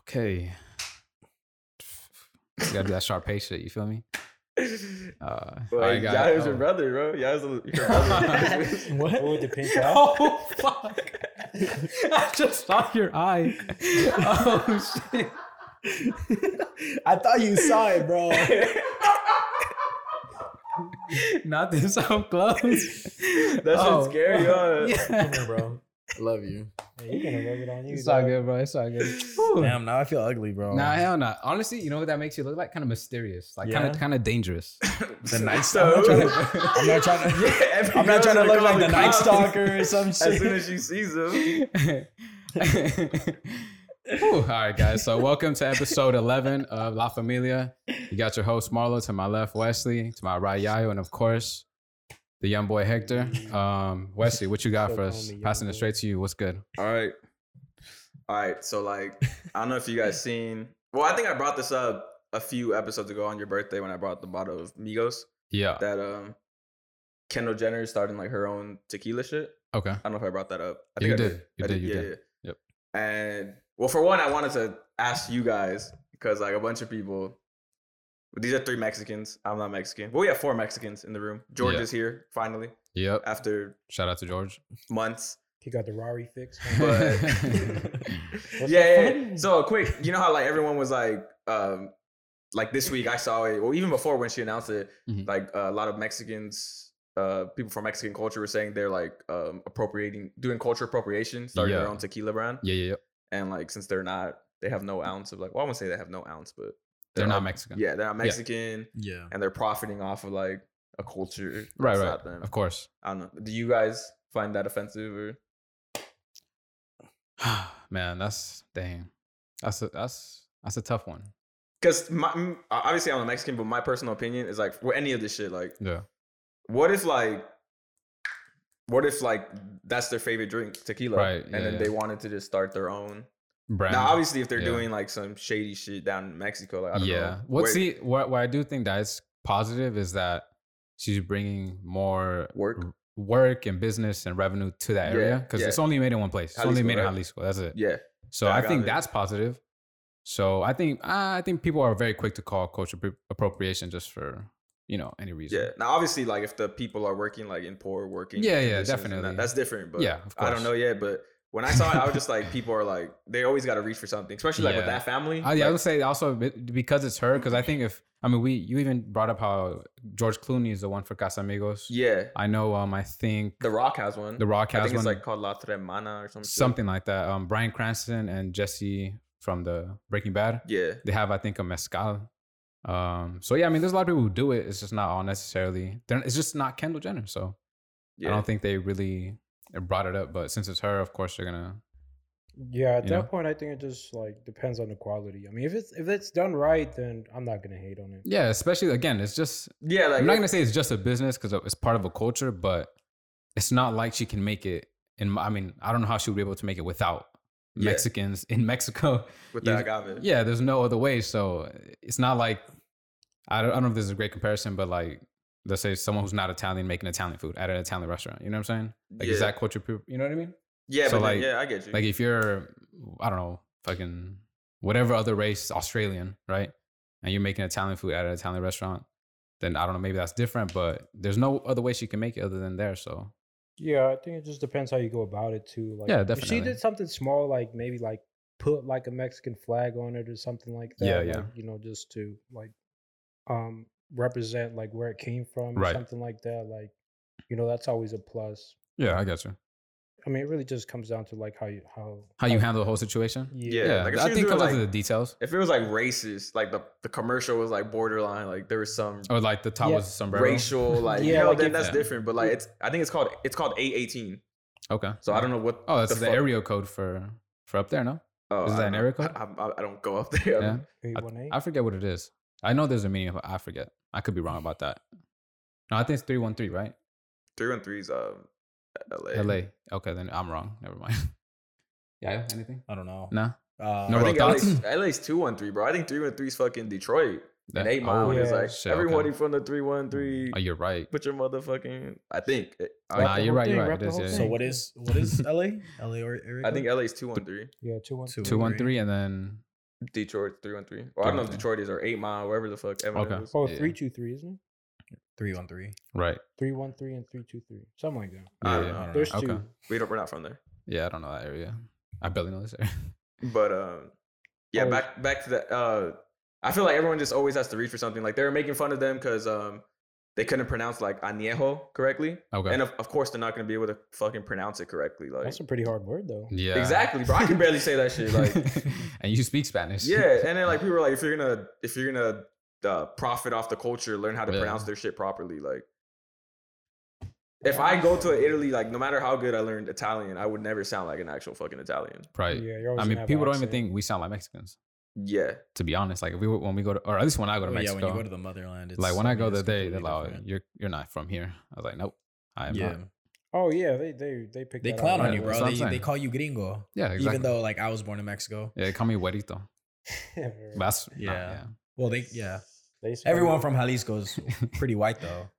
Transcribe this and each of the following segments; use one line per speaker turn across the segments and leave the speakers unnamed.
okay. You gotta do that sharp pay shit. You feel me? Uh,
Well,
I got-
Yada's your
oh.
brother, bro. Yada's your brother.
What?
With the pink eye?
Oh fuck! I just saw your eye. Oh shit!
I thought you saw it, bro.
Not this so close. Oh.
That
Oh.
shit's scary, huh?
Yeah.
Come here, bro.
I love you.
Man, you're gonna rub it on you.
It's all
dog.
good, bro. It's all good. Whew.
Damn, now I feel ugly, bro.
Nah, hell no. Honestly, you know what that makes you look like? Kind of mysterious, like kind
Yeah.
of kind of dangerous.
the night
So-
I'm not trying to.
Every
I'm
girl's
not trying to
gonna
look
call
like the Night
cops
Stalker or some
As soon
shit.
as she sees him.
Whew. All right, guys. So welcome to episode 11 of La Familia. You got your host Marlo to my left, Wesley to my right, Yayo, and of course the young boy Hector. Um, Wesley, what you got
Still
for
calling
us?
me young
Passing it
boy.
straight to you. What's good?
All right. All right. So like, I don't know if you guys seen. Well, I think I brought this up a few episodes ago on your birthday when I brought the bottle of Migos
Yeah.
that um Kendall Jenner is starting like her own tequila shit.
Okay.
I don't know if I brought that up. I
You
I
did. You
I
did, you
yeah,
did.
yeah.
Yep.
And well, for one, I wanted to ask you guys because like a bunch of people. These are three Mexicans. I'm not Mexican. Well, we have four Mexicans in the room. George
Yeah.
is here finally
Yep.
after
Shout out to George.
months.
He got the Rari fix.
But-
What's
yeah,
so
yeah, yeah.
funny?
So quick, you know how like everyone was like, um, like this week I saw it, or even before when she announced it,
Mhm.
like a lot of Mexicans, uh, people from Mexican culture were saying they're like um, appropriating, doing culture appropriation, starting
Yeah.
their own tequila brand,
yeah, yeah, yeah.
and like since they're not, they have no ounce of like, well, I wouldn't say they have no ounce, but
They're not
are-
Mexican.
Yeah, they're not Mexican,
Yeah.
and they're profiting off of like a culture.
Right,
that's
right.
not them.
Of course.
I don't know. Do you guys find that offensive or?
Man, that's dang. That's a that's that's a tough one.
Because obviously I'm a Mexican, but my personal opinion is like, for any of this shit, like
Yeah.
what if like what if like that's their favorite drink tequila
Right,
and
yeah,
then
yeah.
they wanted to just start their own
Brand.
now obviously if they're
yeah.
doing like some shady shit down in mexico like i don't
yeah.
know
What
where-
see what what I do think that is positive is that she's bringing more
work
r- work and business and revenue to that
Yeah,
area because
yeah.
it's only made in one place. It's only
Jalisco,
made in
right?
Jalisco. That's it.
yeah
So
Yeah, I
I
got
think
it.
that's positive. So I think I think people are very quick to call cultural appro- appropriation just for you know any reason.
yeah now obviously like if the people are working like in poor working
Yeah, yeah,
conditions and that,
definitely.
that's different but
Yeah, of
i don't
course. Uh,
know yet but when i saw it i was just like people are like they always got to reach for something especially like with
Yeah.
that family
I, yeah, I
like,
would say also be- because it's her. Because I think if I mean we, you even brought up how George Clooney is the one for Casamigos.
yeah
I know. Um, I think
the rock has one
the Rock
i
has
think
one,
it's like called la tremana or something
something like that. Um, Brian Cranston and Jesse from the Breaking Bad.
yeah
They have, I think, a mezcal. Um, so yeah, I mean, there's a lot of people who do it. It's just not all necessarily. They're, it's just not Kendall Jenner. So
yeah
I don't think they really brought it up. But since it's her, of course, they're gonna.
Yeah, at
You
that
know?
point, I think it just like depends on the quality. I mean, if it's if it's done right, then I'm not gonna hate on it.
Yeah, especially again, it's just
yeah like
I'm not
it-
gonna say it's just a business because it's part of a culture, but it's not like she can make it. In my- I mean, I don't know how she would be able to make it without
Yeah.
Mexicans in Mexico.
with
you-
the agave
Yeah, there's no other way. So it's not like I don't, I don't know if this is a great comparison, but like let's say someone who's not Italian making Italian food at an Italian restaurant. You know what I'm saying? Like is
Yeah.
that culture? pro- You know what I mean?
Yeah,
So,
but then-
like-
yeah, I get you.
Like if you're I don't know fucking whatever other race Australian right, and you're making Italian food at an Italian restaurant. Then I don't know. Maybe that's different, but there's no other way she can make it other than there. So
Yeah, I think it just depends how you go about it too. Like,
Yeah,
If she
definitely.
did something small, like maybe like put like a Mexican flag on it or something like that.
Yeah,
like,
yeah.
You know, just to like um represent like where it came from or
Right.
something like that. Like, you know, that's always a plus.
yeah, I got you.
I mean, it really just comes down to like how you how
How you handle the whole situation?
yeah.
Yeah, like, if
I
she was
think it
doing,
comes down to the
like-
details.
if it was like racist, like the, the commercial was like borderline, like there was some
Or like the top
Yeah.
was a sombrero.
racial, like you
Yeah,
know,
like
then
if-
that's
Yeah.
different. But like it's, I think it's called it's called A eighteen.
Okay.
So I don't know what.
Oh, that's the,
fuck-
area code for for up there. No,
Oh,
is that
I don't
an
know.
area code?
I, I, I don't go up there.
Yeah.
A1A?
I forget what it is. I know there's a meaning, but I forget. I could be wrong about that. No, I think it's three one three, right?
Three one three's um, L.A.
L.A. Okay, then I'm wrong. Never mind. Yeah. Anything?
I don't know.
No.
Uh,
No,
I
bro.
think
thoughts?
LA's, LA's two one three, bro. I think three one three's fucking Detroit.
That-
and eight
oh,
mile is
yeah.
like
Shit, okay.
everybody from the three one three.
Oh, you're right.
Put your motherfucking. I think. eh, I,
Oh, Nah,
the
you're
whole
right. You're
thing,
right.
wrap
It
the
is.
whole
Yeah.
So
yeah.
what is what is LA? LA or area?
I think
code?
LA's two one three.
Yeah, two one
Two.
two.
Two one three, and then
Detroit three one three. Well, I don't know if
313.
Detroit is or Eight Mile, wherever the fuck. Evan
Okay.
is.
Oh,
Yeah.
three two three, isn't it?
Three on three.
Right. Ah,
Three one three and three two three, something like that.
I don't
yeah.
know.
I don't
There's
Okay.
two.
We don't. We're not from there.
Yeah, I don't know that area. I barely know this area.
But um, yeah,
Oh.
back back to that. Uh, I feel like everyone just always has to reach for something. Like they were making fun of them because um, they couldn't pronounce like añejo correctly,
Okay.
and of, of course they're not gonna be able to fucking pronounce it correctly. Like
That's a pretty hard word though.
yeah.
exactly, bro. I can barely say that shit. Like
and you speak Spanish.
yeah, and then like people were like, if you're gonna if you're gonna uh, profit off the culture, learn how to
Yeah.
pronounce their shit properly. Like if I go to Italy, like no matter how good I learned Italian, I would never sound like an actual fucking Italian.
Right.
Yeah, you're always
I
gonna
mean,
have an
people don't even
accent.
think we sound like Mexicans.
Yeah,
To be honest, like if we were- when we go to, or at least when I go to
Well, Oh, yeah,
Mexico,
when you go to the motherland, it's
like when I go
mean,
there,
it's
they they're
completely
like, oh,
different.
"You're you're not from here." I was like, "Nope, I am
yeah,
not."
Oh yeah, they they they pick.
they
that
clown
out
on you,
That's
bro.
what
They,
I'm
they
saying.
call you gringo,
Yeah, exactly.
even though like I was born in Mexico.
yeah, they call me Huerito.
Yeah,
But That's yeah.
Yeah. Well, they yeah,
they spell
everyone
it-
from Jalisco is pretty white though.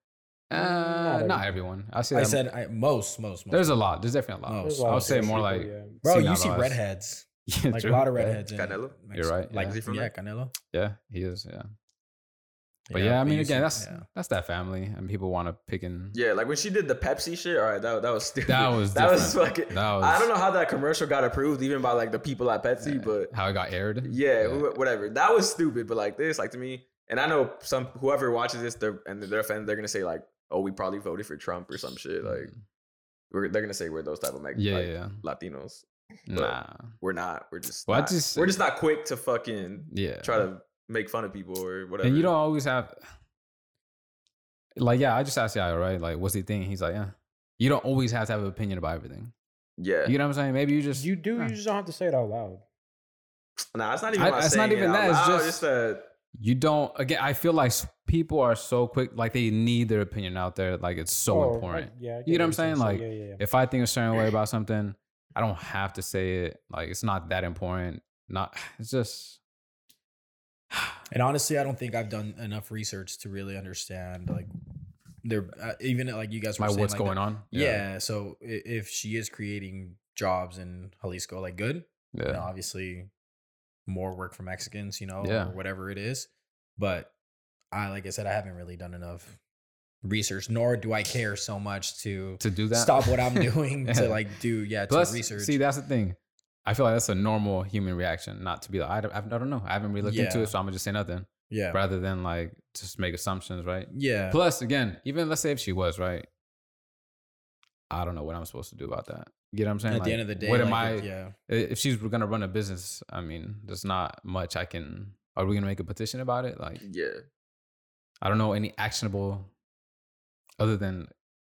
Uh,
Not
not everyone. I say
I
that-
said Oh, I, most, most, most.
there's a lot. There's definitely a lot.
Most.
There's a lot
I would
of
say more
people,
like-
yeah.
bro.
seen
You
out
see
lots.
redheads,
Yeah,
like
true.
a lot of
Yeah.
redheads. in
Canelo?
Mexico.
You're right,
Like
yeah. Is
he from
yeah,
there?
Canelo.
Yeah, he is. Yeah, but yeah, I mean,
you see-
again, that's
yeah.
that's that family, and people want to pick and
yeah. Like when she did the Pepsi shit. All right, that that was stupid.
That was
that was
different.
fucking.
that was.
I don't know how that commercial got approved, even by like the people at Pepsi,
yeah,
but
how it got aired.
yeah, wh- whatever. That was stupid, but like this, like to me, and I know some whoever watches this, they're and they're offended. They're gonna say like, oh, we probably voted for Trump or some shit. Like we're, they're gonna say we're those type of Mex-
Mm. yeah,
like,
yeah.
Latinos.
Nah.
We're not. We're just.
Well, I
not-
just-
we're just not quick to fucking
Yeah.
try to make fun of people or whatever.
And you don't always have, like, yeah, I just asked Yaya, right? Like, what's he think? He's like, yeah. You don't always have to have an opinion about everything.
Yeah.
You know what I'm saying? Maybe you just,
You do.
Huh.
You just don't have to say it out loud.
nah, it's not even.
I-
about
it's not
saying it
even
out
that, it's
loud,
just-
that.
you don't, again, I feel like s- people are so quick, like, they need their opinion out there. Like, it's so
Oh, I-
important.
yeah, I get
know what I'm
you're
saying?
So,
Like,
yeah, yeah, yeah.
If I think a certain way about something, I don't have to say it. Like, it's not that important. Not, it's just,
And honestly, I don't think I've done enough research to really understand like there uh, even like you guys were
like,
saying,
what's
like,
going
the-
on?
Yeah. So i- if she is creating jobs in Jalisco, like good,
Yeah.
you know, obviously more work for Mexicans, you know,
Yeah.
or whatever it is. But I, like I said, I haven't really done enough research, nor do I care so much to,
To do that,
stop what I'm doing
Yeah.
to like do, yeah,
Plus,
to research.
see, that's the thing. I feel like that's a normal human reaction, not to be like, I don't, I don't know. I haven't really looked into
Yeah.
it, so I'm gonna just say nothing,
yeah.
rather than like just make assumptions, right?
Yeah.
Plus, again, even let's say if she was right, I don't know what I'm supposed to do about that. You know what I'm saying?
At
Like,
the end of the day,
what am I?
like, it- Yeah.
If she's gonna run a business, I mean, there's not much I can. Are we gonna make a petition about it? Like,
Yeah.
I don't know any actionable, other than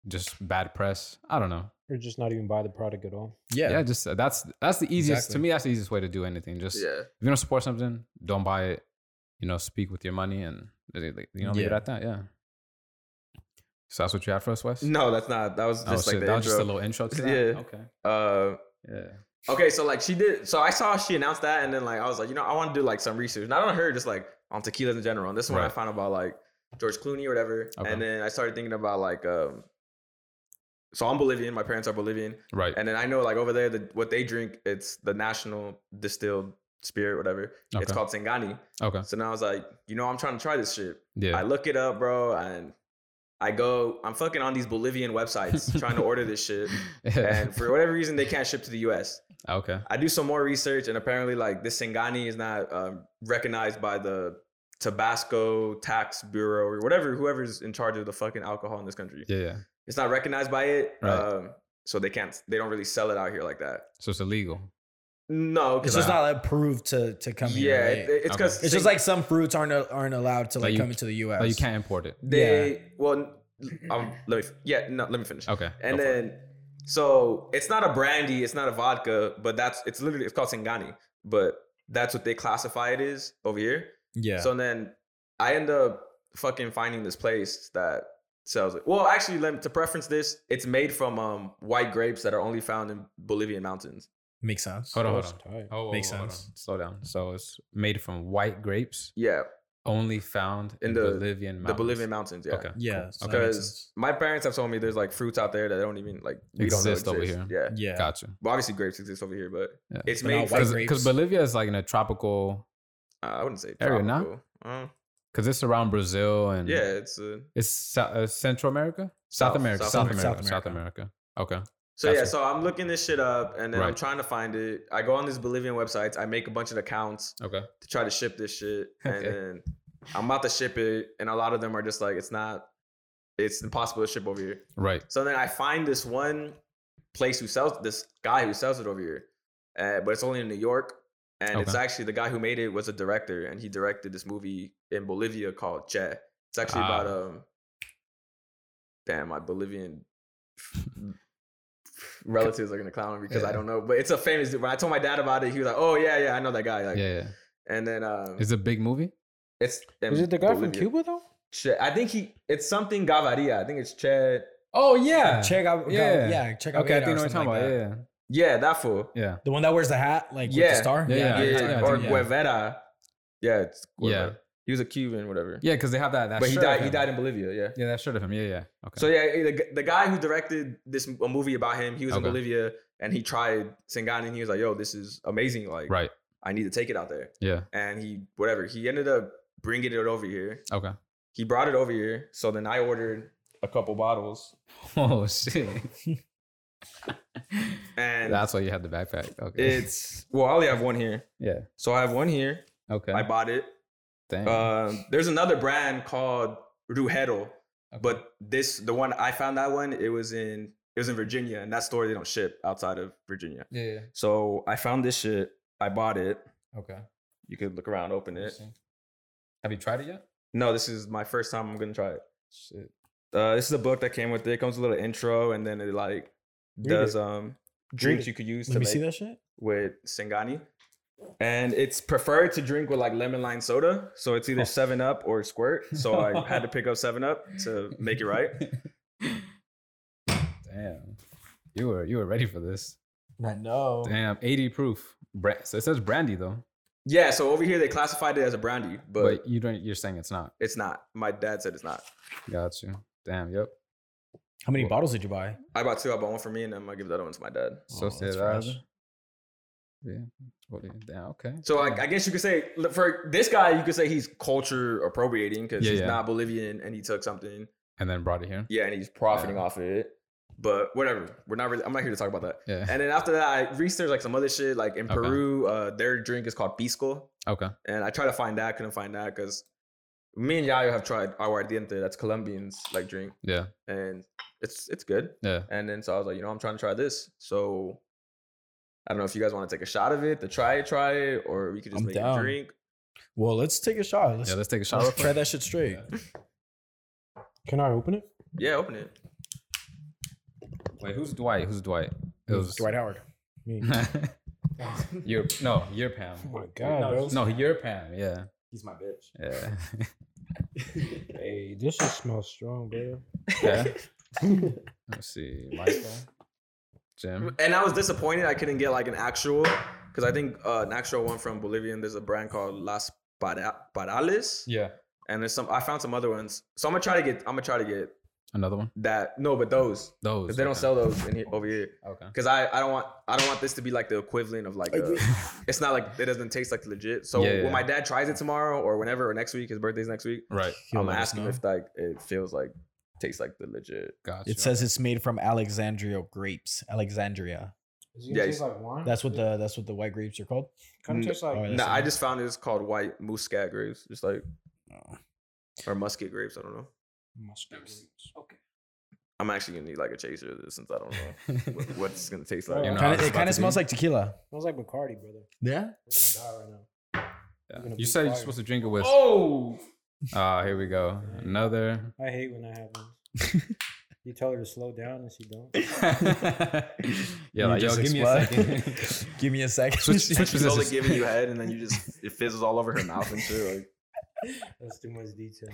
just bad press. I don't know.
Or just not even buy the product at all.
Yeah.
Yeah, just uh, that's that's the easiest to
Exactly.
me. That's the easiest way to do anything. Just
Yeah.
if you don't support something, don't buy it. You know, speak with your money and uh, you know, leave it
Yeah.
at that. Yeah. So that's what you had for us, Wes.
No, that's not. That was
oh,
just
shit,
like the
that
intro.
was just a little intro to that.
Yeah.
Okay.
uh,
Yeah.
Okay, so like she did, so I saw she announced that, and then like I was like, you know, I want to do like some research, not on her, just like on tequilas in general. And this one I
Right.
found about like George Clooney or whatever,
Okay.
and then I started thinking about like, um, so I'm Bolivian, my parents are Bolivian,
Right.
and then I know like over there, the, what they drink, it's the national distilled spirit, whatever. It's
Okay.
called Sangani.
okay.
So now I was like, you know, I'm trying to try this shit. I
Yeah.
look it up, bro, and I go, I'm fucking on these Bolivian websites trying to order this shit, and for whatever reason, they can't ship to the U.S.
okay.
I do some more research, and apparently, like this Singani is not um, recognized by the Tabasco Tax Bureau or whatever, whoever's in charge of the fucking alcohol in this country.
Yeah. Yeah.
It's not recognized by it,
Right.
um, so they can't. They don't really sell it out here like that.
So it's illegal.
No,
It's
because
just not like, approved to, to come
yeah,
here. right?
it- it's
Okay.
because
It's just like some fruits aren't uh, aren't allowed to
Like
like,
you-
come into the
Like
U.S.
Oh, you can't import it.
they. Well, um, let me. Yeah, no, let me finish.
Okay.
and
go for it.
then, so it's not a brandy, it's not a vodka, but that's it's literally it's called Singani, but that's what they classify it is over here.
Yeah.
So then I end up fucking finding this place that sells it. Well, actually, let me, to preference this, it's made from um, white grapes that are only found in Bolivian mountains.
makes sense.
hold on, hold
That's
on.
tight.
Oh,
Makes
hold on.
sense.
Slow down. So it's made from white grapes,
Yeah,
only found in,
In the-
Bolivian mountains.
the Bolivian mountains. Yeah.
Okay.
Yeah. so that makes
Because
sense.
my parents have told me there's like fruits out there that don't even like we
Exist
don't
over
know exist. Yeah.
Yeah.
Gotcha.
Well, obviously grapes exist over here, but
Yeah.
it's
But
made
not
from
white
because
grapes.
Bolivia is like in a tropical
Uh, I wouldn't say
Area, nah?
tropical. Uh,
because it's around Brazil and
yeah, it's uh,
it's Sou- uh, Central America, South,
South-
America,
South
South,
America.
America,
South
South America. Okay,
So
Gotcha.
yeah, so I'm looking this shit up, and then I'm
Right.
trying to find it. I go on these Bolivian websites. I make a bunch of accounts
okay.
to try to ship this shit, and
Okay.
then I'm about to ship it, and a lot of them are just like, it's not, it's impossible to ship over here.
Right.
So then I find this one place who sells this guy who sells it over here, uh, but it's only in New York, and it's
Okay.
actually the guy who made it was a director, and he directed this movie in Bolivia called Che. It's actually
Ah.
about um, damn, my Bolivian relatives are gonna clown me because I
Yeah.
don't know, but it's a famous. dude. When I told my dad about it, he was like, "Oh yeah, yeah, I know that guy." Like,
yeah, yeah.
and then um,
It's a big movie.
it's in
Is it the guy from
Bolivia.
Cuba though?
Che. I think he. It's something Gavaria. I think it's Che.
Oh yeah.
Check out, yeah,
Yeah.
yeah. Check out.
okay, I think I
what
know what you're talking about. yeah,
Yeah, that fool.
yeah, yeah.
The one that wears the hat, like with
Yeah.
the star.
Yeah,
yeah,
yeah, yeah, yeah, I
or
think-
Guevara. Yeah, it's Guevara.
Yeah.
He was a Cuban, whatever.
Yeah, because they have that. that
but he
shirt of
died. He
him.
died in Bolivia. Yeah.
Yeah, that shirt of him. Yeah, yeah. Okay.
So yeah, eh, the, the guy who directed this a movie about him, he was in
Okay.
Bolivia and he tried Singani and he was like, "Yo, this is amazing! Like,
right.
I need to take it out there."
Yeah.
And he whatever he ended up bringing it over here.
Okay.
He brought it over here. So then I ordered a couple bottles,
Oh shit.
and
That's why you had the backpack. Okay.
it's well, I only have one here.
yeah.
So I have one here.
Okay.
I bought it.
Dang.
Um, there's another brand called Rujero,
Okay.
but this the one I found that one it was in it was in Virginia, and that store they don't ship outside of Virginia.
yeah, yeah.
So I found this shit. I bought it.
Okay.
You could look around, open it.
Interesting. Have you tried it yet?
No, this is my first time. I'm gonna try it.
Shit.
Uh, this is a book that came with it. It comes with a little intro, and then it like
Read
does
it.
um drinks
it.
you could use
Let
to
me
make
see that shit.
with Singani. And it's preferred to drink with like lemon lime soda. So it's either
Oh.
7 Up or Squirt. So I had to pick up 7 Up to make it right.
Damn. You were you were ready for this.
I know.
Damn. 80 proof. Bra- so it says brandy though,
Yeah, so over here they classified it as a brandy, but,
but, you don't. You're saying it's not.
it's not. My dad said it's not.
Got you. Damn. Yep.
How many
Well-
bottles did you buy?
I bought two, I bought one for me, and I'm gonna give the other one to my dad.
So
Oh,
said
that's fresh.
Raza. Yeah. Well, yeah, Damn. Okay.
So I,
Damn.
I guess you could say look, for this guy, you could say he's culture appropriating because
Yeah,
he's
yeah.
not Bolivian and he took something.
and then brought it here.
Yeah, and he's profiting
Yeah.
off of it. But whatever. We're not really I'm not here to talk about that.
Yeah.
And then after that, I researched like some other shit. Like in
Okay.
Peru, uh, their drink is called pisco,
okay.
and I tried to find that, couldn't find that because me and Yayo have tried aguardiente. That's Colombians like drink,
Yeah.
and it's it's good.
Yeah.
And then so I was like, you know, I'm trying to try this. So I don't know if you guys want to take a shot of it, to try it, try it, or we could just
I'm
make
down.
a drink.
Well, let's take a shot. Let's,
Yeah. Let's take a shot. real
let's
quick.
try that shit straight.
Can I open it?
Yeah, open it.
Wait, who's Dwight? Who's Dwight? It was
Dwight Howard.
Me.
your no, your Pam.
Oh my god, bro.
No, your Pam. Yeah,
He's my bitch.
yeah,
Hey, this shit smells strong, bro.
yeah. Let's see, Michael, Jim.
And I was disappointed I couldn't get like an actual because I think uh, an actual one from Bolivian. There's a brand called Las Para- Parales,
Yeah,
and there's some I found some other ones. So I'm gonna try to get I'm gonna try to get
another one.
that no, but those
Those.
because they don't
okay.
sell those in here, over here.
Okay.
Because I, I don't want I don't want this to be like the equivalent of like a, it's not like it doesn't taste like legit. So
Yeah, yeah,
when my
yeah.
dad tries it tomorrow or whenever or next week, his birthday's next week,
Right.
He'll
I'm
let
gonna
us
ask him
know.
if like it feels like tastes like the legit.
Gotcha.
It says it's made from Alexandria grapes. Alexandria.
Is it gonna
Yeah,
taste
he's-
like wine?
That's what the that's what the white grapes are called.
kind of tastes like.
Oh, yeah.
No,
That's
I
nice.
just found it's called white muscat grapes, just like
Oh.
or musket grapes. I don't know.
Muscat grapes.
I'm actually gonna need like a chaser of this since I don't know what, what it's gonna taste like.
You're
No, I
not-
Kinda-
was
it
about
kind
to
of smells
be-
like tequila.
Smells like Bacardi, brother.
Yeah.
We're gonna die right now.
Yeah.
gonna be
You said you're
fired.
supposed to drink it with. Ah,
Oh,
here we go. Another.
I hate when that happens. you tell her to slow down and she don't.
yeah, like, yo,
just
give me a
explode.
second.
Give me a second.
Switch- switch
she's only
positions.
giving you head, and then you just it fizzles all over her mouth and shit. Like,
That's too much detail.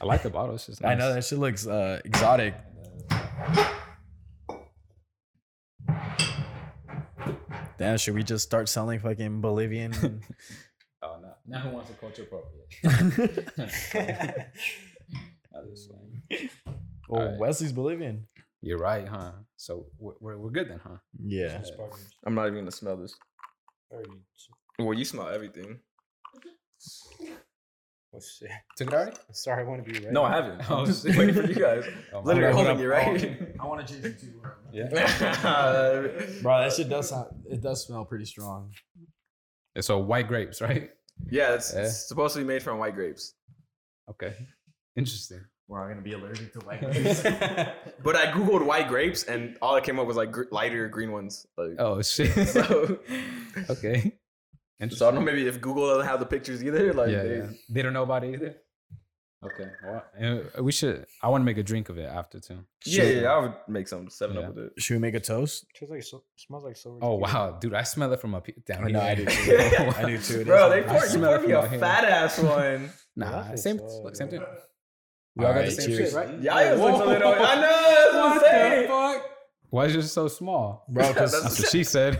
I like the bottle. It's just
I know
nice.
that shit looks uh, exotic. Damn, should we just start selling fucking Bolivian?
Oh no! Now who wants a culture appropriate?
oh,
Alright.
Wesley's Bolivian.
You're right, huh? So we're, we're, we're good then, huh?
Yeah.
Sparkling
I'm not even gonna smell this.
thirty.
Well, you smell everything.
Oh, shit.
Took it already?
Sorry, I want to be right.
No, I haven't.
Oh,
I'm just
shit.
waiting for you guys.
Oh, my bad.
Literally holding you, right?
I want to change you too.
Bro,
Bro, that shit does sound, it does smell pretty strong.
It's all white grapes, right?
Yeah, it's,
Yeah.
it's supposed to be made from white grapes.
Okay. Interesting.
We're all gonna be allergic to white
But I googled white grapes, and all that came up was like gr- lighter green ones. Like,
Oh shit.
so,
okay.
so I don't know. Maybe if Google doesn't have the pictures either, like
yeah,
they-
yeah. They don't know about it either. Okay. Well, uh, we should. I want to make a drink of it after too.
yeah,
Shit.
yeah, I would make some seven
Yeah.
up with it.
Should we make a toast?
Tastes like sil- smells like silver.
Oh
tequila.
wow, dude! I smell it from up here. Damn.
I know, I
here.
do
too.
I do too. It
Bro,
is-
they
I
poured you
smell it
poured
from
me a
out here.
fat ass one.
Nah,
Waffles,
same,
uh,
same thing.
yeah.
We all got the
Alright,
same
cheers.
shit, right?
Yeah, I
Whoa.
was a little. I know. That's what I'm saying.
Why is yours so small?
Bro,
Yeah, that's-
because
That's what she said.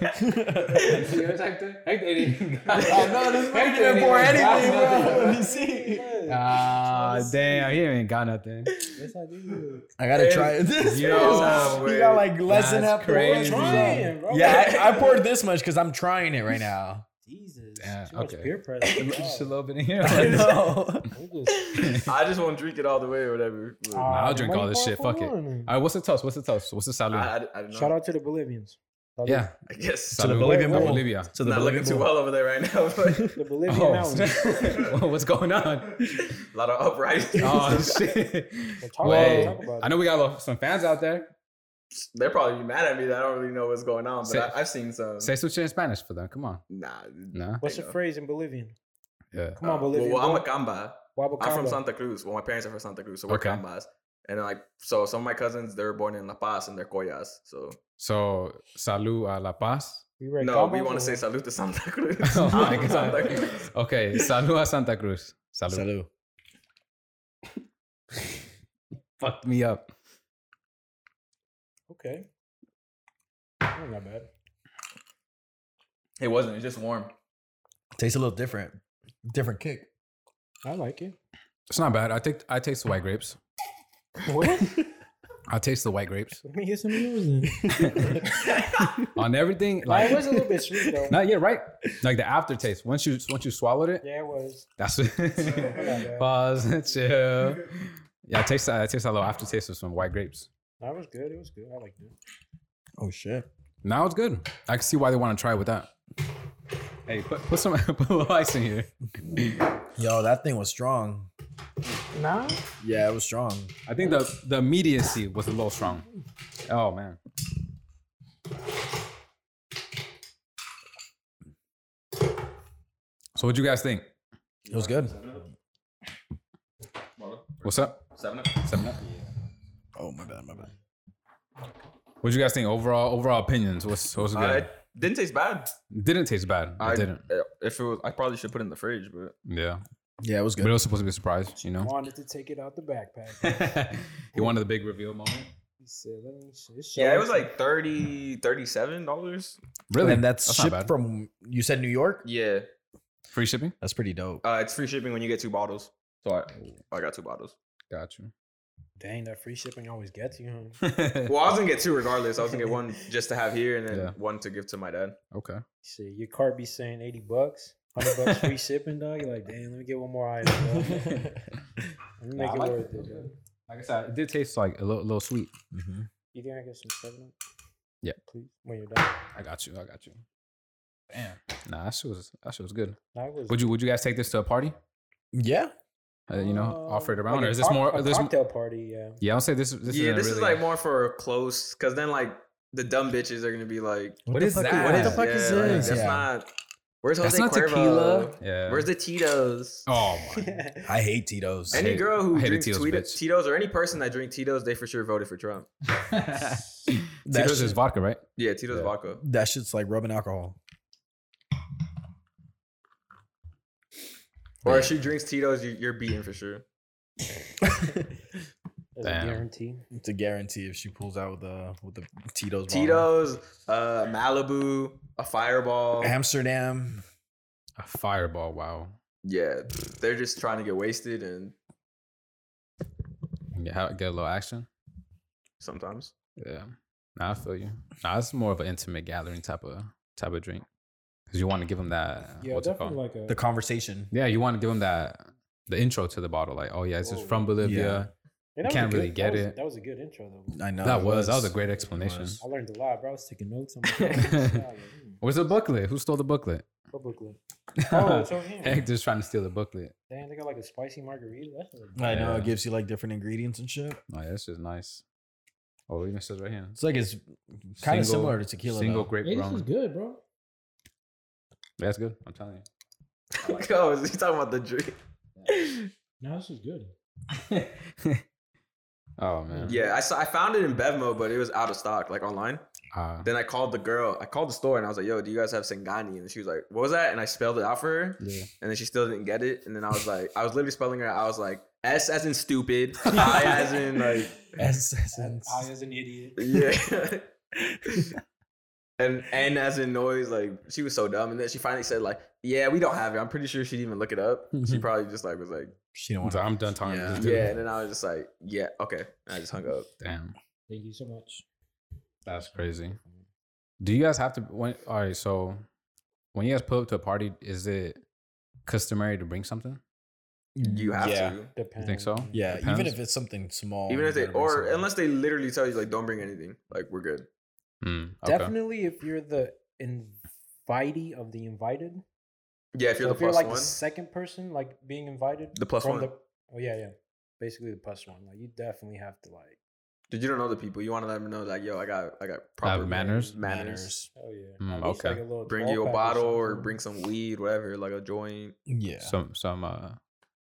Oh, Ah, damn, he ain't got nothing.
Yes, I do.
I gotta try it. This
Yo,
is- you got like less than
that's
half. the
crazy.
orange.
Trying, bro.
Yeah, I, I poured this much because I'm trying it right now.
Jesus.
Yeah,
Too much
okay.
peer pressure.
Just a
Wow.
little bit in here.
I know.
We just-
I just won't drink it all the way or whatever. but-
Ah,
I'll drink
money
all this shit,
powerful
fuck it.
one.
All right, what's the toast? What's the toast? What's the salute?
I, I, I don't know.
Shout out to the Bolivians. Salud.
yeah,
I guess.
salute.
the Bolivian
From
bowl.
Bolivia.
So
not looking too well over there right now. But
The Bolivian
Oh,
mountains.
what's going on?
a lot of uprisings.
Oh shit!
Well, talk
Wait,
about it, talk about
I know we got a lot- some fans out there.
They're probably mad at me that I don't really know what's going on, but
Say-
I, I've seen some.
Say some shit in Spanish for them. Come on,
nah.
no,
What's the
Hang on.
phrase in Bolivian?
yeah.
Come on,
Uh,
Bolivian.
Well, I'm a
boy.
Camba.
Wabakaba.
I'm from Santa Cruz. Well, my parents are from Santa Cruz, so we're
Okay.
Cambas. And like, so some of my cousins, they were born in La Paz and they're Coyas. So
So salud a La Paz.
We were
no, we want to say salud to Santa Cruz.
Oh my
I'm from
God.
Santa Cruz.
Okay, salud a Santa Cruz. Salud.
Salud.
Fucked me up.
Okay. Oh, not bad.
It wasn't. It's just warm.
Tastes a little different. Different kick.
I like it.
It's not bad. I take I taste the white grapes.
What?
I taste the white grapes
Let me hear some of yours then.
on everything.
Nah,
Like
it was a little bit sweet though.
not yet, right? Like the aftertaste. Once you once you swallowed it,
Yeah, it was.
that's pause chill. Yeah, I taste that. I taste that little aftertaste of some white grapes.
That was good. It was good. I liked it.
Oh shit.
Now it's good. I can see why they want to try it with that. Hey, put, put some put a little ice in here.
Yo, that thing was strong.
Nah.
Yeah, it was strong.
I think the the immediacy was a little strong. Oh man. So what do you guys think?
It was good.
What's up?
Seven.
Seven up?
Oh my bad, my bad.
What do you guys think? Overall overall opinions. What's what's good?
Uh, it didn't taste bad.
didn't taste bad.
I
it didn't.
uh, If it was, I probably should put it in the fridge, but
Yeah.
Yeah, it was
But it
good.
was supposed to be a surprise, you know?
Wanted to take it out the backpack.
you wanted the big reveal moment?
He said, "Let me see." It's
yeah, it
showing
was like 30 37 dollars.
Really?
And that's,
That's not bad.
shipped from you said New York?
Yeah,
Free shipping?
That's pretty dope.
uh, it's free shipping when you get two bottles. So Oh, I, I got two bottles.
Got you.
Dang, that free shipping always gets you. Huh?
Well, I was gonna get two regardless. I was gonna get one just to have here, and then
Yeah.
one to give to my dad.
okay.
See, your cart be saying eighty bucks, hundred bucks free shipping, dog. You're like, damn, let me get one more item. Dog. Let me make
Nah, I
it
like
worth
it.
it. dog.
Like I said, it did taste like a little, little sweet.
Mhm.
You think I get some seven up?
Yeah.
Please, when you're done.
I got you. I got you. Damn. Nah, that shit was that shit was good.
That was.
Would you would you guys take this to a party?
Yeah.
Uh, you know,
uh,
offer it around,
like
or
a
is this
cock-
more?
a
This,
cocktail party? Yeah.
yeah, I'll say this. this
yeah,
isn't
this is
really-
like more for close, because then like the dumb bitches are gonna be like,
What is
the fuck
that?
What the fuck
yeah,
is
like,
this?
that's
Yeah.
not. Where's Jose
That's not
Cuervo?
tequila. Yeah.
Where's the Tito's?
Oh my.
I hate Tito's.
And-
Any
hate-
girl
I
who
hate
drinks
Tito's,
Tito-
bitch.
Tito's or any person that drink Tito's, they for sure voted for Trump.
Tito's is
shit-
vodka, right?
Yeah, Tito's
Yeah.
vodka.
That shit's like rubbing alcohol.
Or
Yeah.
if she drinks Tito's, you, you're beaten for sure.
That's
Damn.
a guarantee.
It's a guarantee if she pulls out with the with the Tito's. bottle.
Tito's, uh, Malibu, a Fireball.
Amsterdam.
A fireball. Wow.
Yeah, they're just trying to get wasted, and
Get, ha- get a little action.
sometimes.
Yeah. Nah, I feel you. Nah, it's more of an intimate gathering type of type of drink because you want to give them that.
Yeah,
what's it called?
definitely like a.
The conversation.
yeah, you want to give them that the intro to the bottle, like, oh yeah, this is
Whoa.
from Bolivia.
And
You
was
can't
a good-
really get
that was-
it.
That was a good intro though.
I know
That
it
was- that was a great explanation.
It was.
I learned a lot, bro. I was taking notes on my hmm,
Where's the booklet? Who stole the booklet?
what booklet? Oh, it's on here.
Hector's trying to steal the booklet.
Damn, they got like a spicy margarita. That's really good.
I know
Yeah.
it gives you like different ingredients and shit.
Oh yeah, this is nice. Oh, it even says right here.
It's like it's
Single-
kind of similar to tequila.
Single
though.
grape
Hey, this
grown.
is good, bro.
That's good. I'm telling you.
Yo, oh, is he talking about the drink?
No, this is good.
Oh man.
Yeah, I saw, I found it in Bevmo, but it was out of stock, like online.
Uh,
Then I called the girl. I called the store and I was like, "Yo, do you guys have Sengani?" And she was like, "What was that?" And I spelled it out for her,
yeah.
and then she still didn't get it. And then I was like, I was literally spelling her. out. I was like, S as in stupid, I as in like,
Essence.
I as an idiot.
yeah, and N as in noise. Like she was so dumb. And then she finally said like, "Yeah, we don't have it." I'm pretty sure she didn't even look it up. She
Mm-hmm.
probably just like was like,
She don't
I'm
want.
done- I'm done talking.
Yeah.
to this dude.
"Yeah," and then I was just like, "Yeah, okay." And I just hung up.
Damn.
Thank you so much.
That's crazy. Do you guys have to when all right, so when you guys pull up to a party, is it customary to bring something?
You have
yeah.
to.
Depends.
so?
Yeah, even
Depends.
if it's something small.
Even
you
if they,
gotta bring
or
something.
unless they literally tell you like, don't bring anything, like we're good.
Mm, okay.
Definitely, if you're the invitee of the invited,
Yeah, if you're the
So if you're
plus
like
one,
the second person, like being invited,
The plus one.
oh yeah, yeah, basically the plus one. Like you definitely have to like.
dude, you don't know the people. You want to let them know, like, yo, I got, I got proper
manners?
Manners.
Oh yeah.
Mm,
At least, like,
okay.
a little
Bring you a
12 pack or
bottle or
something.
bring some weed, whatever, like a joint,
Yeah.
Some some uh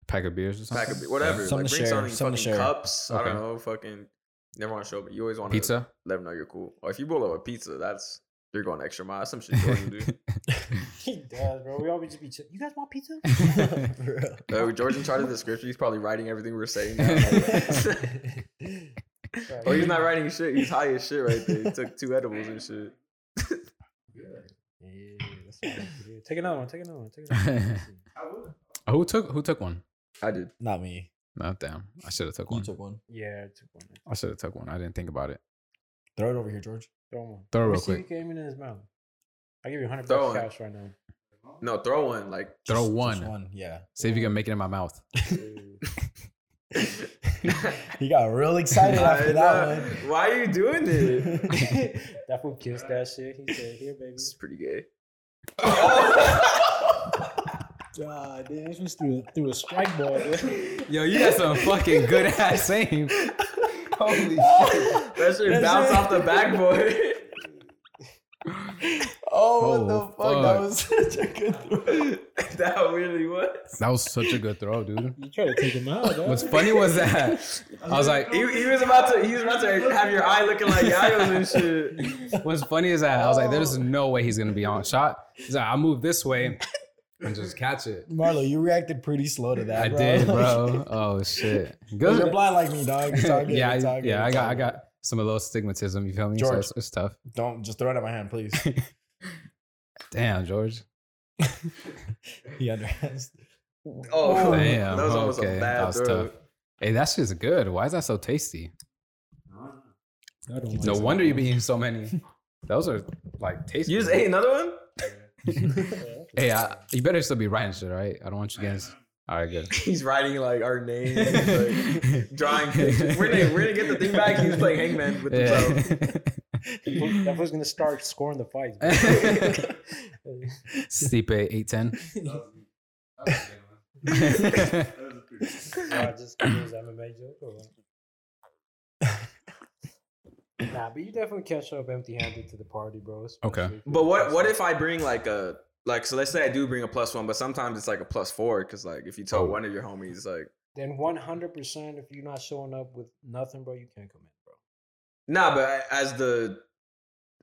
pack of beers or something.
pack of beer, whatever.
Something
like,
to
bring
share,
something,
something to
fucking
share.
cups. I
Okay.
don't know, fucking. Never want to show, but you always want to
Pizza.
let them know you're cool. Or if you bowl over a pizza, that's you're going extra mile. That's Some shit Jordan do.
He does, bro. We always just be. Ch- you guys want pizza?
For real.
Uh, Jordan tried the description. He's probably writing everything we're saying. Now.
That's
oh, he's not writing shit. He's high as shit right there. He took two edibles and shit.
Yeah, that's what I like to do. Take another one. Take another one. Take another one. Let's see.
who took who took one?
I did.
Not me.
Not damn. I should have took
You
one.
took one.
yeah, I took one.
I should have took one. I didn't think about it.
Throw it over here, George.
Throw one.
Throw it
Let me
real
see if
quick.
he came in his mouth. I give you hundred
Throw
bucks
it.
cash right now.
No, throw one. Like,
Throw
Just- just
one.
one. Yeah.
See if you can make it in my mouth.
He got real excited
I
after that
know.
one.
Why are you doing this?
that fool kissed that shit. He said, "Here, baby."
This is pretty gay.
God damn, this was through through a strike ball.
Yo, you got some fucking good ass saying. Holy
That should bounce off the backboard.
Oh, what the
Oh,
fuck? That
fuck.
was such a good throw.
that really was.
That was such a good throw, dude.
You try to take him out, dog.
What's funny was that I was like,
He, he was about to. He was about to have your eye looking like Yayo's and shit.
what's funny is that I was like, there's
Oh.
no way he's gonna be on shot. He's like, I'll move this way and just catch it.
Marlo, you reacted pretty slow to that.
I
bro.
did, bro. Oh shit.
Cause you're
Good.
blind like me, dog. It's all good.
yeah,
it's all
I,
good,
yeah. I
it's
got,
all
I
good.
got some of those stigmatism. You feel me? So
George.
it's, it's tough.
Don't just throw it at my hand, please.
Damn, George.
he understands.
Oh,
Damn.
that was almost
okay. that
a bad
was
throw.
tough. Hey, that shit's good. Why is that so tasty?
I don't
No
like
wonder you be eating so many. Those are like tasty.
You just ate another one.
Hey, I, you better still be writing shit, all right? I don't want you guys. All right, good.
He's writing like our names, like, drawing pictures. We're gonna, we're gonna get the thing back. He was playing hangman with himself.
it. that was gonna start scoring the fights. bro.
Yeah. Stipe eight ten.
I just use MMA joke or what? Nah, but you definitely can't show up empty-handed to the party, bro. especially
Okay.
if you're
But what what
the
if I bring like a like so let's say I do bring a plus one, but sometimes it's like a plus four because like if you tell
Oh.
one of your homies like
Then one hundred percent, if you're not showing up with nothing, bro, you can't come in, bro.
nah, but I- as the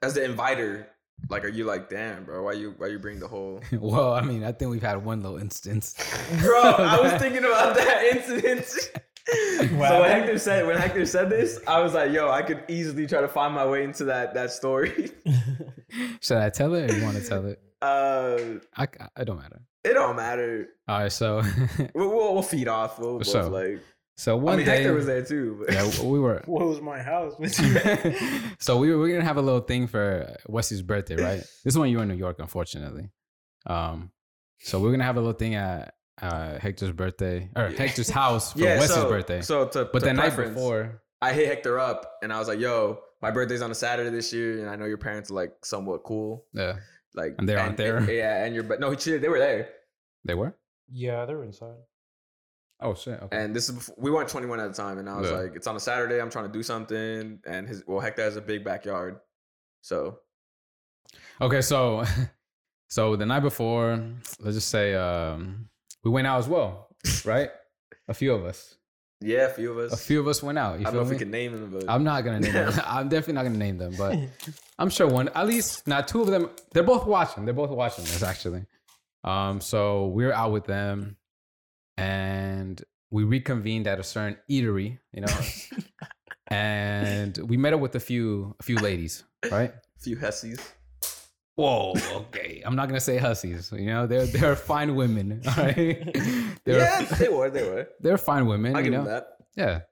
as the inviter, like are you like damn bro, why you why you bring the whole
well, I mean, I think we've had one little instance.
bro? I was thinking about that incident. so when Hector said when Hector said this, I was like yo, I could easily try to find my way into that that story.
Should I tell it or you want to tell it?
uh,
I, c- it don't matter.
it don't matter.
All right, so
We'll we'll, we'll feed off. We'll both
So,
like
so one
I mean
day
Hector was there too. But.
yeah, w- we were.
What was my house?
so we were, we are gonna have a little thing for Wesley's birthday, right? This one you were in New York, unfortunately. Um, so we are gonna have a little thing at uh, Hector's birthday or
Yeah.
Hector's house for
yeah,
Wes's
so,
birthday.
So to,
but
to
the night
preference,
before,
I hit Hector up and I was like, "Yo, my birthday's on a Saturday this year, and I know your parents are like somewhat cool,
yeah,
like
And they aren't there.
yeah, and your but no, he cheated. They were there,
they were.
Yeah, they're inside.
Oh shit! Okay.
and this is before, we weren't 21 at the time, and I was
Yeah.
like, "It's on a Saturday. I'm trying to do something." And his well, Hector has a big backyard, so
Okay, so so the night before, let's just say um, we went out as well, right? a few of us.
yeah, a few of us.
A few of us went out. You
I don't know
feel
if we
me?
can name them, but
I'm not gonna name them. I'm definitely not gonna name them, but I'm sure one, at least not two of them. They're both watching. They're both watching this actually. Um, so we were out with them, and we reconvened at a certain eatery, you know, and we met up with a few a few ladies, right?
a few hessies.
Whoa, okay. I'm not gonna say hussies. You know, they're they're fine women. All right, they're
Yeah, they were, they were.
they're fine women.
I
you
give
know,
them that.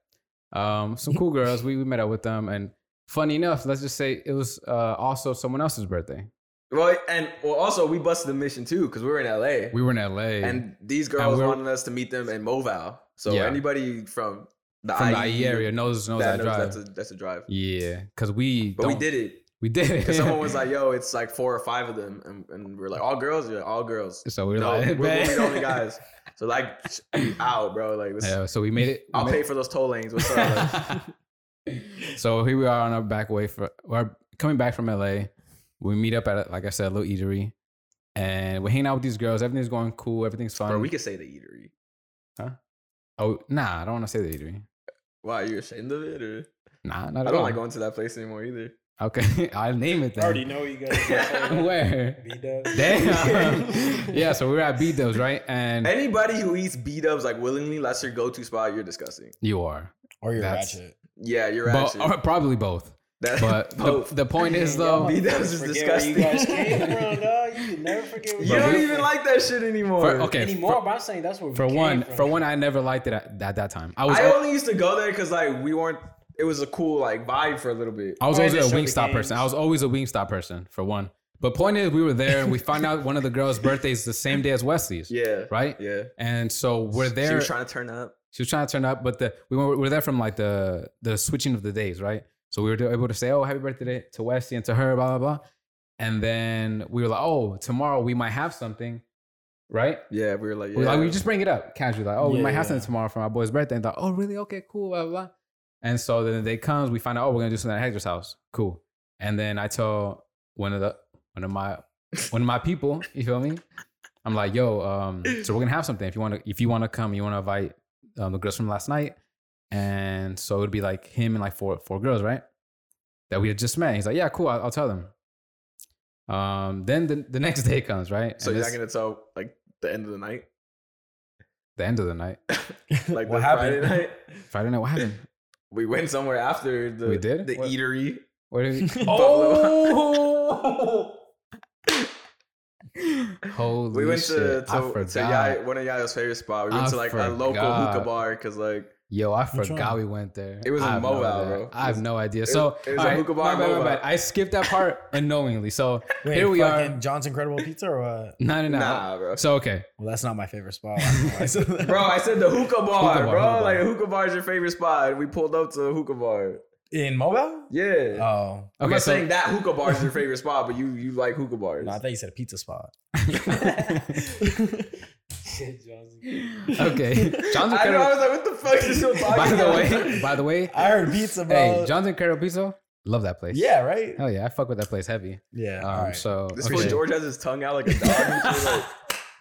yeah. Um, some cool girls. We, we met up with them, and funny enough, let's just say it was uh, also someone else's birthday.
Well, and well, also we busted the mission too because we were in LA,
We were in LA,
and these girls
we're-
wanted us to meet them in Moval. So
Yeah.
anybody from the
from the
IE
IE area knows knows that,
that knows
drive.
that's a, that's a drive.
yeah, because we
But we
don't-
did it
we did it.
because someone was like, "Yo, it's like four or five of them," and, and we're like, "All girls, yeah, all girls."
so we were
No,
like,
we're, we're the
"Bet."
only guys. So like, ow, bro, like this,
Yeah, so we made it. we
I'll
made
pay
it.
for those toll lanes. What's up? Like,
so here we are on our back way for we're coming back from LA. We meet up at like I said, a little eatery, and we're hanging out with these girls. Everything's going cool. Everything's fun.
bro, we could say the eatery.
oh nah, I don't want to say the eatery.
Why you ashamed of it? Or
Nah, not
I
at
don't
all.
like going to that place anymore either.
Okay, I'll name it
I
then.
already know you guys. are
Where?
B dubs.
Damn. yeah, so we were at B Dubs, right? And
Anybody who eats B dubs like willingly, that's your go to spot. You're disgusting.
you are,
Or your
That's-
ratchet.
Yeah, you're
but,
ratchet.
or probably both.
That-
But the,
both.
the point is though,
B dubs um, is
Forget where
disgusting.
you guys came from, dog. You can never forget where
you
Bro,
don't
we-
even like that shit anymore.
for, okay,
anymore.
for,
but I'm saying that's where we
for
came
one,
from.
for one, I never liked it at, at that time. I was
I
al-
only used to go there because like we weren't. It was a cool like vibe for a little bit.
I was
Oh,
always
they
a
show the
Wingstop person.
games.
I was always a Wingstop person for one. But point is, we were there and we found out one of the girls' birthdays the same day as Wesley's,
Yeah,
right?
yeah.
And so we're there.
She was trying to turn up.
She was trying to turn up, but the we were, we were there from like the the switching of the days, right? So we were able to say, "Oh, happy birthday to- to Wesley and to her," blah blah blah. And then we were like, "Oh, tomorrow we might have something," right?
Yeah, we were like, yeah.
We like we just bring it up casually, like, "Oh, we
Yeah,
might have
yeah.
something tomorrow for my boy's birthday." And thought, "Oh, really? Okay, cool." Blah blah. blah. And so then the day comes, we find out, "Oh, we're gonna do something at Hector's house." Cool. And then I tell one of the one of my one of my people, you feel me? I'm like, "Yo, um, so we're gonna have something. If you wanna if you wanna come, you wanna invite um, the girls from last night, and so it'd be like him and like four four girls, right? That we had just met. He's like, yeah, cool, I'll, I'll tell them. Um, then the, the next day comes, right?
so
And
you're
it's
not gonna tell like the end of the night,
the end of the night,
like
What
the
happened?
Friday night.
Friday night. What happened?
We went somewhere after the
We did?
the
What? Oh!
eatery.
What did we-
Oh.
Holy
We went to
shit! I
to, to
forgot.
Yai, one of Yayo's favorite spots. We went
I
to like a local
forgot.
hookah bar because like
Yo, I
Which
forgot
one?
we went there.
It was
I
in
have no
Mobile,
idea.
bro.
I
It was-
have no idea.
was-
So
it
all
was a
right,
hookah bar in
my bad, my
Mobile.
bad. I skipped that part unknowingly. So
Wait,
Here we are.
fucking John's Incredible Pizza or what?
no, no, no.
nah, bro.
So okay,
Well, that's not my favorite spot. I don't know why I said that.
Bro, I said the hookah bar,
Hookah bar,
bro.
hookah bar.
like hookah bar is your favorite spot. We pulled up to a hookah bar.
In mobile?
Yeah.
Oh.
Uh,
I'm
okay.
not
So
saying that hookah bar is your favorite spot, but you you like hookah bars.
No, I thought you said a pizza spot.
Shit, Johnson.
okay, John's
I know. I
incredible.
was like, what the fuck is still talking
By the
about?
way, by the way,
I heard pizza, bro.
hey, John's incredible pizza. Love that place.
Yeah, right?
Hell yeah, I fuck with that place heavy.
Yeah.
Um,
all right.
So
this
okay.
fool George has his tongue out like a dog.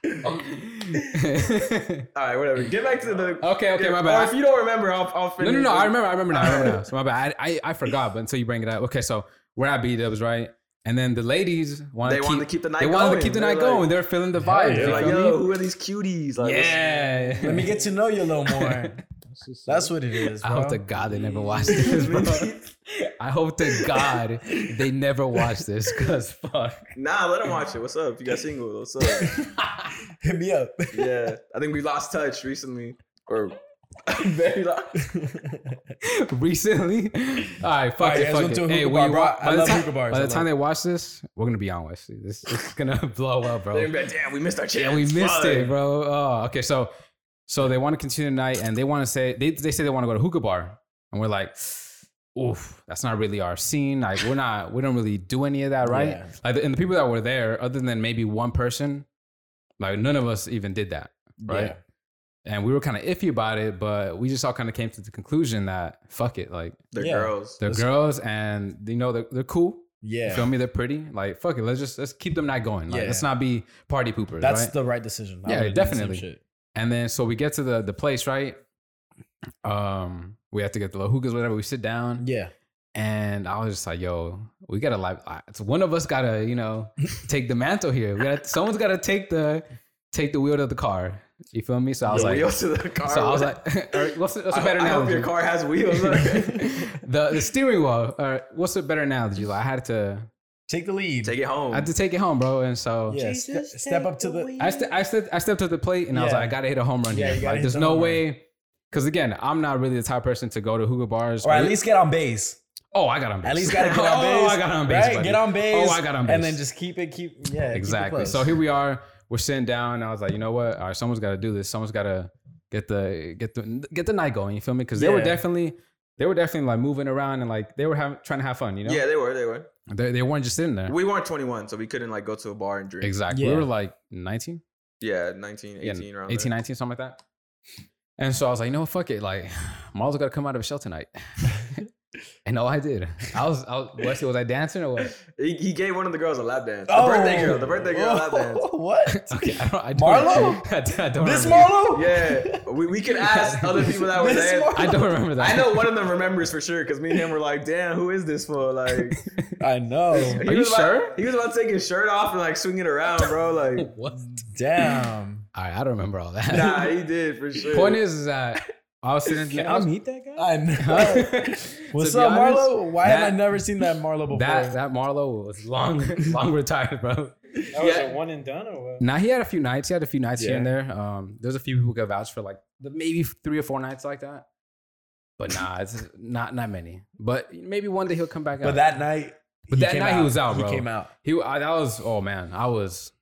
and shit, like- all right, whatever. Get back to the.
okay, okay, my
Or if
bad.
you don't remember, I'll, I'll
No,
finish.
no, no. I
it.
remember. I remember now. I remember now. So my bad. I, I, I forgot, but until you bring it up. Okay, so we're at B Dubs, right? And then the ladies wanted
They
to
wanted
keep,
to keep the night
they
going.
wanted to keep the
They're
night
like-
going. They're feeling the
Hell
vibe.
yeah.
They're
you
like,
feel me?
yo, who are these cuties? Like, let's-
yeah.
Let me get to know you a little more. That's what it is,
I
bro.
hope to God they never watch this, bro. I hope to God they never watch this, cause fuck.
Nah, let them watch it. What's up? You got single. What's up?
Hit me up.
yeah. I think we lost touch recently. Or Very loud.
recently. All right, fuck
Alright,
it,
guys,
fuck
we'll
it.
do a
Hey,
hookah
when
bar,
you
bro.
wa-
I
by the
love
time,
hookah bars,
by
I
the
love
time they watch this, we're gonna be on with you. This it's gonna blow up,
They're
bro.
gonna be like, Damn, we missed our chance.
Yeah, we missed
Fuck."
it, bro. Oh, okay, so so they want to continue tonight, and they want to say they they say they want to go to hookah bar, and we're like. Oof, that's not really our scene. Like we're not, we don't really do any of that, right?
Yeah.
Like, and the people that were there, other than maybe one person, like none of us even did that, right?
Yeah.
And we were kind of iffy about it, but we just all kind of came to the conclusion that fuck it, like
The
Yeah.
girls.
they're
Let's-
girls and you know they're, they're cool. You
Yeah.
feel me? They're pretty. Like fuck it. Let's just let's keep them not going. Like
Yeah.
let's not be party poopers.
That's
right?
the right decision. I
Yeah,
would've done the same
definitely.
shit.
and then so we get to the the place, right? Um, we have to get the little hookahs, whatever. We sit down,
Yeah.
and I was just like, "Yo, we gotta like, it's one of us gotta, you know, take the mantle here. We gotta, someone's gotta take the take the wheel of the car. You feel me? So I was
the
like,
wheels to the car.
so I was like, all right, what's, what's a
I,
better
I hope
analogy?
your car has wheels.
the the steering wheel. All right, what's a better analogy? Like I had to
Take the lead.
Take it home.
I had to take it home, bro. And so
yeah. ste-
Jesus,
step
take
up to
the
the.
wheel.
I, st- I, st- I stepped to the plate and I was
Yeah.
like, I gotta hit a home run
Yeah, you
here.
gotta
Like,
hit
there's
the
no
home run.
way, because again, I'm not really the type person to go to hookah bars.
Or at least get on base.
oh, I got on base.
At least gotta get on base.
oh, I got on base.
Right?
buddy.
Get on base.
Oh, I got on base.
And then just keep it, keep yeah. keep it
exactly.
close.
So here we are. We're sitting down. And I was like, you know what? All right, someone's got to do this. Someone's got to get the get the get the night going. You feel me? Because they were
Yeah.
definitely they were definitely like moving around and like they were having, trying to have fun. You know,
Yeah, they were. They were.
they, they weren't just sitting there.
We weren't 21, so we couldn't like go to a bar and drink.
exactly. We
Yeah.
were like 19.
Yeah, 19, 18 around there.
18, 19, something like that. And so I was like, you know what, fuck it. Like, Marl's got to come out of a shell tonight. and all I did, I was, I was Wesley, was I dancing or what?
He, he gave one of the girls a lap dance. The
Oh.
birthday girl. The birthday girl lap dance.
what?
Okay, I don't, I don't,
Marlo?
I, don't
This
remember.
Marlo?
Yeah, we, we could ask other people that were
Miss
there.
Mar-
I don't remember that.
I know one of them remembers for sure because me and him were like, "Damn, who is this for?" Like,
I know.
he
Are you
was about-
sure?
He was about to take his shirt off and like swing it around, bro. Like,
What?
Damn.
All right, I don't remember all that.
nah, he did for sure.
Point is, is that I was sitting
Can
there.
I meet that guy?
I know. What's
What's
up, Marlo? Why have
that-
I never seen that Marlo before?
That that Marlo was long long retired, bro.
That was
Yeah.
a one and done or what?
Now he had a few nights. He had a few nights here
Yeah.
and there. Um, there's a few people who got vouched for like the- maybe three or four nights like that. But nah, it's not not many. But maybe one day he'll come back.
but
out.
that night.
But that
came
night he was out, bro.
He came out.
he I, that was oh man, I was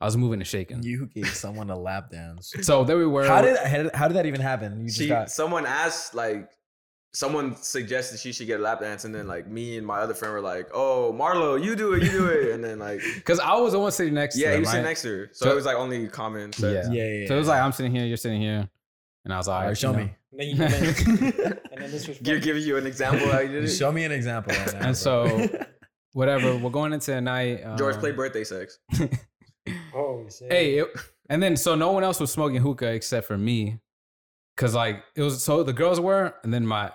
I was moving and shaking.
You gave someone a lap dance.
so there we were.
How did how did that even happen? You just
she,
got
someone asked, like, someone suggested she should get a lap dance, and then like me and my other friend were like, "Oh, Marlo, you do it, you do it," and then like,
because I was the one sitting next.
yeah,
to
he
him,
was sitting
right?
next to her, so,
So-
it was like only common
Yeah.
sense.
yeah, yeah,
So it was
yeah.
like I'm sitting here, you're sitting here, and I was like,
All
all
right,
right,
show
you know.
me.
And then, you, and then- and then this was
Give, give you an example how you did it.
Show me an example. Right now,
And so whatever, we're going into the night.
George
um,
played birthday sex.
Oh, shit.
hey, it- and then so no one else was smoking hookah except for me, because like it was so the girls were, and then my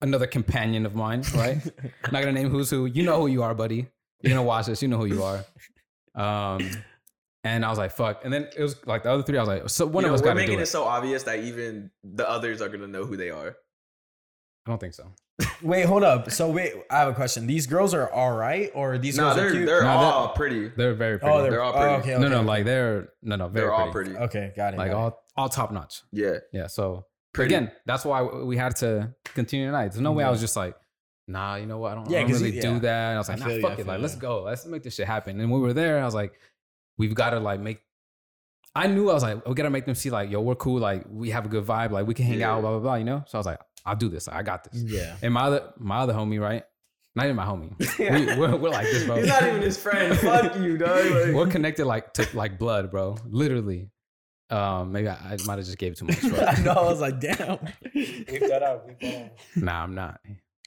another companion of mine, right? I'm not gonna name who's who. You know who you are, buddy. You're gonna watch this. You know who you are. Um, and I was like, fuck. And then it was like the other three. I was like, so one
You
of
know,
us
we're
got to
making
do
it.
it.
so obvious that even the others are gonna know who they are.
I don't think so.
wait, hold up. So wait, I have a question. These girls are all right, or these
No,
girls are
they're
cute?
they're
No, they're-
all pretty.
They're very pretty.
oh, they're,
they're all
all
pretty.
okay,
no,
okay,
no,
okay.
like they're no, no, very
They're all
pretty.
pretty.
okay, got it.
Like
got it.
all all top notch.
Yeah,
Yeah. So
pretty.
again, that's why we had to continue tonight. There's no way I
Yeah.
was just like, nah, you know what? I don't, I
Yeah,
don't
'cause you-
really
yeah.
do that. And I was
I
like, nah,
feel you, I
fuck it.
feel
Like,
you.
let's go. Let's make this shit happen. And when we were there, I was like, we've got to like make. I knew I was like, we got to make them see like, yo, we're cool. Like, we have a good vibe. Like, we can hang
Yeah.
out. Blah blah blah. You know. So I was like, I'll do this. I got this.
yeah.
And my other my other homie, right? Not even my homie.
Yeah.
We, we're, we're like this, bro.
He's not even his friend. Fuck you, dog. Like,
we're connected like to like blood, bro. Literally. Um, maybe I, I might have just gave too much. Bro.
I know. I was like, damn.
Leave that out. Leave that out.
nah, I'm not.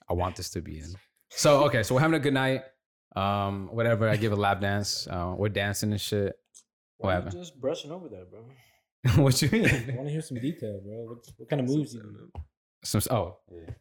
I want this to be in. So okay, so we're having a good night. Um, whatever. I give a lap dance. Uh, we're dancing and shit. What
Why you
happened?
Just brushing over that, bro.
what you
I
mean?
want to hear some detail, bro. What, what kind of moves you do?
Some oh.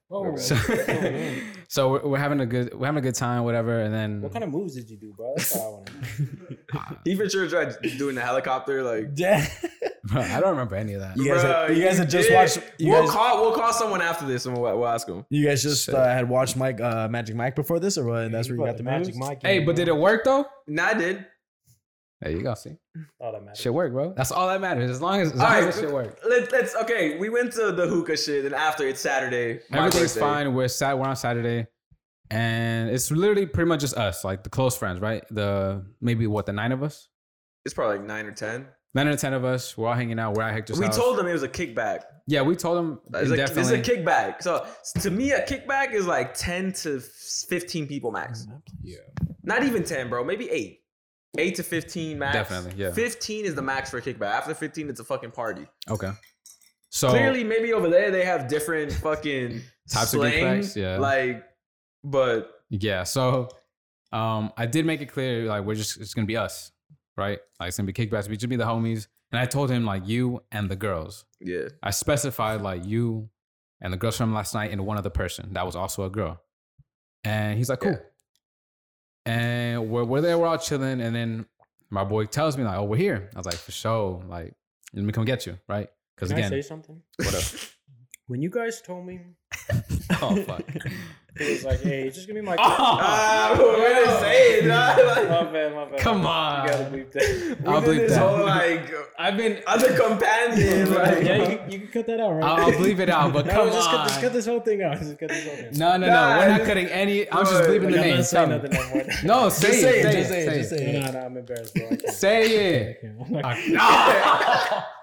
Oh,
So, so we're, we're having a good we're having a good time, whatever. And then
what kind of moves did you do, bro? That's what I want to know.
he for sure tried doing the helicopter. Like,
Damn.
Bro, I don't remember any of that.
You guys,
bruh,
had, you guys had just
did.
watched. You
we'll
guys,
call. We'll call someone after this, and we'll, we'll ask him.
you guys just
Shit.
uh, had watched Mike uh, Magic Mike before this, or what? And that's where you
brought
got the, magic
Magic Mike.
Hey,
in,
but
bro.
did it work though?
Nah, I did.
There you go. See,
All that matters.
shit work, bro. That's all that matters. As long as, as, long
All
as
right.
that shit work,
Let, let's okay. We went to the hookah shit, and after it's Saturday. my
everything's
birthday.
fine. We're sat. We're on Saturday, and it's literally pretty much just us, like the close friends, right? The maybe what the nine of us,
It's probably like nine or ten.
nine or ten of us. We're all hanging out. We're at Hector's.
we
house.
told them it was a kickback.
Yeah, we told them
It's like, this is
definitely.
a kickback. So to me, a kickback is like ten to fifteen people max.
Yeah.
Not even ten, bro. Maybe eight. Eight to fifteen max.
Definitely, yeah.
Fifteen is the max for a kickback. After fifteen, it's a fucking party.
Okay. So
Clearly, maybe over there they have different fucking
Types of
slang,
kickbacks, yeah.
Like, but
Yeah. So um I did make it clear like we're just it's gonna be us, right? Like it's gonna be kickbacks, we just be the homies. And I told him like you and the girls.
yeah,
I specified like you and the girls from last night and one other person that was also a girl. And he's like, cool.
Yeah.
And we're, we're there, we're all chilling. And then my boy tells me, like, oh, we're here. I was like, for sure. Like, let me come get you, right? Because
Can I say
again,
something?
what up?
When you guys told me
oh, fuck.
it was like, hey, it's just gonna be my. Oh!
Ah, we're gonna say it. nah,
my
like,
bad, my bad.
Come
You gotta
on.
bleep that.
we
I'll
did
bleep
this
that.
whole like
I've been
other companion. Like,
yeah, you can, you can cut that out, right?
I'll, I'll bleep it out, but
no,
come
just Cut,
on.
just cut this whole thing out. Just cut this whole thing. out.
no, no, no.
Nah,
We're not
just-
cutting any. I'm just
Right.
leaving
Like,
the
I'm
name.
not saying
Tell me.
nothing no more.
No, say it. Say it.
just say it, just
say it.
say
No, no, I'm embarrassed, bro. I can't.
Say
I
it.
can't. I'm not-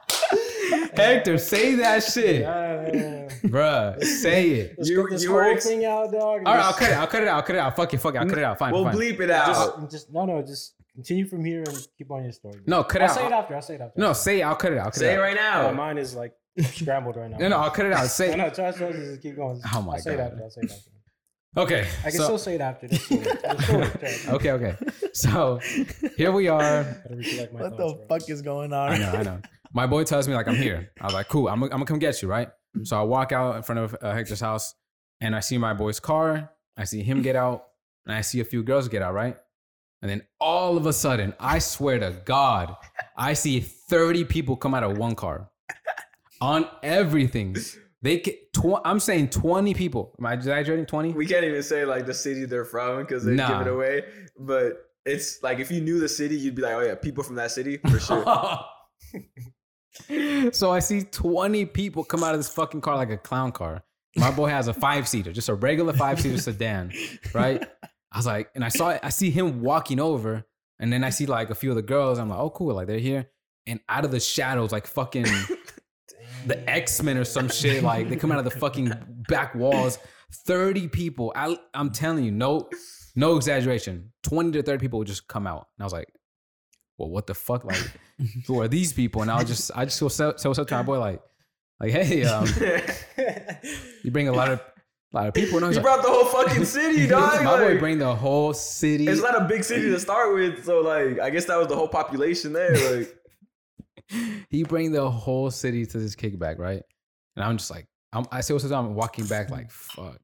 Hector, say that shit,
Nah, nah, nah, nah.
bruh. Say it.
Let's
You-
cut this
you were
whole
ex-
thing out, dog. and
All right, I'll
just-
cut it. I'll cut it out. I'll cut it out. Fuck it. Fuck it. I'll cut it out. Fine.
we'll
fine.
bleep it out.
Just, just no, no, just continue from here and keep on your story. bro.
No, cut it
I'll say it
out.
after. I'll say it after.
No, say it. I'll cut it out. I'll cut
say
it
it
out.
right
Uh,
now.
mine is like scrambled right now.
No, no, I'll cut it out. Say.
no, no. Try, try, just keep going.
Oh my
I'll say it
God.
after. I'll say it after.
Okay.
I can
so-
still say it after. That's cool. That's cool. Try, try.
okay. Okay. So here we are.
Gotta recollect my
What
thoughts,
the
bro.
fuck is going
I
on?
know, I know. My boy tells me like I'm here. I was like, cool. I'm, I'm gonna come get you, right? So I walk out in front of uh, Hector's house, and I see my boy's car. I see him get out, and I see a few girls get out, right? And then all of a sudden, I swear to God, I see 30 people come out of one car on everything. They ca- tw- I'm saying 20 people. Am I exaggerating? 20?
We can't even say like the city they're from because they
Nah.
give it away. But it's like if you knew the city, you'd be like, oh yeah, people from that city for sure.
so I see 20 people come out of this fucking car like a clown car. My boy has a five seater, just a regular five seater sedan, right? I was like, and I saw, I see him walking over, and then I see like a few of the girls. I'm like, oh, cool, like they're here. And out of the shadows, like fucking the X Men or some shit, like they come out of the fucking back walls. 30 people, I, I'm telling you, no, no exaggeration, 20 to 30 people would just come out. And I was like, well, what the fuck? Like, who are these people? And I'll just, I just go so, so what's up to my boy, like, like, hey, um, you bring a lot of, lot of people. And I was
you
like,
brought the whole fucking city, dog.
my boy
like-
bring the whole city.
it's not a big city to start with, so like I guess that was the whole population there. Like
he bring the whole city to this kickback, right? And I'm just like, I'm, I say what's up. I'm walking back, like, fuck.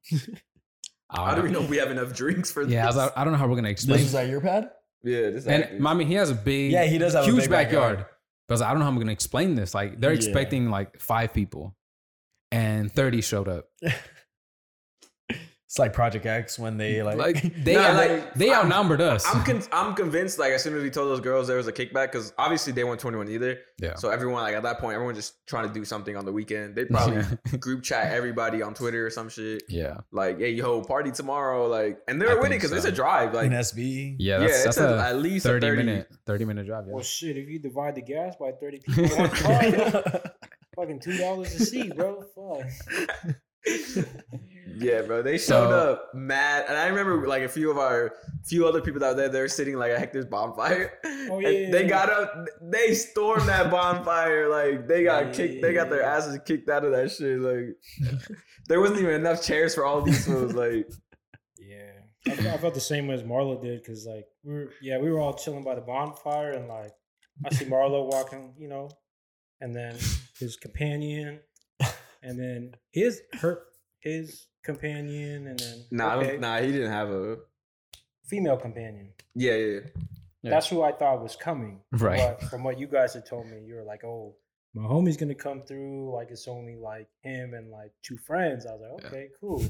I
how do
don't-
we know we have enough drinks for
Yeah, I,
this?
was like, I don't know how we're gonna explain.
This is at your pad?
yeah, this
and I mean, he has a big,
Yeah, he does have a
huge
big
backyard.
backyard.
But I was like, I don't know how I'm gonna explain this. Like, they're
Yeah.
expecting like five people, and thirty showed up.
It's like Project X when they like,
Like they,
Nah,
out-
like,
they
I'm-
outnumbered us.
I'm con- I'm convinced. Like as soon as we told those girls there was a kickback, because obviously they weren't 21 either.
yeah.
So everyone like at that point, everyone just trying to do something on the weekend. They probably group chat everybody on Twitter or some shit.
yeah,
Like, hey yo, party tomorrow. Like, and
I
they're with it
think
because it's
so.
a drive. Like,
in SB.
yeah.
yeah,
That's,
it's
that's
a,
a,
at least a
30,
30
minute, thirty minute drive. Yeah.
Well, shit, if you divide the gas by 30 people, in one car, that's fucking $2 a seat, bro. Fuck.
Yeah, bro. They
So-
showed up mad, and I remember like a few of our few other people out there. They're sitting like at Hector's bonfire.
Oh,
and
yeah, yeah,
they
yeah.
got up. They stormed that bonfire. Like they got
Yeah,
kicked.
yeah,
they got
yeah,
their
yeah.
asses kicked out of that shit. Like there wasn't even enough chairs for all these fools. Like
Yeah, I, fe- I felt the same way as Marlo did because like we were yeah we were all chilling by the bonfire and like I see Marlo walking you know, and then his companion, and then his her his companion and then
nah, I
okay,
don't, nah. He didn't have a.
female companion.
Yeah, yeah.
Yeah.
That's who I thought was coming.
Right.
But from what you guys had told me, you were like, oh, my homie's gonna come through. Like it's only like him and like two friends. I was like,
Yeah.
okay, cool.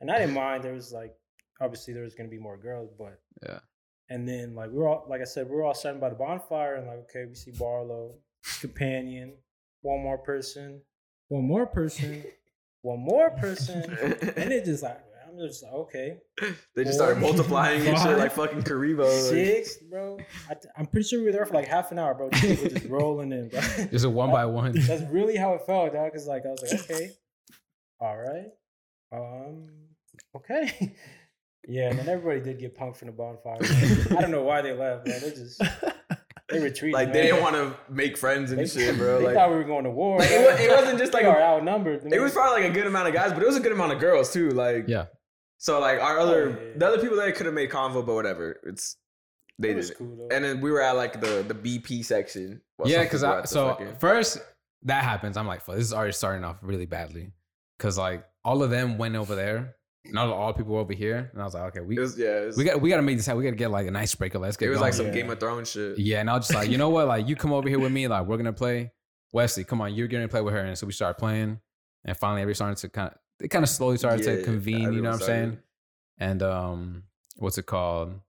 And I didn't mind. There was like obviously there was gonna be more girls, but
Yeah.
And then like we were all like I said, we were all sitting by the bonfire and like, okay, we see Barlow, his companion, one more person, one more person, one more person. And it just like I'm just like, okay.
they just started
Four.
multiplying and shit
Five.
like fucking Karibo. Like,
Six, bro. I, am pretty sure we were there for like half an hour, bro. Chicks were just rolling in, bro.
Just a one by one.
That's really how it felt, dog. Cause like I was like, okay, all right, um, okay, yeah. And then everybody did get punked from the bonfire. I don't know why they left, man. They just they retreated.
like they didn't want to make friends and shit, bro.
They
Like
thought we were going to war.
Like, it wa- it wasn't just like
we
a-
are outnumbered.
it was probably like a good amount of guys, but it was a good amount of girls too. Like
Yeah.
So like our other
Oh, yeah, yeah.
the other people that could have made convo, but whatever. It's they
It
did
was
it.
cool though.
And then we were at like the the BP section. while
yeah,
some
because
people were
I
at the
so
fucking-
first that happens. I'm like, "Fuck, this is already starting off really badly. Cause like all of them went over there. Not all the people were over here. And I was like, okay, we
it was yeah, it was,
we got we gotta make this happen. We gotta get like an icebreaker. Let's get
it was
going.
like some
Yeah.
Game of Thrones shit.
yeah, and I was just like, you know what? Like you come over here with me, like we're gonna play. Wesley, come on, you're gonna play with her. And so we started playing. And finally everybody started to kind of they kind of slowly started
Yeah,
to
yeah,
convene, you know
everyone
what I'm
started.
saying? And um what's it called?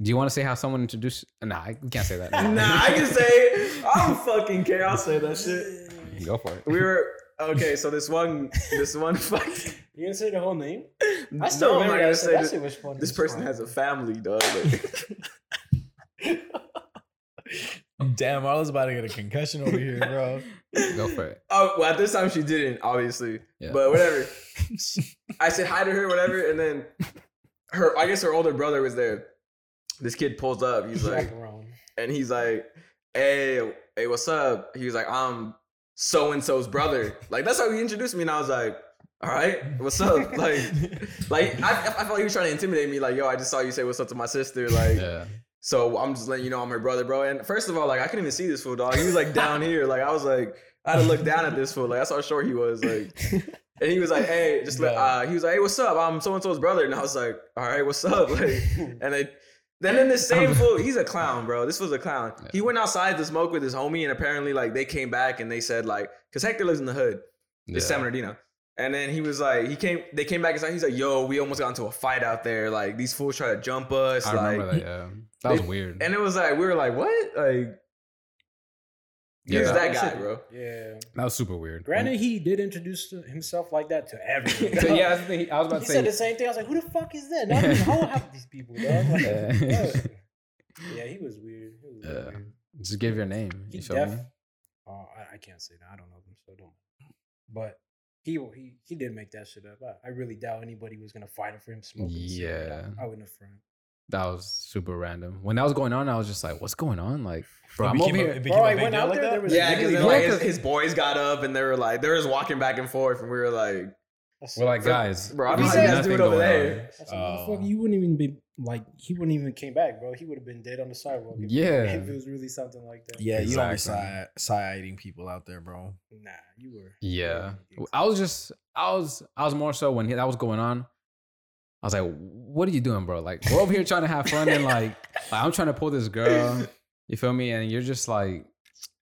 Do you want to say how someone introduced? Nah, I we can't say that.
nah, I can say it. I'm fucking care. I'll say that shit.
Go for it.
We were okay. So this one, this one fucking.
You gonna say the whole name?
No,
I still
I'm not
remember
gonna
that. shit.
say
That
this,
shit was funny.
this
as
person
fuck.
has a family, dog. Like,
Damn, I was about to get a concussion over here, bro.
Go for it.
oh, well, at this time she didn't, obviously.
Yeah.
But whatever. I said hi to her, whatever, and then her. I guess her older brother was there. This kid pulls up. He's like,
Chaperone.
and he's like, "Hey, hey, what's up?" He was like, "I'm so and so's brother." Like that's how he introduced me, and I was like, "All right, what's up?" Like, like I, I felt like he was trying to intimidate me. Like, yo, I just saw you say what's up to my sister. Like,
yeah.
so I'm just letting you know I'm her brother, bro. And first of all, like I couldn't even see this fool, dog. He was like down here. Like I was like, I had to look down at this fool. Like that's how short he was. Like, and he was like, hey, just let.
No.
Uh, he was like, hey, what's up? I'm so and so's brother. And I was like, all right, what's up? Like, and they. Then in the same fool, he's a clown, bro. This was a clown.
Yeah.
He went outside to smoke with his homie, and apparently, like, they came back and they said, like, because Hector lives in the hood.
Yeah.
It's San Bernardino. And then he was like, he came, they came back inside. He's like, yo, we almost got into a fight out there. Like, these fools try to jump us.
I
like,
remember that. Yeah. That was
they-
weird.
and it was like we were like, what? Like
yeah,
here's
that,
that
that
guy,
shit-
bro.
Yeah.
that was super weird.
Granted, he did introduce himself like that to everyone.
So, yeah, that's the thing. I was about
He
to
said the
say.
same thing. I was like, "Who the fuck is that?" Now I don't even know half these people, dog. Like,
Yeah.
bro. yeah, he was weird. He was really
Yeah.
weird.
Just give your name.
He
Uh, You feel
def.
me?
Oh, I, I can't say that. I don't know him, so don't. But he he he did make that shit up. I, I really doubt anybody was gonna fight him for him smoking. cigarette.
Yeah.
I, I wouldn't have front.
That was super random. When that was going on, I was just like, "What's going on?" Like, bro,
It
I'm
became
over
a-
here.
it became
Bro,
a
I
big
went
deal
out
like
there, there
that?
was-
Yeah, because then
Yeah,
like his,
'cause-
his boys got up and they were like, they were just walking back and forth, and we were like,
That's
We're like,
Bro,
guys,
bro, I
we
don't
see
know how you guys
nothing
do it over
going
there.
on.
That's a motherfucker.
Oh.
You wouldn't even be like he wouldn't even came back, bro. He would have been dead on the sidewalk. If,
Yeah.
if it was really something like that.
Yeah, you don't be
Exactly.
side siding people out there, bro.
Nah, you were.
Yeah, I was just, I was, I was more so when that was going on. I was like, "What are you doing, bro? Like, we're over here trying to have fun and like, like I'm trying to pull this girl. You feel me? And you're just like,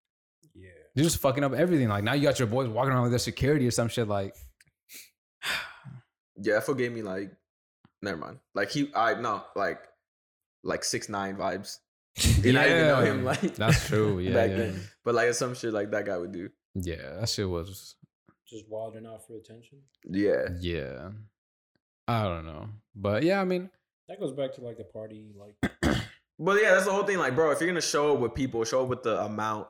Yeah.
You're just fucking up everything. Like now you got your boys walking around like they're security or some shit. Like
yeah, Fo gave me like, never mind. Like he, I no, like, like six nine vibes. Did not even know
Yeah.
him. Like
that's true. Yeah,
Back
yeah.
then. but like it's some shit like that guy would do.
yeah. That shit was
Just wilding out for attention.
Yeah,
yeah. I don't know, but yeah. I mean,
That goes back to like the party, like
but yeah, that's the whole thing. Like, bro, if you're gonna show up with people, show up with the amount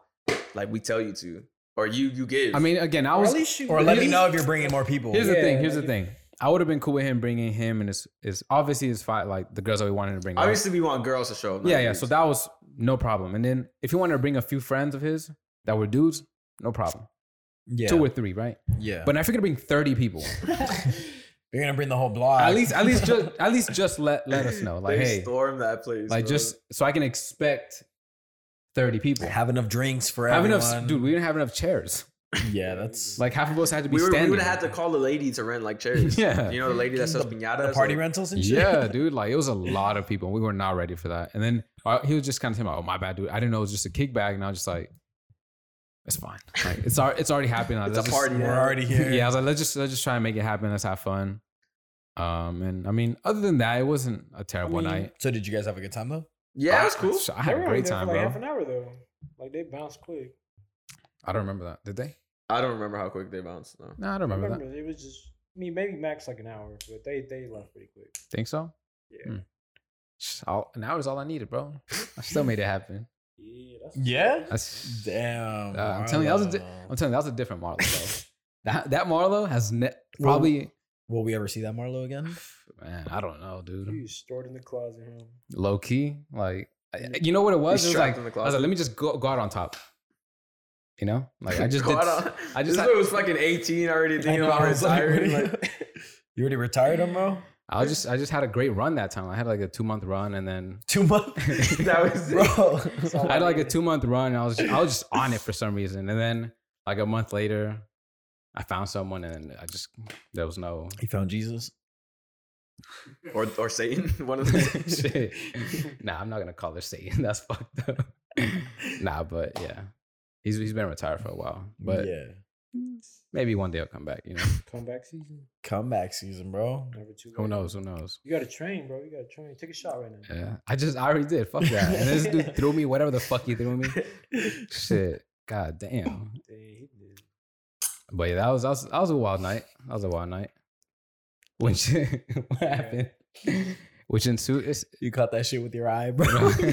like we tell you to, or you you give.
I mean, again, I
Or at
was.
least you-
Or let
at
me
least-
know if you're bringing more people.
Here's the
Yeah,
thing. Here's the
like-
thing. I would have been cool with him bringing him and his is obviously his fight like the girls that we wanted to bring. right?
obviously we want girls to show up. not
Yeah, yeah.
dudes.
So that was no problem. And then if he wanted to bring a few friends of his that were dudes, no problem.
yeah,
Two or three, right?
yeah.
But if you're gonna bring thirty people,
you're gonna bring the whole blog.
at least at least just at least just let let us know. Like,
they
hey,
storm that place.
like
bro.
just so I can expect thirty people. Have,
have enough drinks for
enough,
everyone.
dude. We didn't have enough chairs.
Yeah, that's
Like half of us had to be
we, were, we
standing.
would have had to call the lady to rent like chairs.
Yeah.
You know, the lady that sells piñatas.
the party
like,
rentals and shit.
yeah, dude. Like it was a lot of people. We were not ready for that. And then uh, he was just kind of telling me, "Oh, my bad, dude. I didn't know it was just a kickback." And I was just like, "It's fine. Like it's al- it's already happening. Like,
It's a
let's just-
party.
We're
Yeah.
already here.
Yeah, I was like, let's just let's just try and make it happen. Let's have fun. Um, and I mean, other than that, it wasn't a terrible
mean,
night.
So did you guys have a good time though?
Yeah, it was cool.
I, had
They
a
were
great
only there
time,
for like Half
bro.
an hour though, like they bounced quick.
I don't remember that. Did they?
I don't remember how quick they bounced. No.
No, I don't
I
remember,
remember it was just. I mean, maybe max like an hour, but they they left pretty quick.
that. Think so?
Yeah.
Mm. Just all- an hour is all I needed, bro. I still made it happen.
Yeah. That's
Yeah.
That's,
Damn.
Uh, I'm telling you, that was a di-
Marlo.
I'm telling you, that was a different Marlo. Though. that that Marlo has ne- probably.
Will we ever see that Marlowe again?
Man, I don't know,
You
dude.
was stored in the closet, huh?
Low key, like I- you know what it was?
He's
It was like,
trapped in
I
the
was
closet.
like, let me just go, go out on top. You know, like I just
Go
did.
out on-
I just
this
had-
dude was fucking 18 already. Thinking
I know,
about
I was like,
retiring.
what are you-
like-
you already retired him, bro?
I was just I just had a great run that time. I had like a two month run, and then
Two months.
That was it.
bro.
So-
I had like a two month run. And I was I was just on it for some reason, and then like a month later, I found someone, and I just there was no
he found Jesus.
or or Satan, one of those.
shit. Nah, I'm not gonna call her Satan. That's fucked up. nah, but yeah, he's he's been retired for a while, but
yeah,
maybe one day he'll come back. You know,
Comeback season.
comeback season, bro.
Never too.
who
late.
knows? Who knows?
You gotta train, bro. You gotta train. Take a shot right now.
Yeah, I just I already did. Fuck that. And this dude threw me whatever the fuck he threw me. Shit. God damn.
Dang, he did.
But yeah, that was, that was that was a wild night. That was a wild night. Which what
Yeah.
happened? Which ensued. It's,
You caught that shit with your eye, bro.
bro,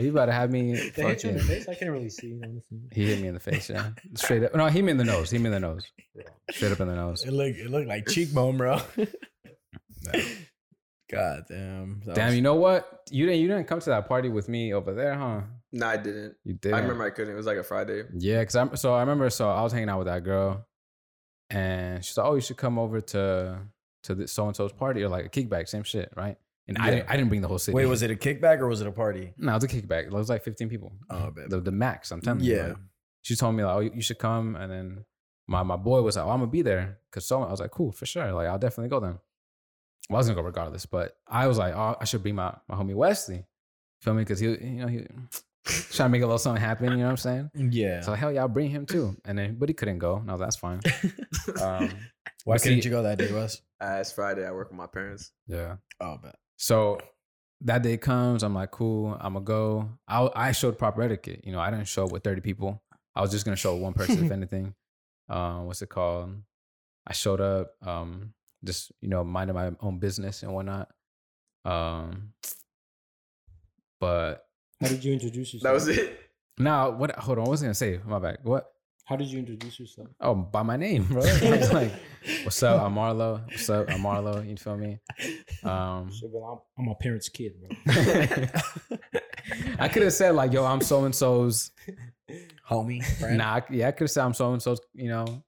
you about to have me.
Oh They hit you
Fucking,
in the face. I can't really see. Honestly.
he hit me in the face. Yeah, straight up. No, he hit me in the nose. He hit me in the nose. Straight up in the nose.
it looked it looked like cheekbone, bro. God damn. That
Damn.
was-
You know what? You didn't. You didn't come to that party with me over there, huh?
no, I didn't.
You did.
I remember I couldn't. It was like a Friday.
Yeah, cause I'm so I remember so I was hanging out with that girl, and she's like, "Oh, you should come over to to this so and so's party or like a kickback, same shit, right?" And I
Yeah.
didn't I didn't bring the whole city.
Wait, was it a kickback or was it a party?
No, it was a kickback. It was like 15 people.
Oh, babe.
The, the max. I'm telling you.
Yeah.
like, she told me like, "Oh, you, you should come," and then my my boy was like, "Oh, I'm gonna be there," cause so I was like, "Cool, for sure. Like, I'll definitely go then." Well, I was gonna go regardless, but I was like, "Oh, I should bring my my homie Wesley." Feel me? Cause he, you know, he trying to make a little something happen. You know what I'm saying?
Mm, Yeah.
So hell yeah, I'll bring him too. And then but he couldn't go. No, that's fine. Um,
Why
but
couldn't
see-
you go that day, Wes?
Uh, it's Friday. I work with my parents.
yeah.
Oh, bet.
So that day comes, I'm like, cool, I'm gonna go. I I showed proper etiquette. You know, I didn't show up with 30 people. I was just gonna show one person, if anything. Um, what's it called? I showed up, um, just you know, minding my own business and whatnot. Um, but
How did you introduce
That
yourself?
was it.
now what? Hold on, what was I gonna say? My bad. What?
How did you introduce yourself?
Oh, by my name, bro. I was like, What's up? I'm Marlo. What's up? I'm Marlo. You feel me? Um,
Shit, well, I'm, I'm my parents' kid, bro.
I could have said like, "Yo, I'm so and so's."
Homie, friend.
Nah, I- yeah, I could have said I'm so and so's. You know,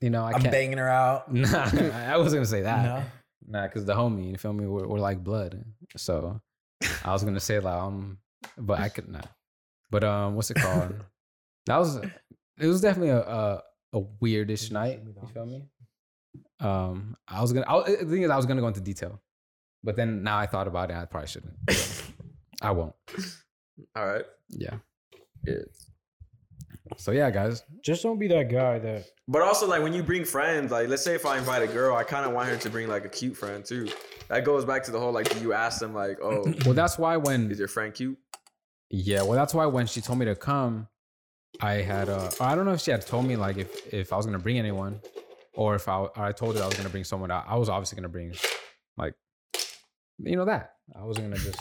you know, I
I'm
can't.
banging her out.
Nah, I wasn't gonna say that.
No.
Nah, because the homie, you feel me? We're, we're like blood. So I was gonna say like, um, but I could not. But um, what's it called? that was it was definitely a a, a weirdish night. You feel me? Um, I was gonna. I, was- the thing is, I was gonna go into detail, but then now I thought about it. I probably shouldn't. I won't.
All right.
Yeah.
Yeah.
So yeah, guys.
Just don't be that guy that.
But also, like when you bring friends, like let's say if I invite a girl, I kind of want her to bring like a cute friend too. That goes back to the whole like, do you ask them like, oh,
Well, that's why
is
when
your friend cute?
yeah, well, that's why when she told me to come, I had uh, I don't know if she had told me like if if I was gonna bring anyone, or if I or I told her I was gonna bring someone. I, I was obviously gonna bring, like, you know that I wasn't gonna just.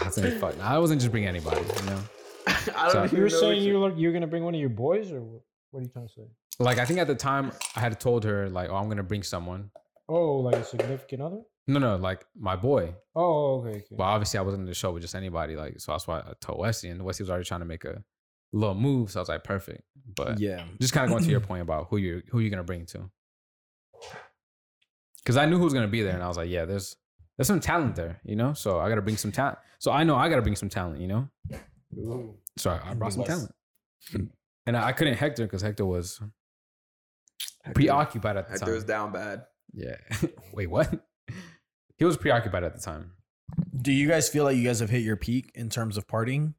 I was gonna fuck. I wasn't just bringing anybody, you know.
I
So-
don't even
You were
know
saying
what
you were, you were gonna bring one of your boys, or what, what are you trying to say?
Like I think at the time I had told her like, "Oh, I'm gonna bring someone."
Oh, like a significant other?
No, no, like my boy.
Oh, okay. okay.
But obviously, I wasn't in the show with just anybody. Like, so that's why I told Wesley, and Wesley was already trying to make a little move. So I was like, perfect. But
Yeah.
just kind of going to your point about who you who you're gonna bring to. Because I knew who was gonna be there, and I was like, yeah, there's there's some talent there, you know. So I gotta bring some talent. So I know I gotta bring some talent, you know.
Ooh.
So I, I brought some
Wes.
talent, and I, I couldn't Hector because Hector was
Hector-
preoccupied at the
Hector was
time.
down bad.
Yeah. Wait, what? He was preoccupied at the time.
Do you guys feel like you guys have hit your peak in terms of partying?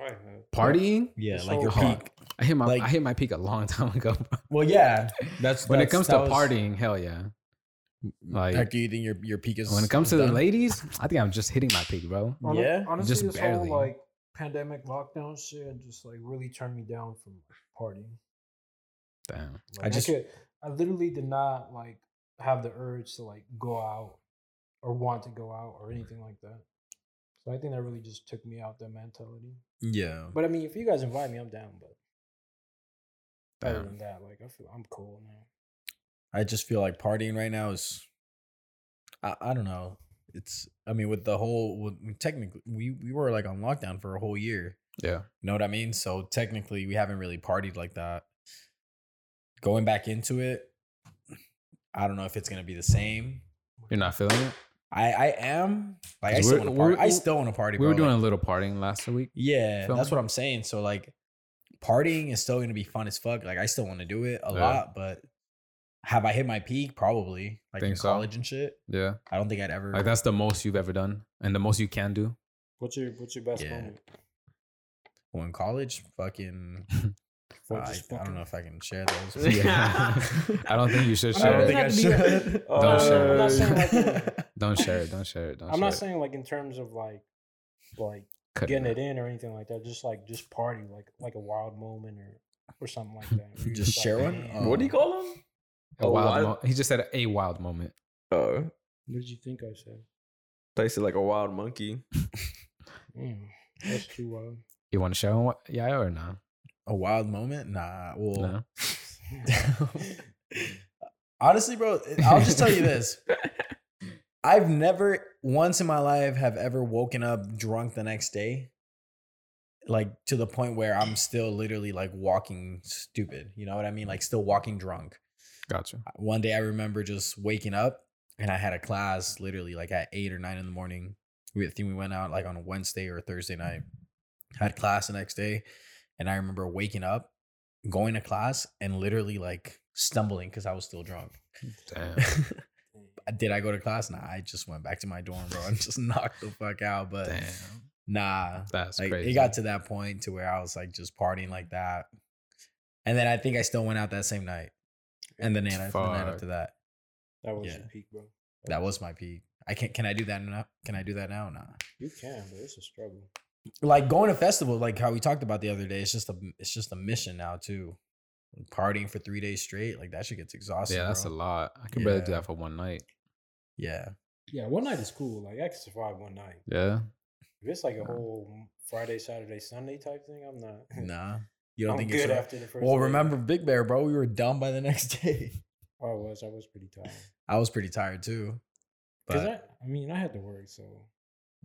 I don't know.
Partying?
Yeah,
This
like
whole
your
con-
peak.
I hit my
Like-
I hit my peak a long time ago. bro.
Well, yeah, that's
when it
that's-
comes to
that was-
partying, hell yeah. Like
Like, do you think your your peak is
when it comes
is
to the
done?
ladies, I think I'm just hitting my peak, bro.
Hon-
Yeah,
honestly,
just
this
barely.
whole like pandemic lockdown shit just like really turned me down from partying.
Damn.
Like, I
just-
just, I, could, I literally did not like have the urge to like go out or want to go out or anything like that. So I think that really just took me out that mentality.
Yeah,
But I mean, if you guys invite me, I'm down. But other
Damn.
than that, like I feel I'm cool now.
I just feel like partying right now is, I, I don't know. It's I mean with the whole with- technically we we were like on lockdown for a whole year.
Yeah.
You know what I mean? So technically we haven't really partied like that. Going back into it, I don't know if it's gonna be the same.
You're not feeling it?
I I am like I
'Cause we're-
still want to party.
we're-
I still want to party.
We were
bro.
doing
Like,
a little partying last week.
yeah,
Feel
that's
me?
what I'm saying. So like, partying is still gonna be fun as fuck. Like I still want to do it a
Yeah.
lot, but have I hit my peak? Probably like
Think
in
so?
college and shit.
Yeah.
I don't think I'd ever.
Like that's the most you've ever done and the most you can do.
What's your What's your best
Yeah.
moment?
well, in college, fucking.
Fuck,
I,
just
I don't
fucking-
know if I can share those.
Yeah. I don't think you should
I
share
don't
it.
think I
should.
Don't
Uh,
share
I'm not
it.
saying like,
Don't share it. Don't share it. Don't
I'm
share
not
it.
saying like in terms of like like
Cut
getting
out.
it in or anything like that. Just like just party like like a wild moment or or something like that. where you're
Just share
like,
one?
"Man, um,
Oh.
What do you call him?
A
Oh,
wild
what?
mo- he just said a wild moment.
Oh,
What did you think I said?
they said like a wild monkey.
Damn, that's too wild.
You want to share one? Yeah or no?
A wild moment? Nah. Well,
No.
honestly, bro, I'll just tell you this. I've never once in my life have ever woken up drunk the next day, like to the point where I'm still literally like walking stupid. You know what I mean? Like still walking drunk.
Gotcha.
one day I remember just waking up and I had a class literally like at eight or nine in the morning. We I think we went out like on a Wednesday or a Thursday night. Had class the next day, and I remember waking up, going to class, and literally like stumbling because I was still drunk.
Damn.
Did I go to class? Nah, I just went back to my dorm, bro, and just knocked the fuck out. But
Damn.
nah,
That's
like
crazy.
it got to that point to where I was like just partying like that, and then I think I still went out that same night, and then the night the night
Fuck.
after that.
That was
Yeah.
your peak, bro.
That was my peak. I can't. Can I do that now? Can I do that now? Nah.
You can, but it's a struggle.
Like going to festivals, like how we talked about the other day. It's just a. It's just a mission now too. Partying for three days straight, like that shit gets exhausting.
yeah, that's a
bro.
lot. I could barely do
Yeah.
that for one night.
Yeah,
Yeah, one night is cool. Like I can survive one night.
Yeah.
If it's like a
Yeah.
whole Friday, Saturday, Sunday type thing, I'm not.
nah. You don't
I'm
think
good
it's right?
after the first.
well?
day.
Remember Big Bear, bro? We were dumb by the next day.
Oh, I was. I was pretty tired.
I was pretty tired too.
Because
But
I, I mean, I had to work, so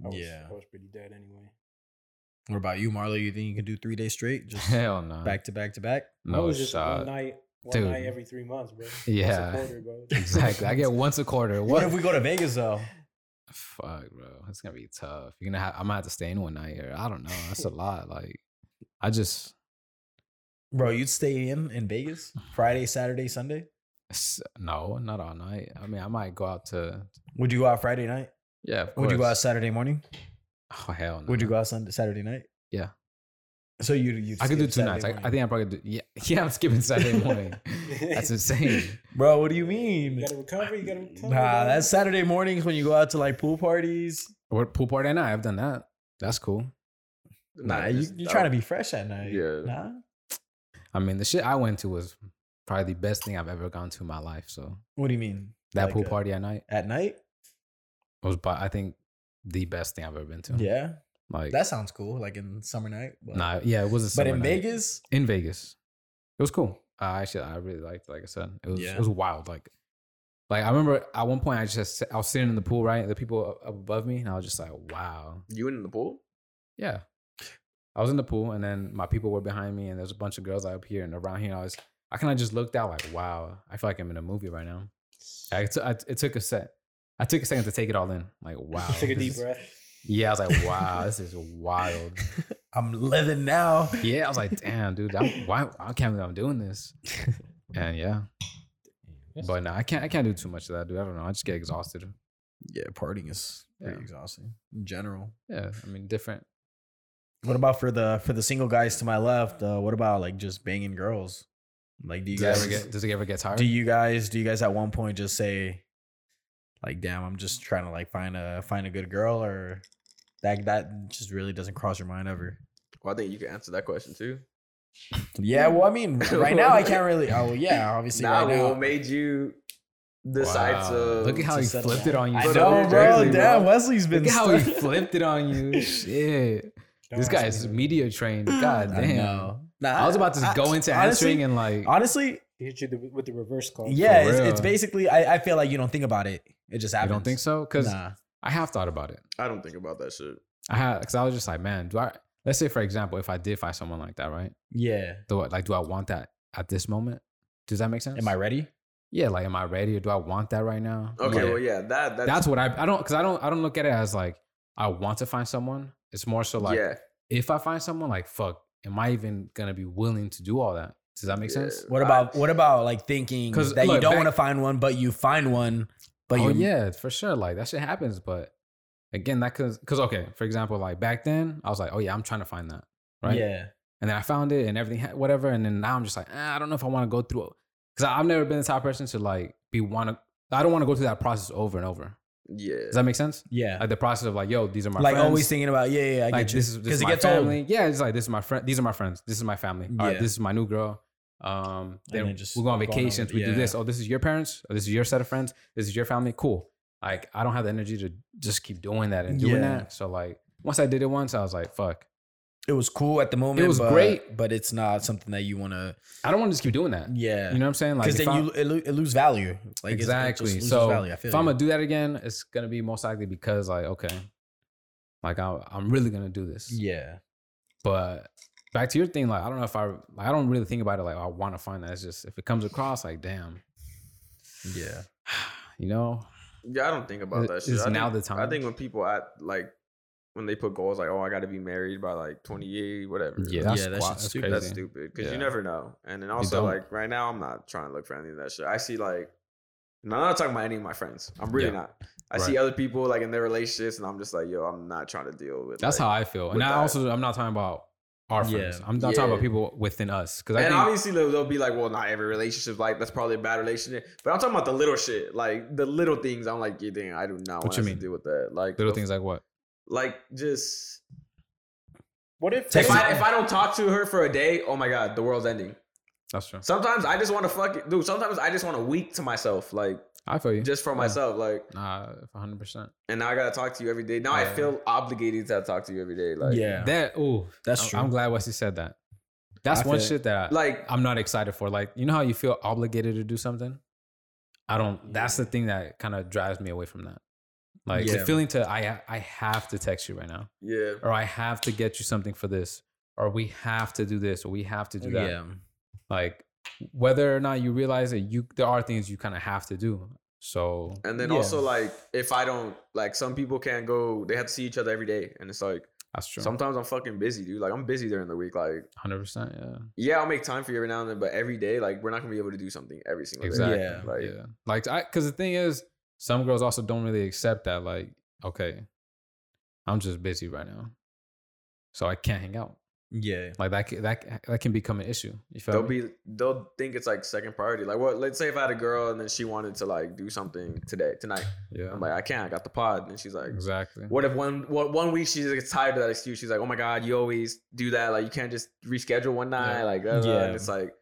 I was,
yeah.
I was pretty dead anyway.
What about you, Marley? You think you can do three days straight, just
Hell no.
back to back to back?
I
no
was just
shot.
one night, one night
Dude.
every three months, bro. Once a
Yeah.
quarter, bro.
Exactly. I get once a quarter.
What
What?
if we go to Vegas though?
Fuck, bro. It's gonna be tough. You're gonna have. I'm gonna have to stay in one night. Or I don't know. That's a lot. Like, I just
Bro, you'd stay in in Vegas Friday, Saturday, Sunday.
s- no, not all night. I mean, I might go out to.
Would you go out Friday night?
Yeah. Of
Would you go out
course.
Saturday morning?
Oh hell no.
Would you go out Sunday, Saturday night?
Yeah.
So you you
I could do two nights. I, I think I probably do. Yeah, yeah. I'm skipping Saturday morning. That's insane.
bro. What do you
You
mean?
gotta recover. You gotta recover.
Nah,
bro.
that's Saturday mornings when you go out to like pool parties.
Or pool party at night. I've done that. That's cool.
Nah, you, you're
uh,
trying to be fresh at night.
Yeah.
Nah.
I mean, the shit I went to was probably the best thing I've ever gone to in my life. So
What do you mean?
that
Like uh
pool
a-
party at night
at night?
was, by, I think, the best thing I've ever been to.
Yeah,
Like
that sounds cool. Like in summer night. But,
Nah, yeah, it was a
but
summer
in
night.
Vegas,
In Vegas, it was cool. I actually, I really liked. it, Like I said, it was
Yeah.
it was wild. Like, like I remember at one point I just I was sitting in the pool, right? The people up up above me, and I was just like, wow,
You in the pool?
yeah. I was in the pool, and then my people were behind me, and there's a bunch of girls up here and around here. And I was, I kind of just looked out like, wow, I feel like I'm in a movie right now. I t- I, it took a set. I took a second to take it all in. Like, wow.
Take a
this
deep
is-
breath.
Yeah, I was like, wow, this is wild.
I'm living now.
Yeah, I was like, damn, dude, I'm, why I can't believe I'm doing this. And yeah,
That's-
but no, I can't. I can't do too much of that, dude. I don't know. I just get exhausted.
Yeah, partying is pretty
Yeah.
exhausting in general.
Yeah, I mean, different
What about for the for the single guys to my left? Uh, what about like just banging girls? Like, do you
Does it
guys
ever get, does it ever get tired?
do you guys do you guys at one point just say like damn i'm just trying to like find a find a good girl or that that just really doesn't cross your mind ever
Well, I think you can answer that question too.
yeah well i mean right now i can't really oh well, yeah obviously
Nah,
right
what
now
made you decide
Wow.
to
Look at how
to
he
settle
flipped
down.
it on you.
i
Put
so
up
know
your
bro
jersey,
damn
bro.
wesley's been
Look at how he
stuck.
flipped it on you. Shit.
Don't
this
ask
guy
me
is
that.
media trained. God
I
damn. I,
know. Nah,
was about to
I-
go into
honestly-
answering and like Oh,
honestly
He hit you the, with the reverse call.
yeah it's,
real.
it's basically I, I feel like you don't think about it it just
I
happens
don't think so because
nah
I have thought about it.
I don't think about that shit.
I had because I was just like, man, do I? Let's say for example, if I did find someone like that, right?
yeah
Do I, like, do I want that at this moment? Does that make sense?
am i ready
Yeah, like, am I ready or do I want that right now?
Okay,
Like,
well, yeah, that that's,
that's what I I don't because I don't I don't look at it as like I want to find someone. It's more so like
yeah.
if I find someone, like fuck, am I even gonna be willing to do all that? Does that make
Yeah.
sense?
what
I-
about what about like thinking
'Cause,
that you
look,
don't
back-
want to find one but you find one but
oh
you
yeah, for sure. Like that shit happens, but again, that cause cause okay, for example, like back then I was like, oh yeah, I'm trying to find that, right?
Yeah.
And then I found it and everything, ha- whatever. And then now I'm just like, ah, I don't know if I want to go through it, cause I- I've never been the type of person to like be want to. I don't want to go through that process over and over.
Yeah.
Does that make sense?
Yeah.
Like the process of like, yo, these are my
like
friends.
always thinking about, yeah, yeah, yeah, I
like
get you.
this is this
Because
is
it
my
gets
family.
old.
Yeah, it's like this is my friend. These are my friends. This is my family. All right,
Yeah.
this is my new girl. Um, then,
then just
we go on
go on
vacations.
over-
we do this.
yeah.
Oh, this is your parents. Oh, this is your set of friends. This is your family. Cool. Like I don't have the energy to just keep doing that and doing
Yeah.
that. So like once I did it once, I was like, fuck.
It was cool at the moment.
It was
but,
great.
but it's not something that you want to.
I don't want to just keep doing that.
Yeah,
You know what I'm saying? Like
because
if
then
I'm-
you it, lo- it lose value. Like it's- it
exactly.
just loses
so
value. I feel
if I'm
you.
gonna do that again, it's gonna be most likely because like okay, like I, I'm really gonna do this.
yeah,
But back to your thing, like I don't know if I like, I don't really think about it like oh, I want to find that. It's just if it comes across like damn,
yeah,
you know,
Yeah, I don't think about
Is-
that shit.
is
I think,
now the
I
time?
think when people at like when they put goals like, oh, I got to be married by like 28, whatever.
yeah,
like,
that's,
Yeah, that
squa-
shit's
that's
stupid.
crazy.
that's stupid because
Yeah.
you never know. And then also
don't.
like right now, I'm not trying to look for any of that shit. I see like, and I'm not talking about any of my friends. I'm really
Yeah.
not. I
Right.
see other people like in their relationships, and I'm just like, yo, I'm not trying to deal with.
That's
like-
how I feel, and
with
I
that.
also I'm not talking about our friends.
Yeah.
I'm not talking about
Yeah.
people within us because I
and
think
obviously they'll, they'll be like, well, not every relationship like that's probably a bad relationship. But I'm talking about the little shit, like the little things. I'm like, yeah, dang, I do
What
not want
you
to
mean?
deal with that. Like
little
the-
things like what
like just
What if
Take
If I,
it.
if I don't talk to her for a day, oh my god, the world's ending.
that's true.
Sometimes I just want to fuck it, dude. Sometimes I just want a week to myself, like
I feel you.
just for
Yeah.
myself, like.
Nah, 100. percent
And now I gotta talk to you every day. Now
Yeah.
I feel obligated to talk to you every day, like
yeah.
That ooh,
That's
I'm-
true.
I'm glad Wesley said that. That's
I
one
feel it.
shit that I,
like
I'm not excited for. Like, you know how you feel obligated to do something? I don't that's the thing that kind of drives me away from that. Like the
Yeah.
feeling to I I have to text you right now.
yeah.
Or I have to get you something for this. Or we have to do this. Or we have to do that.
yeah,
Like whether or not you realize that you there are things you kind of have to do. So
And then
Yeah.
also like if I don't like some people can't go, they have to see each other every day, and it's like
that's true.
sometimes I'm fucking busy, dude. Like I'm busy during the week, like.
Hundred percent, yeah.
Yeah, I'll make time for you every now and then, but every day, like we're not gonna be able to do something every single
Exactly.
day.
Yeah.
Like,
yeah. Like I cause the thing is, some girls also don't really accept that, like, okay, I'm just busy right now. So I can't hang out.
yeah,
Like that, ca- that, ca- that can become an issue. You feel
they'll
me?
be they'll think it's like second priority. Like what let's say if I had a girl and then she wanted to like do something today, tonight.
yeah,
I'm like, I can't, I got the pod. And she's like,
exactly.
What if one what one week she just gets tired of that excuse? She's like, Oh my god, you always do that. Like you can't just reschedule one night,
Yeah. Ah.
like uh,
Yeah.
and it's like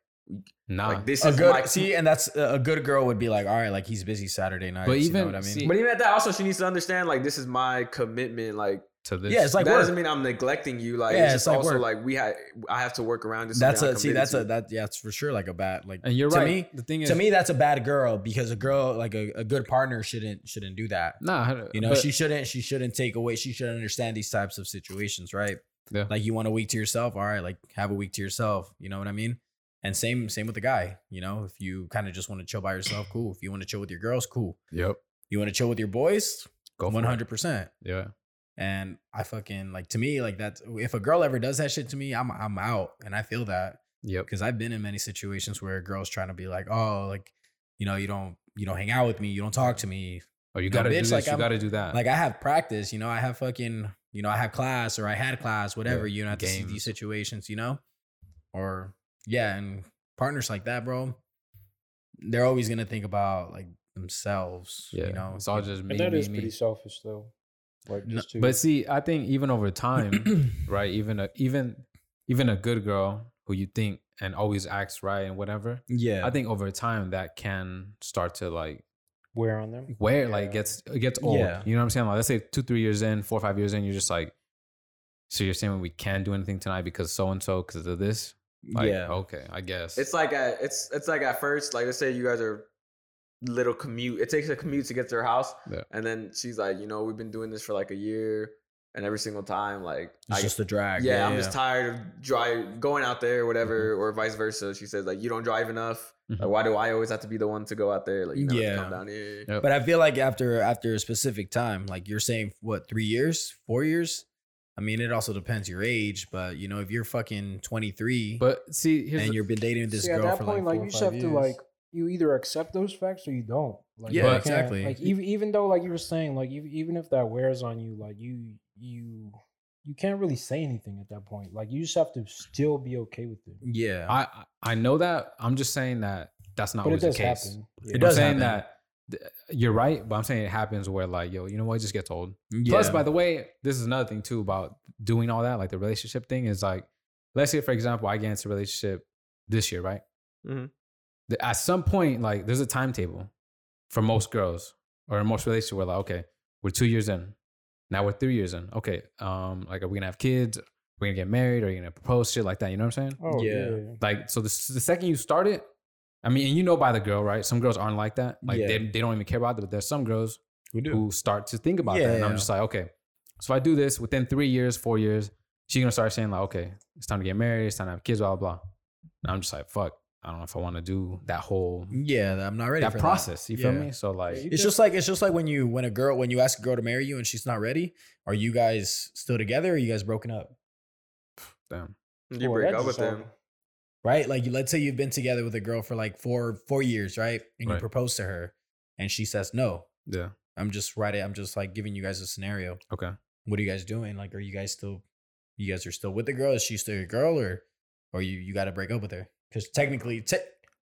Nah,
like this
a
is
good
my
see, and that's a good girl would be like, all right, like he's busy Saturday night.
But
you
even-
know what I mean,
see-
But even at that also she needs to understand like this is my commitment, like
to this.
yeah, it's like
that
work.
doesn't mean I'm neglecting you. Like
Yeah,
it's
it's
just
like
also
work.
like we had I have to work around this.
that's
something I'm
a see,
committed
that's
to.
a that yeah, it's for sure like a bad like
and you're
to
right.
me-
the thing is,
to me that's a bad girl because a girl like a, a good partner shouldn't shouldn't do that.
nah,
You know,
but-
she shouldn't she shouldn't take away. She should understand these types of situations, right?
Yeah.
Like you want a week to yourself, all right, like have a week to yourself. You know what I mean? And same same with the guy. You know, if you kind of just want to chill by yourself, cool. If you want to chill with your girls, cool.
yep,
You want to chill with your boys,
go
one
one
hundred percent.
Yeah,
And I fucking like to me like that. If a girl ever does that shit to me, I'm I'm out, and I feel that
yep,
because I've been in many situations where a girl's trying to be like, oh, like you know, you don't you don't hang out with me, you don't talk to me,
or Oh, you
No,
gotta do
bitch,
this,
like,
you
I'm-
gotta do that.
like I have practice, you know, I have fucking you know, I have class or I had class, whatever, you know, have to see these
Games.
situations, you know? Or yeah, and partners like that, bro, they're always gonna think about like themselves.
Yeah,
You know,
it's all just me.
And that
me,
is
me.
pretty selfish, though. Like
No,
just to
But see, I think even over time, right? Even a even even a good girl who you think and always acts right and whatever.
yeah.
I think over time that can start to like
wear on them.
wear
Yeah.
like gets it gets old.
Yeah.
You know what I'm saying? Like let's say two, three years in, four, five years in, you're just like, so you're saying we can't do anything tonight because so and so because of this. Like, oh,
yeah.
Okay, I guess.
It's like at it's it's like at first, like let's say you guys are little commute. It takes a commute to get to her house,
Yeah.
and then she's like, you know, we've been doing this for like a year, and every single time, like,
It's
I,
just a drag. Mm-hmm.
yeah, I'm just tired of drive going out there, or whatever, or vice versa. She says like, you don't drive enough. Like,
Mhm.
why do I always have to be the one to go out there? Like, you know,
Yeah.
come down here.
Yeah.
But I feel like after after a specific time, like you're saying, what three years, four years? I mean, it also depends your age, but you know, if you're fucking 23
but see, here's
and
the-
you've been dating this
See,
girl
at that
for
point, like,
like, four or
you just
five
have to
years-
like you either accept those facts or you don't. Like,
Yeah,
you can't-
exactly.
Like even even though like you were saying, like ev- even if that wears on you, like you you you can't really say anything at that point. Like you just have to still be okay with it.
yeah,
I I know that. I'm just saying that that's not
but it
always the
does
case.
happen.
It
I'm
does
saying
happen.
that th- you're right, but I'm saying it happens where like, yo, you know what? It just gets old.
yeah.
Plus, by the way, this is another thing too about doing all that, like the relationship thing is like, let's say, for example, I get into a relationship this year, right?
Mhm.
The- At some point, like, there's a timetable for most girls or in most relationships where, like, okay, we're two years in. Now we're three years in. Okay. Um, like, are we going to have kids? Are we going to get married? Are you going to propose? Shit like that. You know what I'm saying?
Oh
Yeah.
yeah.
Like, so the, s- the second you start it, I mean, and you know by the girl, right? Some girls aren't like that. Like,
Yeah.
they, they don't even care about it, but there's some girls
we do.
who start to think about
Yeah,
that. And I'm
yeah.
just like, okay, so if I do this within three years, four years, she's gonna start saying, like, okay, it's time to get married, it's time to have kids, blah, blah, blah. And I'm just like, fuck, I don't know if I wanna do that whole
yeah, I'm not ready for
that process. You feel
Yeah.
me? So like
you
It's just like it's just like when you when a girl when you ask a girl to marry you and she's not ready. Are you guys still together? Or are you guys broken up?
damn.
You
Well,
break
that's
up with
just
them.
all-
right? Like, let's say you've been together with a girl for like four four years, right? And you
Right.
propose to her, and she says no.
Yeah.
I'm just right. I'm just like giving you guys a scenario.
Okay.
What are you guys doing? Like, are you guys still? You guys are still with the girl? Is she still your girl, or or you you got to break up with her? Because technically, te-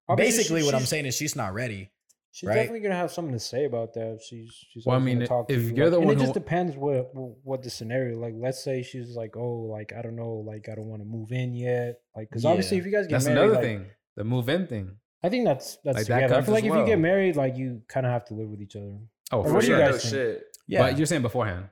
I mean,
basically,
she-
what I'm
she's-
saying is she's not ready.
She's
right?
definitely gonna have something to say about that. She's she's.
Well, I
always gonna
mean,
talk to
if
you.
you're
Like,
the
and
one
it
who-
just depends what what the scenario. Like, let's say she's like, oh, like I don't know, like I don't want to move in yet. Like, because obviously,
Yeah.
if you guys get
That's
married,
another
like,
thing. The move in thing.
I think that's that's
Like, that
together. I
comes
feel like
as
if you get
well.
married, like you kind of have to live with each other.
Oh,
Or
for
what do you
sure.
guys
No
think?
shit.
Yeah,
But you're saying beforehand.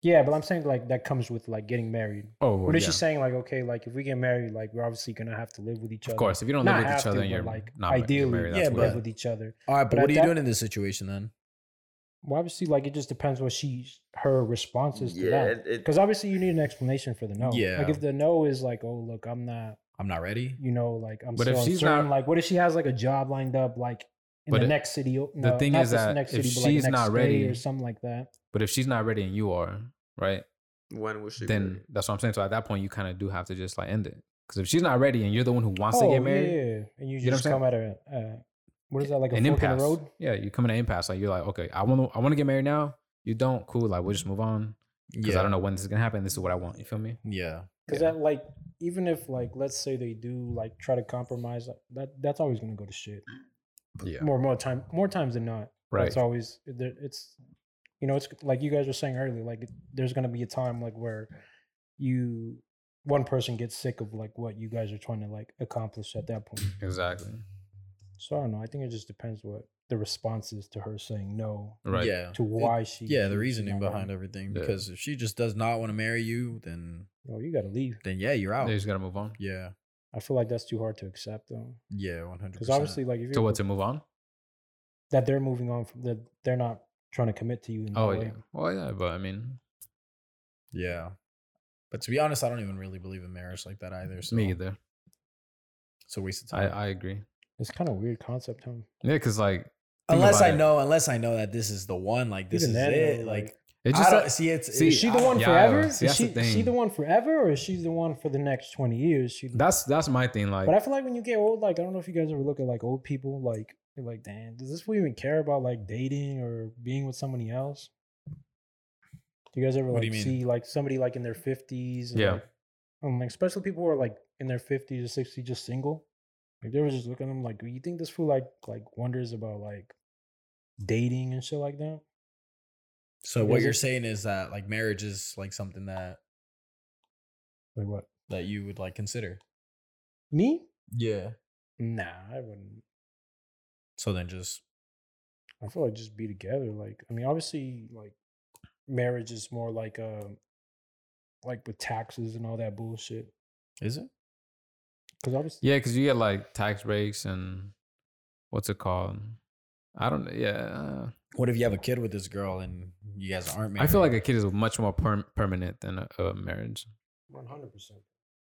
Yeah, but I'm saying like that comes with like getting married.
Oh,
What is
yeah.
she saying? Like, okay, like if we get married, like we're obviously gonna have to live with each other.
Of course, if you don't
not
live with
have
each other
to,
and you're
but, like
not
ideally,
married,
yeah,
that's
but-
live
weird.
with each other.
all right. But,
But
what
at
are you
that-
doing in this situation then?
Well, obviously, like it just depends what she her response is to
Yeah,
that.
it, it,
Because obviously you need an explanation for the no.
Yeah.
Like if the no is like, oh look, I'm not,
I'm not ready.
you know, like I'm
But
still
if she's
uncertain.
not-
like what if she has like a job lined up like in
But
the
it-
next city? o-
the
no,
thing
not
is
this
that
next
if
city, but, like,
she's
next
not
state
ready-
or something like that.
But if she's not ready and you are, right?
when was she?
Then that's what I'm saying. So at that point you kind of do have to just like end it. Because if she's not ready and you're the one who wants to
Oh,
get married,
Yeah. And you
You know
just
what I'm
come at a uh, what is that like a
an
fork in
impasse.
the road?
Yeah, you come in an impasse. Like you're like, okay, I want to, I want to get married now. You don't, cool. Like we'll just move on because
Yeah,
I don't know when this is gonna happen. This is what I want. You feel me?
Yeah,
Because that like even if like let's say they do like try to compromise, like, that that's always gonna go to shit.
Yeah.
More more time more times than not.
Right.
It's always there- it's you know it's like you guys were saying earlier like there's going to be a time like where you one person gets sick of like what you guys are trying to like accomplish at that point.
Exactly.
So I don't know. I think it just depends what the response is to her saying no
Right.
yeah,
to why she
yeah. The reasoning behind everything
Yeah.
because if she just does not want to marry you, then
Oh, you got to leave.
then yeah, you're out.
They just gotta move on.
Yeah,
I feel like that's too hard to accept though.
yeah, one hundred
Because
percent.
obviously, like if you're
To what? To move on?
that they're moving on, from, that they're not trying to commit to you. In that
Oh
way.
yeah. Well yeah, but I mean,
Yeah. But to be honest, I don't even really believe in marriage like that either. So
me either.
It's a waste of
I,
time.
I agree.
it's kind of weird concept, huh?
Yeah, because like think
unless
about
I
it.
know, unless I know that this is the one, like this
Even
is
then,
it.
though,
Like,
like-
It
I
just
don't see it's.
see,
Is she the
I-
one
yeah,
forever?
see,
is
that's the
she, she
thing.
the one forever, or is she the one for the next twenty years? She,
uh, that's that's my thing. Like
but I feel like when you get old, like I don't know if you guys ever look at like old people, like you're like, damn, does this fool even care about like dating or being with somebody else? Do you guys ever
What
like
do you mean?
see like somebody like in their fifties?
Yeah.
Like, um, like especially people who are like in their fifties or sixties, just single. Like they were just looking at them like, you think this fool like like wonders about like dating and shit like that?
So what
Is
you're
it-
saying is that like marriage is like something that
Like what?
that you would like consider.
Me?
Yeah.
Nah, I wouldn't.
So then just
I feel like just be together. Like, I mean, obviously, like marriage is more like um, like with taxes and all that bullshit.
is it?
Because obviously,
Yeah, because you get like tax breaks and what's it called? I don't. Yeah,
What if you have a kid with this girl and you guys aren't
I
married?
feel like a kid is much more perm- permanent than a, a marriage.
one hundred percent.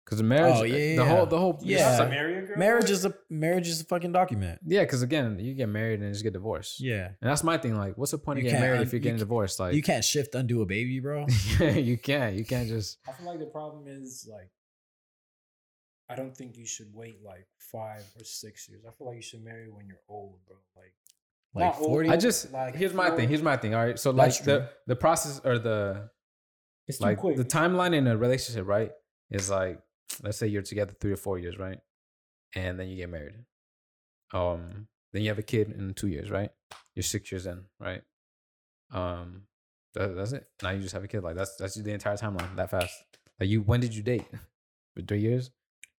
Because marriage,
Oh, yeah,
the
yeah,
whole,
yeah.
the whole,
Yeah.
so-
marry a girl.
marriage is a marriage is a fucking document.
yeah. Because again, you get married and just get divorced.
Yeah.
And that's my thing. Like, what's the point of
You
getting
can't
married
un-
if you're
you
getting
ca-
divorced? Like,
you can't shift undo a baby, bro.
you can't. You can't just.
I feel like the problem is like, I don't think you should wait like five or six years. I feel like you should marry when you're old, bro. Like,
Like
Not old.
40
I just.
Like,
here's my thing. Here's my thing. All right. So like
That's
the
true.
the process or the
it's
like the timeline in a relationship, right? Is like let's say you're together three to four years, right? And then you get married. Um, then you have a kid in two years, right? You're six years in, right? Um, that, that's it. Now you just have a kid. Like that's that's the entire timeline that fast. Like you, when did you date? For three years.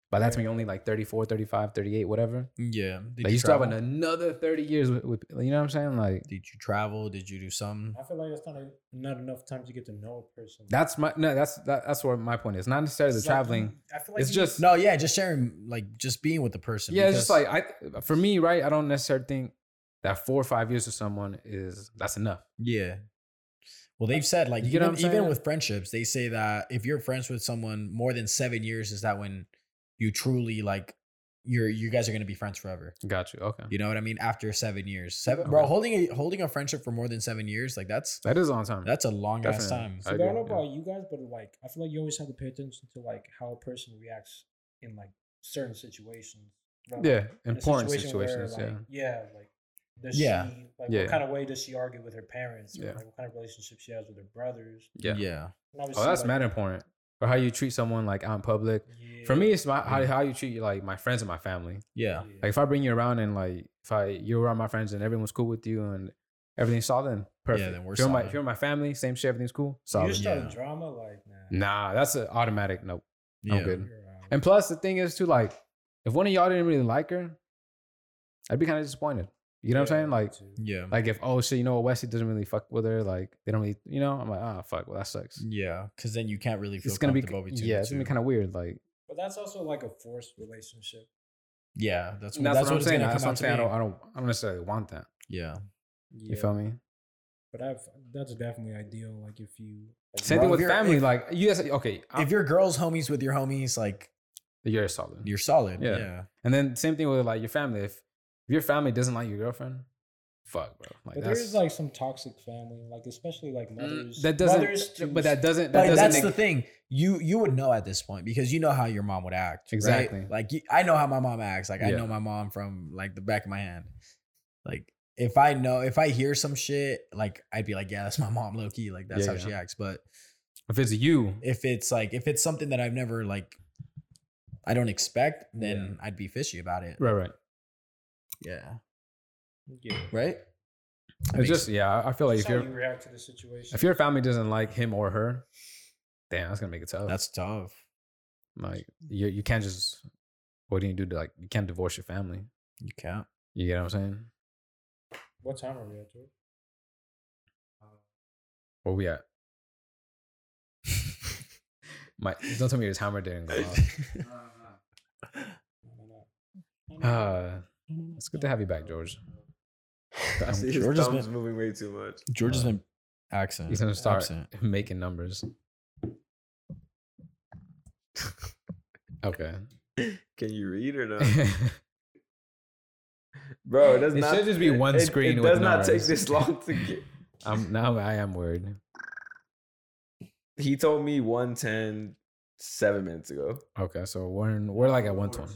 By that time, you're only like 34, 35, 38, whatever.
Yeah. Did
like you still have
travel?
another 30 years with, with, you know what I'm saying? Like
Did you travel? Did you do something?
I feel like it's not, a, not enough time to get to know a person.
that's my, no, that's, that, that's where my point is. Not necessarily the
It's like you-
traveling.
I feel like
it's
you-
just,
No, yeah, just sharing like just being with the person.
yeah, it's just
because-
like I for me, right? I don't necessarily think that four or five years with someone is that's enough.
Yeah. Well, they've said like
Uh, You get what
even,
I'm
even
saying?
with friendships, they say that if you're friends with someone more than seven years, is that when you truly like you're you guys are gonna be friends forever.
Got you. Okay,
You know what I mean? After seven years, seven bro,
Okay.
holding a holding a friendship for more than seven years, like that's
that is on time.
that's a long ass
Definitely. Uh,
time.
I
So I don't
agree,
know
yeah.
about you guys, but like I feel like you always have to pay attention to like how a person reacts in like certain situations. Right?
yeah,
In a
important
situation where,
situations.
like, yeah. like does
Yeah.
she like
Yeah.
what kind of way does she argue with her parents? Or,
Yeah.
like what kind of relationship she has with her brothers?
yeah, yeah.
yeah.
And obviously,
Oh, that's
like,
mad important. Or how you treat someone like out in public.
Yeah,
For me, it's my, how how you treat like my friends and my family.
Yeah.
Like if I bring you around and like if I you're around my friends and everyone's cool with you and everything's solid, then perfect.
then we're
if you're my
solid.
if you're my family, same shit, everything's cool,
you
solid.
just start
Yeah.
drama like nah.
Nah, that's an automatic nope.
Yeah.
good.
you're out.
And plus, the thing is too, like, if one of y'all didn't really like her, I'd be kind of disappointed. You know what
Yeah,
I'm saying? Like,
too.
Yeah.
like if oh shit, you know what, Wesley doesn't really fuck with her. Like, they don't really, you know. I'm like, ah, fuck. Well, that sucks.
yeah. Cause then you can't really feel
It's gonna be,
comfortable between
yeah, it's gonna be kind of weird. Like,
but that's also like a forced relationship.
Yeah.
that's,
That's,
what, I'm
it's
saying.
gonna
That's what
come
I'm
out to
saying. I
be.
don't, I don't, I don't necessarily want that.
Yeah.
Yeah.
You feel me?
But I've that's definitely ideal. Like if you like,
Same
Bro,
thing
if
with
you're-
family.
if-
like, you guys, okay,
If
if
your girl's homies with your homies, like
you're, you're solid.
you're solid.
Yeah.
yeah.
and then same thing with like your family. If, if your family doesn't like your girlfriend, fuck, bro. Like,
but there
that's
is like some toxic family, like especially like
Mm,
mothers.
that doesn't.
mothers to
but that doesn't. That
Like,
doesn't.
that's
neg-
the thing. You you would know at this point because you know how your mom would act. right?
Exactly.
Like you, I know how my mom acts. Like I
Yeah.
know my mom from like the back of my hand. Like if I know if I hear some shit, like I'd be like, yeah, that's my mom, low key. Like that's
Yeah,
how she
yeah.
acts. But
if it's you,
if it's like if it's something that I've never like, I don't expect, then I'd be fishy about it.
right, right.
Yeah.
yeah.
Right. That
It's
makes-
just yeah. I- I feel like
That's
if
how
you're
you react to the situation.
if your family doesn't like him or her, damn, that's gonna make it tough.
that's tough.
like you you can't just what do you do to like you can't divorce your family.
You can't.
You get what I'm saying?
what time are we at? George?
Where we at? My don't tell me your timer didn't go off. Uh, it's good to have you back, George.
I see his
George has
thumbs
been-
moving way too much.
George has
Uh,
been accent.
He's gonna start
absent.
making numbers. Okay.
Can you read or no? Bro, it does
It
not.
should just be one
it-
screen
It
with
does not take
numbers.
this long to get.
I'm now I am worried.
He told me 110 seven minutes ago.
Okay, so we're in, we're like at one twenty.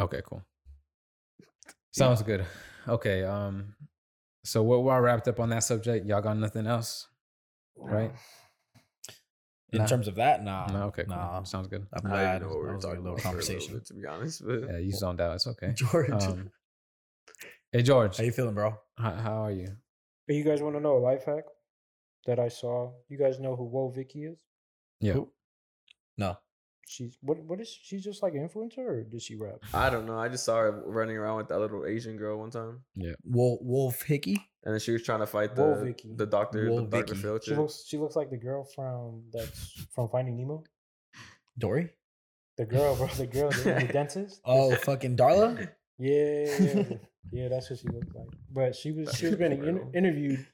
Okay, cool. Sounds good. Okay, um, so we're, we're all wrapped up on that subject. Y'all got nothing else? right?
In
Nah.
terms of that,
Uh,
nah.
No, okay, cool.
Nah.
Sounds good.
I'm
I don't
glad.
even know what we were talking about. for a
Little
little
conversation.
bit, to be honest, but
Yeah, you zoned out. It's okay.
George,
Um, hey George,
how you feeling, bro?
how, how are you?
But you guys want to know a life hack that I saw? You guys know who Wo Vicky is?
Yeah,
Who? No.
She's what? What is she's just like an influencer, or does she rap?
I don't know. I just saw her running around with that little Asian girl one time,
Wolf, Wolf Hickey?
and then she was trying to fight
Whoa,
the
Vicky.
the doctor,
Whoa,
the Doctor
Vicky.
Phil
She
chick.
looks she looks like the girl from that's from Finding Nemo.
Dory?
The girl, bro, the girl, the, the dentist.
Oh, fucking Darla?
Yeah, yeah, that's what she looked like. But she was she was being in,
Bro.
interviewed,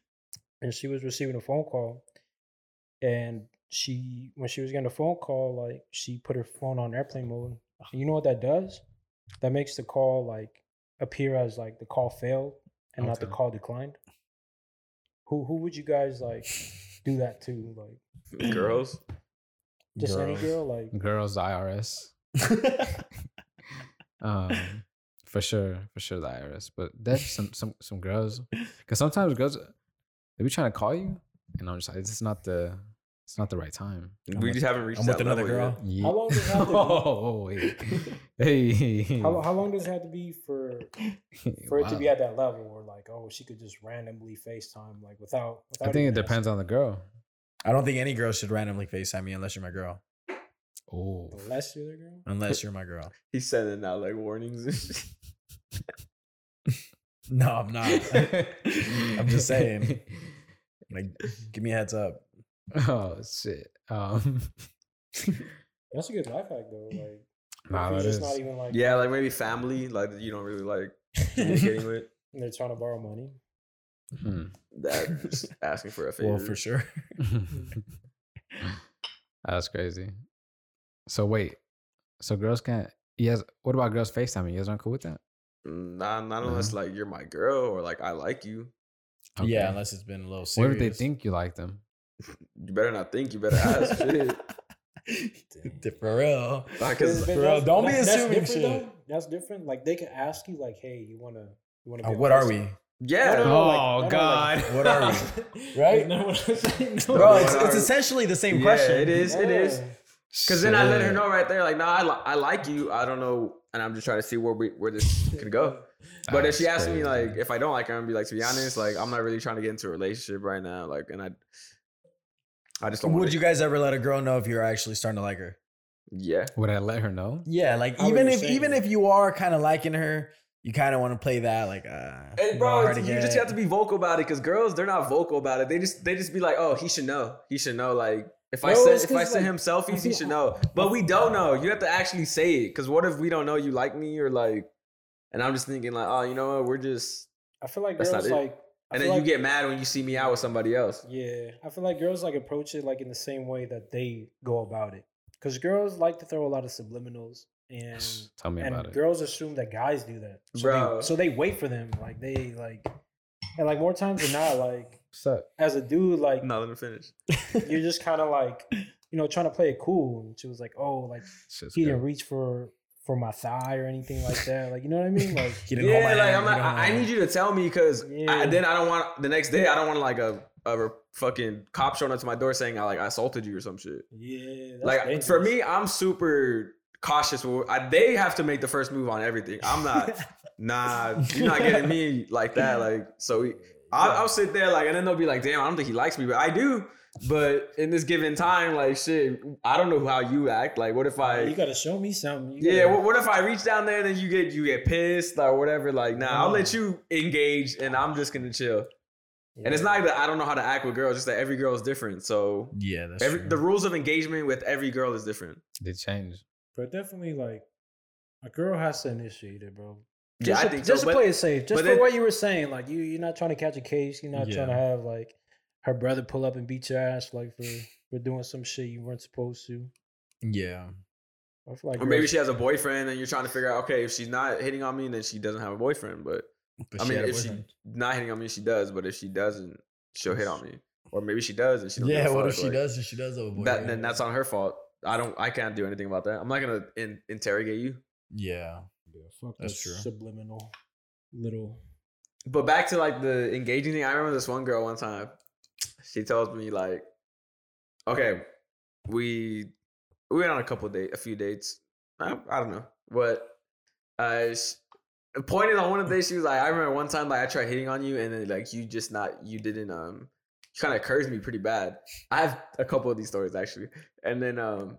and she was receiving a phone call, and she when she was getting a phone call, like she put her phone on airplane mode. You know what that does? That makes the call like appear as like the call failed and not the
Okay.
call declined. Who who would you guys like do that to? Like
Girls,
just any girl, like
girls, the IRS. Um, for sure, for sure, the IRS. But that's some some some girls, because sometimes girls they be trying to call you, and I'm just like, it's just not the it's not the right time.
I'm
we
with-
just haven't reached
I'm
that
with another
level
Ye-
yet.
girl.
How long does it have to be?
oh, wait. hey,
how how long does it have to be for for it to be
Wow.
at that level or like oh she could just randomly facetime like without,
I
without
think it
even
depends on the girl.
I don't think any girl should randomly FaceTime me unless you're my girl.
Oh,
asking. unless you're the girl
Unless you're my girl.
He's sending out like warnings. and shit.
No, I'm not. I'm just saying. Like, give me a heads up.
Oh shit. Um,
that's a good life hack though like
nah,
if
that
it's
is.
just not even like
yeah, like maybe family, like you don't really like communicating with.
and they're trying to borrow money
Hmm.
That you're just asking for a favor.
well, for sure.
Hmm. That's crazy. So wait, so girls can't. Yes. What about girls FaceTiming? You guys aren't cool with that?
Nah, not
Uh-huh.
unless like you're my girl or like I like you.
Yeah,
Okay.
unless it's been a little serious.
What if they think you like them?
You better not think. You better ask. shit.
For real.
Nah, 'cause
But
Bro,
that's-
don't be
that's
assuming
different,
shit.
though. that's different like they can ask you like hey you want to you want
Uh, what are we?
yeah.
No,
Oh,
no, like- no, no, like,
what are Right?
no,
Bro, it's,
What
it's
are-
essentially the same
Yeah,
question.
it is. It is. Because then I let her
Shit.
know right there, like, nah, I, li- I like you. I don't know, and I'm just trying to see where we where this could go. But if she
That's
asks me
crazy.
like if I don't like her, I'm gonna be like, to be honest, like I'm not really trying to get into a relationship right now, like, and I, I just don't.
Would
wanna-
you guys ever let a girl know if you're actually starting to like her?
Yeah,
would I let her know?
Yeah, like
I would
even
be
if
saying
even
that.
if you are kind of liking her, you kind of want to play that like. Uh,
hey,
you
bro,
know,
it's-
hard
you just
get.
have to be vocal about it because girls, they're not vocal about it. They just they just be like, oh, he should know. He should know. Like if I
No,
send
it's
if I
'cause,
send
like,
him selfies, he
think-
should know. But we don't know. You have to actually say it because what if we don't know you like me or like, and I'm just thinking like, oh, you know what, we're just.
i feel like
That's
girls
not it.
like I
And
feel
then you
like-
get mad when you see me out with somebody else.
Yeah, I feel like girls like approach it like in the same way that they go about it, because girls like to throw a lot of subliminals, and
Tell me about
and
it.
girls assume that guys do that, so
Bro.
They, so they wait for them, like they like, and like more times than not, like
Suck.
as a dude, like
No, let me finish.
you're just kind of like, you know, trying to play it cool, and she was like, oh, like
Shit's
he
good.
didn't reach for for my thigh or anything like that, like you know what I mean, like
He didn't hold
Yeah,
my
like
hand,
I'm
he
not,
didn't
I, I
hold my
need
hand.
you to tell me because
Yeah.
then I don't want the next day. I don't want like a a fucking cop showing up to my door saying I like assaulted you or some shit.
yeah, that's
like for
dangerous.
me, I'm super cautious. when- I, they have to make the first move on everything. I'm not. nah, you're not getting me like that. Like so, we, I'll, I'll sit there like, and then they'll be like, "Damn, I don't think he likes me," but I do. But in this given time, like shit, I don't know how you act. Like, what if I?
you gotta show me something. You
Yeah,
gotta-
what, what if I reach down there and then you get you get pissed or whatever? Like, nah, I'll let you engage and I'm just gonna chill. And it's
Yeah.
not that I don't know how to act with girls, just that every girl is different. So
Yeah, that's
every
true.
the rules of engagement with every girl is different.
They change.
But definitely, like, a girl has to initiate it, bro.
Yeah,
just
I
to-
think
just
so.
to
But
play it safe. Just
but
for
it-
what you were saying, like you, you're not trying to catch a case. You're not trying to
Yeah.
have like her brother pull up and beat your ass, like for for doing some shit you weren't supposed to.
yeah,
I feel like
or maybe
girls-
she has a boyfriend and you're trying to figure out, okay, if she's not hitting on me, then she doesn't have a boyfriend. But,
But
I
she
mean,
had a
if she
boyfriend.
not hitting on me, she does. But if she doesn't, she'll hit on me. Or maybe she does and she don't give
yeah,
a
what
fuck,
if she
like,
does? If she does have a
That,
boyfriend,
then that's on her fault. I don't. I can't do anything about that. I'm not gonna in, interrogate you.
yeah.
Yeah, fuck
That's
those
true.
Subliminal, little.
But back to like the engaging thing, I remember this one girl one time. she tells me like, okay, we we went on a couple date, a few dates. I, I don't know, but uh, she, pointed on one of the days she was like, I remember one time like I tried hitting on you and then like you just not you didn't um you kind of cursed me pretty bad. I have a couple of these stories actually, and then um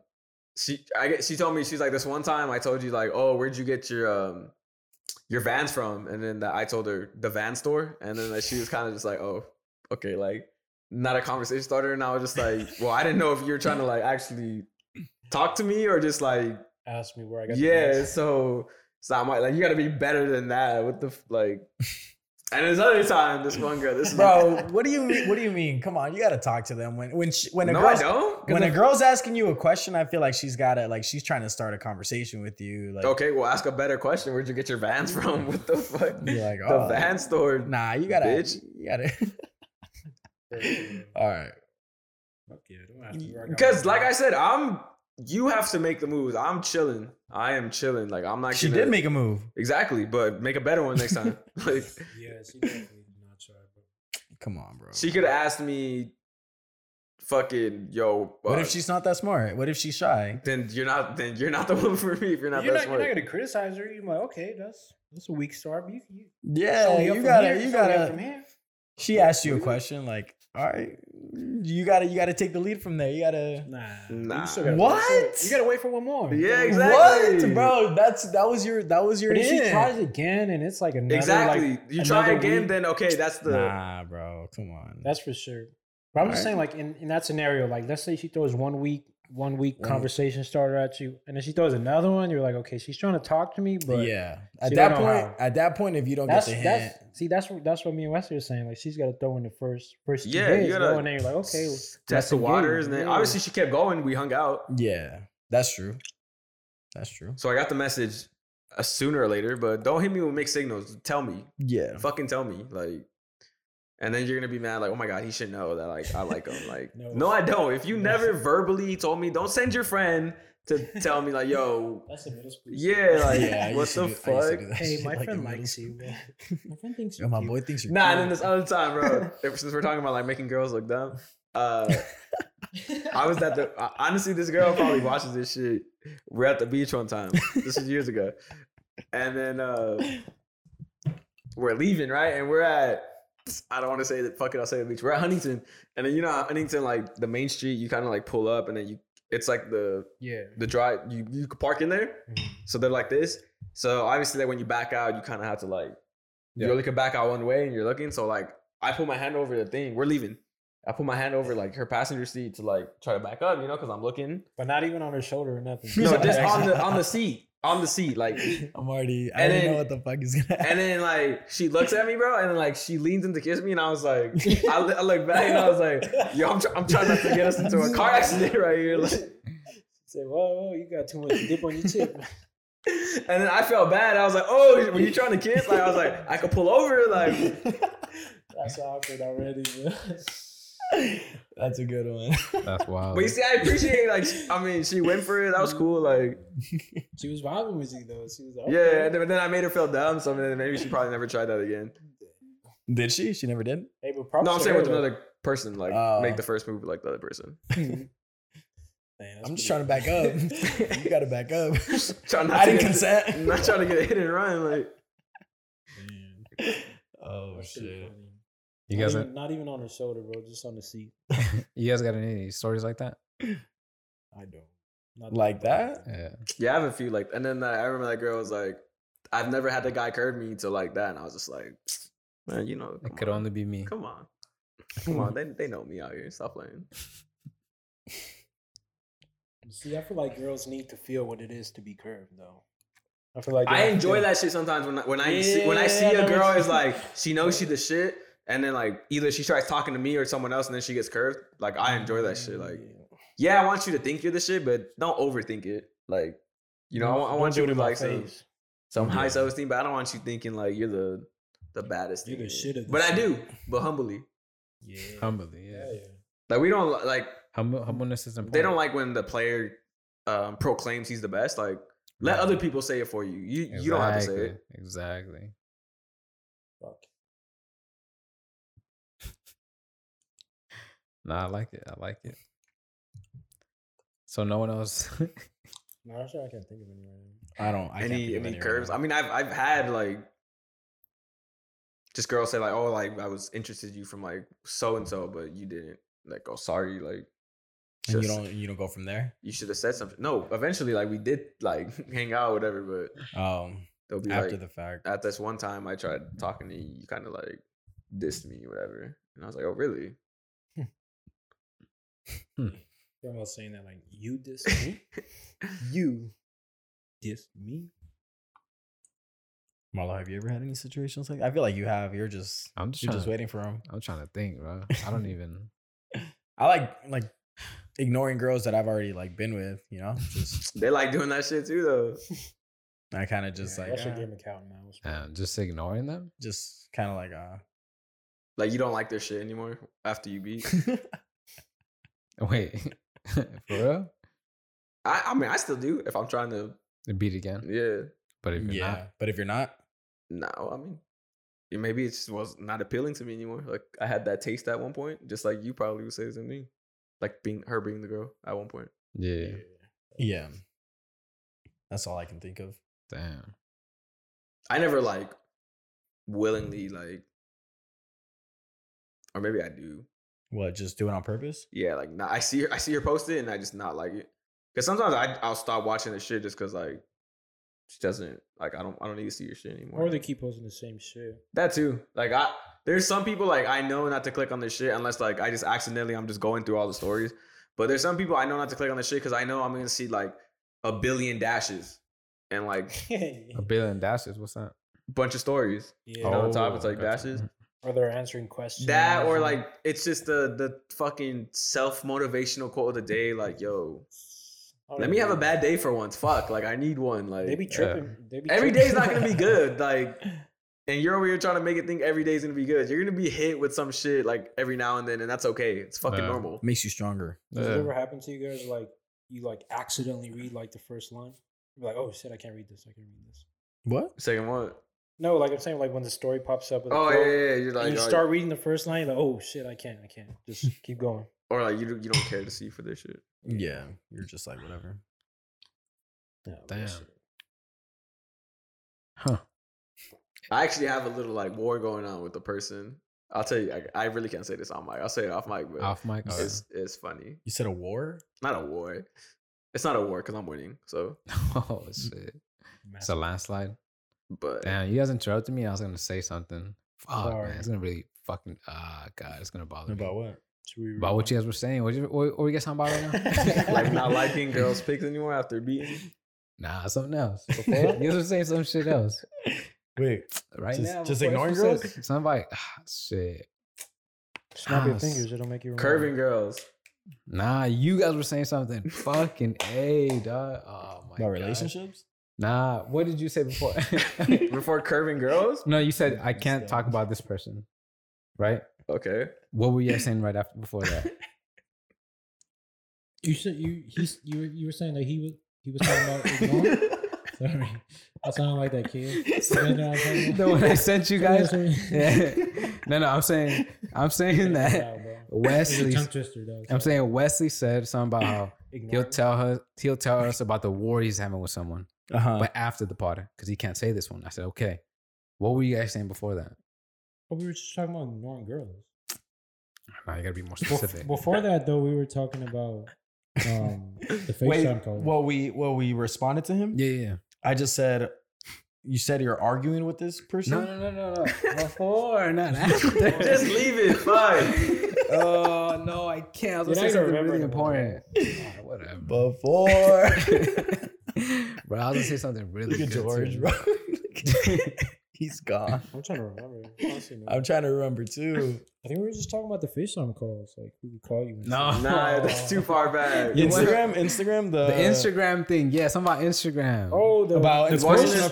she I get she told me she's like this one time I told you like oh where'd you get your um your vans from and then I told her the van store and then like, she was kind of just like oh okay like not a conversation starter and I was just like well I didn't know if you were trying to like actually talk to me or just like
Ask me where I got. the
yeah
meds.
so so I'm like, like you gotta be better than that with the f- like and this other time this one girl this
bro. What do you mean? What do you mean? Come on, you gotta talk to them when when she, when a
no I
girl's,
don't 'Cause
when a
if-
girl's asking you a question. I feel like she's gotta like she's trying to start a conversation with you. Like
okay well ask a better question where'd you get your vans from what the fuck
you're like
the
oh,
van store
Nah, you gotta.
bitch.
You gotta. All right.
Fuck yeah, don't ask me where I got
Because,
my
like I
meds.
said, I'm. You have to make the moves. I'm chilling. I am chilling. Like I'm not.
She
gonna-
did make a move.
exactly, but make a better one next time. like
yeah, she definitely did not try. Bro.
Come on, bro.
she could have asked me, "Fucking yo."
What
uh,
if she's not that smart? What if she's shy?
Then you're not. Then you're not the one for me. If you're not
you're,
that
not, you're
smart.
not gonna criticize her. You're like, okay, that's that's a weak start. But you, you
Yeah,
only up
you
from
gotta,
here,
you
it's only up
gotta.
From here.
She asked you a question, like, all right, you gotta, you gotta take the lead from there. You gotta.
Nah,
Nah.
You still gotta
What?
You gotta wait for one more.
Yeah,
You know?
exactly.
What, bro? That's that was your, that was your.
But if she
end.
tries again and it's like another
exactly.
like,
you try
another
again,
week.
then okay. That's the.
Nah, bro, come on.
That's for sure. But I'm just
Alright.
saying, like in, in that scenario, like let's say she throws one week, one week
One-
conversation starter at you, and then she throws another one. You're like, okay, she's trying to talk to me, but
yeah. At
she
that
don't
point,
know how.
at that point, if you don't
that's
get the hint,
that's see, that's what that's what me and Wesley are saying. Like she's got to throw in the first first two
Yeah, you
days, bro,
gotta
and then you're like, okay, well,
Test the
nothing
waters,
good.
and then
Yeah.
obviously she kept going. We hung out,
yeah, that's true. That's true.
so I got the message uh, sooner or later. But don't hit me with mixed signals. Tell me,
Yeah.
fucking tell me like and then you're gonna be mad like oh my god he should know that like i like him like no,
No.
i don't if you
No.
never verbally told me don't send your friend to tell me like yo
that's a middle school.
yeah like
yeah. I
what
used to
the
do- I used to
fuck
do that
hey,
shit,
my
like,
friend
in middle
likes
school.
you. bro. My friend thinks
Yo,
you're
my
cute.
boy thinks you're.
nah and
cute.
then this other time bro if- since we're talking about like making girls look dumb uh i was at the uh, honestly this girl probably watches this shit we're at the beach one time this is years ago and then uh we're leaving, right? And we're at I don't want to say that fuck it, I'll say the beach. We're at Huntington. And then you know how Huntington, like the main street, you kind of like pull up and then you it's like the
yeah.
the drive you you could park in there. So they're like this. So obviously like when you back out, you kind of have to like
Yeah.
you only can back out one way and you're looking. So like I put my hand over the thing. We're leaving. I put my hand over like her passenger seat to like try to back up, you know, because I'm looking.
But not even on her shoulder or nothing.
No, just on the on the seat. On the seat. Like
I'm already. I
And
already know
then-
what the fuck is gonna happen.
And then like she looks at me, bro, and then like she leans in to kiss me, and I was like, I, li- I look back and I was like, yo, I'm, try- I'm trying not to get us into a car accident right here. Like,
Say, whoa, whoa, you got too much dip on your chip.
and then I felt bad. I was like, oh, were you trying to kiss? Like I was like, I could pull over. Like
That's awkward already, bro.
That's a good one.
That's wild.
but you see, I appreciate like she- I mean, she went for it. That was cool. Like
She was vibing with you though. She was like,
yeah.
okay.
And then, but then I made her feel dumb. So then maybe she probably never tried that again.
Did she? She never did.
Hey, but props
No, I'm
to
saying
her,
with
though.
another person, like
Oh.
make the first move like the other person.
Damn, that's
I'm just trying
pretty-
to back up. you gotta back up.
Trying not
I
to get-
didn't consent.
Not trying to get hit and run. Like
Oh
That's pretty
shit.
funny.
you
not
guys,
even, not even on her shoulder, bro. Just on the seat.
you guys got any stories like that?
I don't. Not
Like that?
Yeah.
Yeah, I have a few like, and then uh, I remember that girl was like, "I've never had the guy curve me to like that," and I was just like, "Man, you know,
It
come
could
on,
only be me.
come on, come on, they they know me out here. Stop playing."
See, I feel like girls need to feel what it is to be curved, though. I feel like
I
they-
enjoy
they-
that shit sometimes when I, when I see, when I see
Yeah, I
a
know
girl
what you-
is like she knows she the shit, and then like either she tries talking to me or someone else, and then she gets curved. Like I enjoy that shit. Like yeah, I want you to think you're the shit, but don't overthink it. Like you know, I, want- I
Don't
want
do
you
it
to
in my
like some
face.
some high
Yeah.
self esteem, but I don't want you thinking like you're the the baddest.
You're
thing in
the
it.
shit of the
But I
shit.
do, but humbly.
Yeah.
Um,
Humbly, yeah.
yeah, yeah.
Like we don't li- like
Humble, humbleness is important.
they don't like when the player um, proclaims he's the best. Like let
Right.
other people say it for you. You you don't have to say it.
Exactly, Exactly.
Fuck.
No, I like it. I like it. So no one else.
No, actually, I can't think of any right now.
I don't. I
any
can't
any curves? I mean, I've I've had like just girls say like, oh, like I was interested in you from like so and so, but you didn't. Like, oh, sorry, like
and you
just-
don't. You don't go from there.
you should have said something. No, eventually, like we did like hang out, whatever. But
Um,
they'll be
after
like, uh,
the fact.
at this one time, I tried talking to you. You kind of like dissed me, whatever. And I was like, oh, really?
You're almost saying that like you diss me. you diss me.
Marlo, have you ever had any situations like? I feel like you have. You're just.
I'm just
you're
trying
just
to-
waiting for him.
I'm trying to think, bro. I don't even.
I like like ignoring girls that I've already like been with. You know, just
They like doing that shit too, though.
I kind of just
Yeah,
like
that should
uh,
give him a count now.
Ah,
It's fine.
Um, just ignoring them.
just kind of like uh.
Like you don't like their shit anymore after you beat.
Wait, for real?
I, I mean, I still do if I'm trying to.
Beat again.
Yeah.
But if you're
yeah,
not,
but if you're not,
No, I mean, it- maybe it just was not appealing to me anymore. Like I had that taste at one point, just like you probably would say the same thing. Like being her being the girl at one point.
yeah,
yeah, that's all I can think of.
damn.
I never like willingly like, or maybe I do.
What? Just do it on purpose?
Yeah, like nah, I see her, I see her post it, and I just not like it. Cause sometimes I I'll stop watching the shit just cause like she doesn't like I don't I don't need to see your shit anymore.
Or they keep posting the same shit.
That too. Like I there's some people like I know not to click on this shit unless like I just accidentally I'm just going through all the stories. But there's some people I know not to click on this shit because I know I'm gonna see like a billion dashes and like
A billion dashes. What's that?
bunch of stories.
yeah.
You know, on
Oh,
top it's like
gotcha.
dashes.
Or they're answering questions.
Oh. That or
and-
like it's just the the fucking self motivational quote of the day. Like yo,
Oh,
let me have a
yeah.
bad day for once. Fuck, like I need one. Like
They be tripping. They be
every
tripping.
day's not gonna be good. Like, and you're over here trying to make it think every day's gonna be good. You're gonna be hit with some shit like every now and then, and that's okay. It's fucking
Yeah.
normal.
Makes you stronger.
Does it
Yeah.
ever happen to you guys like you like accidentally read like the first line? You're like, oh shit, I can't read this. I can't read this.
What?
Second one.
No, like I'm saying, like when the story pops up. With a
Oh yeah,
quote,
yeah, yeah. You're
and
like,
you
oh,
start reading the first line, you're like, oh shit, I can't, I can't. Just keep going.
or like you don't- you don't care to see for this shit.
Yeah, you're just like whatever.
No,
Damn.
shit.
Huh.
I actually have a little like war going on with the person. I'll tell you, I, I really can't say this on mic. I'll say it off mic, but
Off mic. Oh,
it's it's funny.
You said a war?
Not a war. It's not a war because I'm winning. So,
yeah. oh shit. It's a landslide.
but
Damn, you guys interrupted me. I was gonna say something. Fuck,
Sorry.
man. It's gonna really fucking. Ah, god, it's gonna bother me.
About what?
Should we
About what
rewind?
you guys were saying. What, you, what, what were you guys talking about right now?
like not liking girls' pics anymore after beating.
nah, something else. you
Before?
guys were saying some shit else.
Wait,
Right
Just-
now.
just
before
ignoring
you said
girls?
something, I'm like, ah, shit.
Snap your
Ah,
fingers, it'll make you remember.
Curving girls.
Nah, you guys were saying something. fucking A, dog. Oh my
about
god.
relationships?
Nah, what did you say before?
Before curving girls?
no, you said I can't talk about this person. Right?
Okay.
What were you guys saying right after before that?
You said you he's you were you were saying that he was he was talking about ignoring. Sorry, I sound like that kid.
the one I sent you guys. Yeah. No, no, I'm saying I'm saying that Wesley
Tongue twister, dog.
I'm saying Wesley said something about how he'll tell her he'll tell us about the war he's having with someone,
Uh huh.
but after the party because he can't say this one. I said, okay, what were you guys saying before that?
But we were just talking about ignoring girls.
Nah, you gotta be more
Bef-
specific.
Before that, though, we were talking about um, the FaceTime call.
well we well we responded to him?
yeah, yeah, yeah.
I just said you said you're arguing with this person?
No, no, no, no, no. Before, not after.
Just leave it. Fine.
Oh no, I can't. I was gonna
You're
say
not
something
gonna remember
really
it no more.
important. Ah, whatever.
Before
bro, I was gonna say something really
Look at
good.
George,
too.
bro. He's gone.
I'm trying to remember. Honestly, man.
I'm trying to remember too.
I think we were just talking about the FaceTime calls. Like, we would call you. and
No.
stuff.
Nah, that's too far back.
You went-
Instagram, Instagram, the,
The Instagram thing, yeah, something about Instagram.
Oh, the,
about
the
Washington
inspirational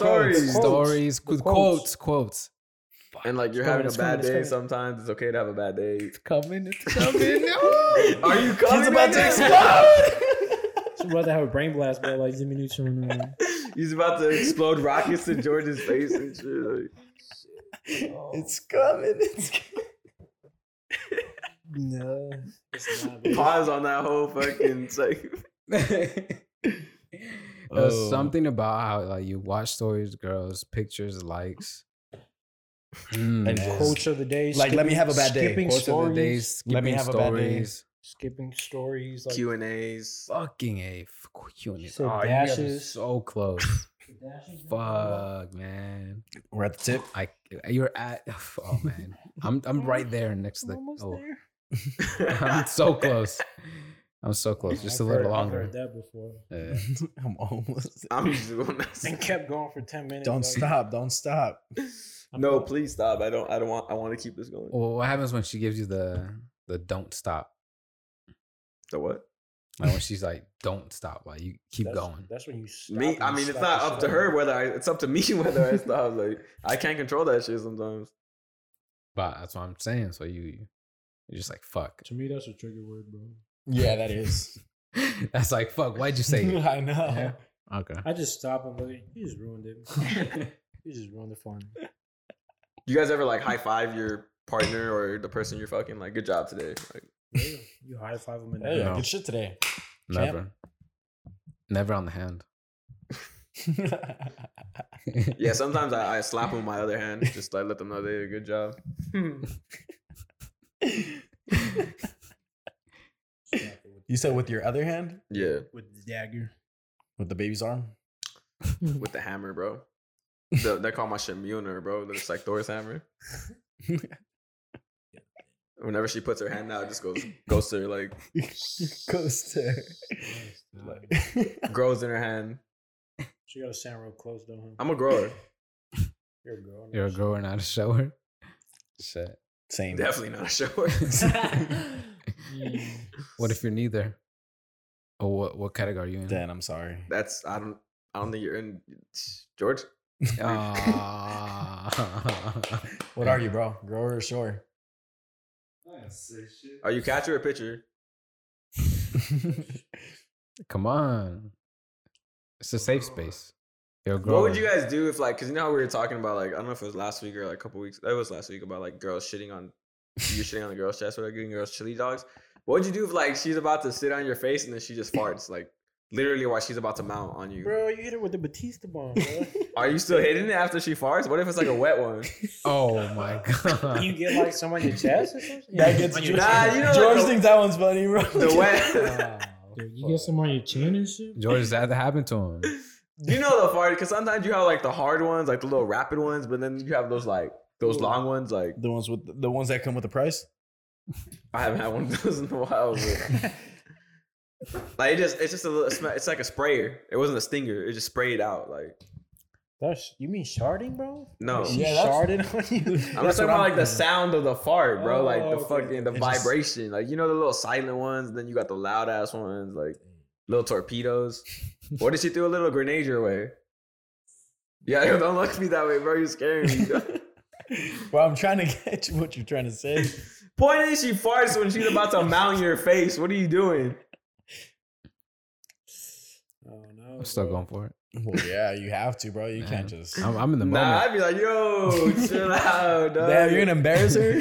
stories.
quotes.
Quotes.
stories,
The
quotes, quotes, quotes.
And like you're
It's coming,
having a
it's
bad
coming, it's
day
coming.
sometimes. It's okay to have a bad day.
Coming, it's coming.
Are you coming?
He's about to
right
explode.
She'd rather have a brain blast, but like Jimmy Neutron. Man.
now? He's about to explode rockets in George's face and shit. Like,
It's coming. It's coming. No.
It's not, bro.
Pause on that whole fucking like.
There's
Oh.
Uh, something about how like you watch stories, girls, pictures, likes. Mm,
And
man.
Quotes of the day.
Like, let me have a bad day.
Skipping
Quotes
stories.
of the days,
Let me
skipping
have a bad day.
stories.
Skipping stories. Like,
Q and A's.
Fucking a Q and
You
A.
said
Oh, you guys are
dashes.
so close.
dashes and all
Fuck, man.
We're at the tip.
I you're at. Oh man, I'm I'm right there next to
that.
the.
Almost
Oh,
there.
I'm so close. I'm so close. Just a
I've
little
heard- I've
longer.
heard that before.
Yeah.
I'm almost. there.
I'm just going
And kept going for ten minutes.
Don't
like,
stop. Don't stop.
No, please stop. I don't. I don't want. I want to keep this going.
Well, what happens when she gives you the the don't stop?
The what?
Like when she's like, "Don't stop," like you keep
that's,
going.
That's when you. Stop
Me.
and
I
you
mean, it's not
slap the
up
shit
to
out
her
of
whether I. It's up to me whether I stop. Like I can't control that shit sometimes.
But that's what I'm saying. So you, you're just like, "Fuck."
To me, that's a trigger word, bro.
Yeah, that is.
That's like, "Fuck." Why'd you say it?
I know.
Okay.
I just stop and look. at- You just ruined it. you just ruined it for me.
You guys ever like high five your partner or the person you're fucking? Like, good job today. Like,
Yeah, you high five them in
Hey,
No.
good shit today. Champ.
Never. Never on the hand.
yeah. Sometimes I, I slap them with my other hand. Just like let them know they did a good job.
you said with your other hand,
Yeah.
with the dagger.
with the baby's arm.
With the hammer, bro. The, they call my shit Mjolnir, bro. It's like Thor's hammer. Whenever she puts her hand out, it just goes goes to her, like
Coaster.
Like,
grows in her hand.
so you gotta sound real close, though. Huh?
I'm a grower.
You're a girl.
You're a grower, not a shower. Shit.
Same.
Definitely not a shower.
What if you're neither? Or what? What category are you in?
Dan, I'm sorry.
That's I don't I don't think you're in George.
Ah.
What are you, bro? Grower or shore?
Are you catcher or pitcher?
Come on. It's a safe space. You're a grower.
What would you guys do if like because you know how we were talking about like I don't know if it was last week or like a couple weeks that was last week about like girls shitting on you shitting on the girls' chest or like giving girls chili dogs. What would you do if like she's about to sit on your face and then she just farts like literally while she's about to mount on you?
Bro, you hit her with the Batista bomb, bro.
Are you still hitting it after she farts? What if it's like a wet one?
Oh my god.
you get like some on your chest or something?
That gets
On
you-
your
Nah,
chin?
you know
George
like
thinks that one's funny, bro.
the, the wet.
Dude, you get some on your chin and shit?
George, that that happened to him.
you know the fart because sometimes you have like the hard ones, like the little rapid ones, but then you have those like those long ones. Like
The ones with the ones that come with the price.
I haven't had one of those in a while. But, like it just it's just a little sm- it's like a sprayer. It wasn't a stinger. It just sprayed out. Like
That's, you mean sharding, bro?
no.
She
Yeah, that's-
sharded on you?
Oh. I'm just
That's what
talking about
I'm
like the
thinking.
sound of the fart, bro.
Oh,
like the
okay.
fucking the
It just-
vibration. like you know the little silent ones. Then you got the loud ass ones, like little torpedoes. what did she throw a little grenade your way? Yeah, yo, don't look at me that way, bro. You're scaring me.
Well, I'm trying to catch what you're trying to say.
Point is, she farts when she's about to mount your face. What are you doing?
Oh, no.
I'm still
bro.
going for it.
Well, yeah, you have to, bro. You
Man.
can't just.
I'm, I'm in the
nah,
moment.
I'd be like, yo, chill out, dog.
Damn, you're gonna embarrass her.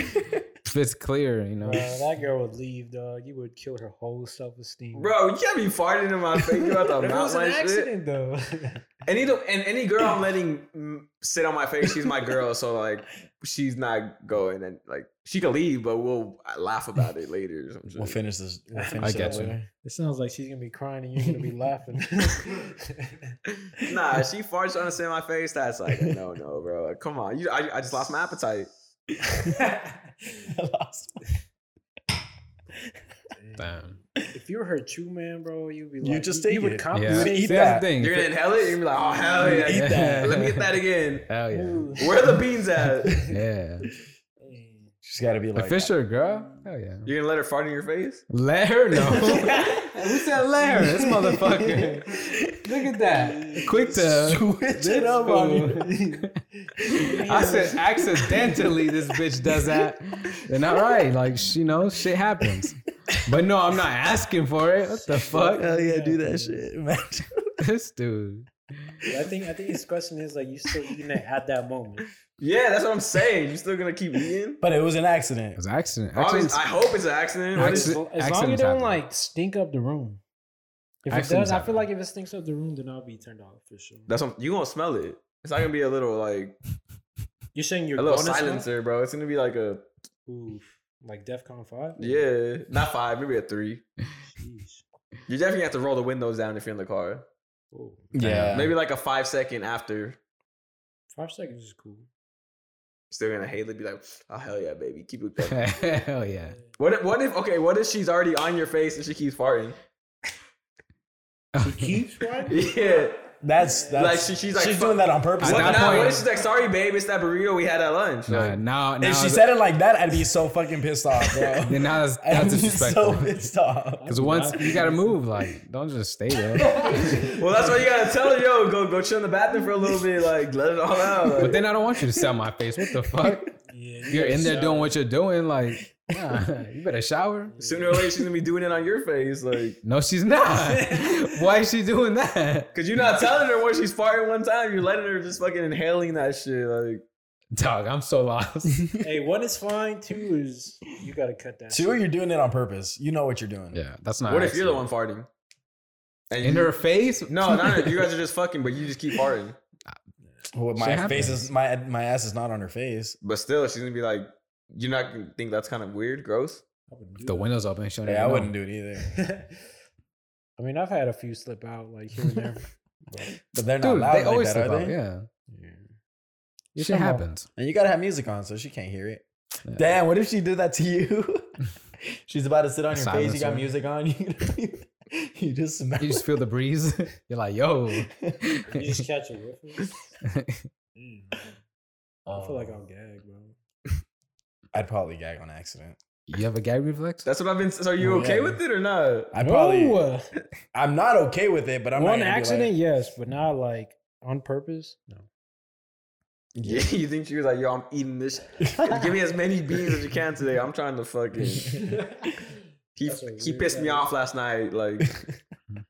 If it's clear, you know.
Bro, that girl would leave, dog. You would kill her whole self esteem.
Bro, you can't be farting in my face. You about to
it
mount
was an
my shit.
accident, though.
Any the- and any girl I'm letting mm, sit on my face, she's my girl. So like, she's not going and like she could leave, but we'll laugh about it later. Or some shit.
we'll finish this. We'll finish
get
it
you.
later.
it sounds like she's going to be crying and you're going to be laughing.
Nah, she farts trying to sit on my face. That's like no, no, bro. Like, come on, you, I, I just lost my appetite.
I lost my-
Damn.
if you were her true man, bro, you'd be like,
You just
you,
take
would
it.
Yeah.
compensate.
eat
See,
that.
that's the thing.
You're gonna inhale it. You're gonna be like, oh hell
You
yeah,
eat that.
let me get that again.
Hell Oh, yeah.
Ooh.
Where are the beans at?
Yeah.
She's got to be
The
like.
Fisher girl? Hell yeah.
You're gonna let her fart in your face?
Let her know. Who said let her? This motherfucker. Look at that. Quick to.
Switch it up on you.
I said accidentally this bitch does that. Then all right, like she knows shit happens. But no, I'm not asking for it. What the fuck?
Hell yeah, do that shit, man.
This dude.
But I think I think his question is like you still eating it at that moment.
Yeah, that's what I'm saying. You still gonna keep eating?
But it was an accident.
It was an accident.
Obviously,
Accidents,
I hope it's an accident. What is
As,
Accident-
it?
lo- as long as you
accidents
don't
happen.
like stink up the room. If it
Accidents
does, I
happen.
feel like if it stinks up the room, then I'll be turned off for sure.
That's what you gonna smell it. It's not gonna be a little like
You're saying you're
a little
going to smell-
silencer, bro. It's gonna be like a
Ooh, like DefCon Five.
yeah, not five, maybe a three.
Jeez.
You definitely have to roll the windows down if you're in the car.
Oh,
Yeah.
Maybe like a five second after.
five seconds is cool.
Still gonna hate it. Be like, oh hell yeah, baby, keep it. Going.
Hell yeah.
what? If, what if? Okay, what if she's already on your face and she keeps farting?
Keeps right.
yeah.
That's that's
Like, she- she's like,
she's
"Fuck."
doing that on purpose.
At
What,
that
now,
point-
what if she's like, sorry, babe, it's that burrito we had at lunch?
Nah,
Like,
now, now,
if she
the-
said it like that, I'd be so fucking pissed off, bro.
then now that's,
I'd
that's
be
disrespectful.
so pissed off.
Because once you gotta move, like don't just stay there.
well, that's why you gotta tell her, yo, go go chill in the bathroom for a little bit, like let it all out. like-
But then I don't want you to sell my face. What the fuck?
Yeah,
You're in there
shower.
doing what you're doing. Like, nah, you better shower.
sooner or later she's gonna be doing it on your face, like
No, she's not. Why is she doing that?
because you're not telling her when she's farting one time, you're letting her just fucking inhaling that shit. Like
Dog, I'm so lost.
Hey, one is fine. Two is you gotta cut that.
Two,
shit.
you're doing it on purpose. You know what you're doing.
yeah, that's not.
what if you're the one
accident.
farting? And
in
you-
her face?
No, not you guys are just fucking, but you just keep farting.
Well,
Shit
my
happens.
face is my my ass is not on her face.
But still, she's gonna be like, you're not gonna think that's kind of weird, gross.
If the windows open. She'll
Yeah, I wouldn't do it either.
I mean, I've had a few slip out like here and there.
But they're not
Dude,
loud
they
like
always
that,
slip
are
out.
they?
Yeah,
Yeah.
shit
come on.
happens.
And you gotta have music on so she can't hear it.
Yeah.
Damn, what if she did that to you? She's about to sit on your face. You
Silencer.
got music on. You, you just smell.
You just feel the breeze. You're like, yo.
you just catch a whiff. I
I
feel like I'll gag, bro.
I'd probably gag on accident.
you have a gag reflex?
That's what I've been. So are you
Yeah.
okay with it or not?
I probably.
No,
I'm not okay with it, but I'm
one
not gonna be
accident,
Like, "Hmm."
yes, but not like on purpose. No.
Yeah, you think she was like, yo, I'm eating this. sh- Give me as many beans as you can today. I'm trying to fucking. He
That's a
he
weird
pissed me
idea.
off last night. Like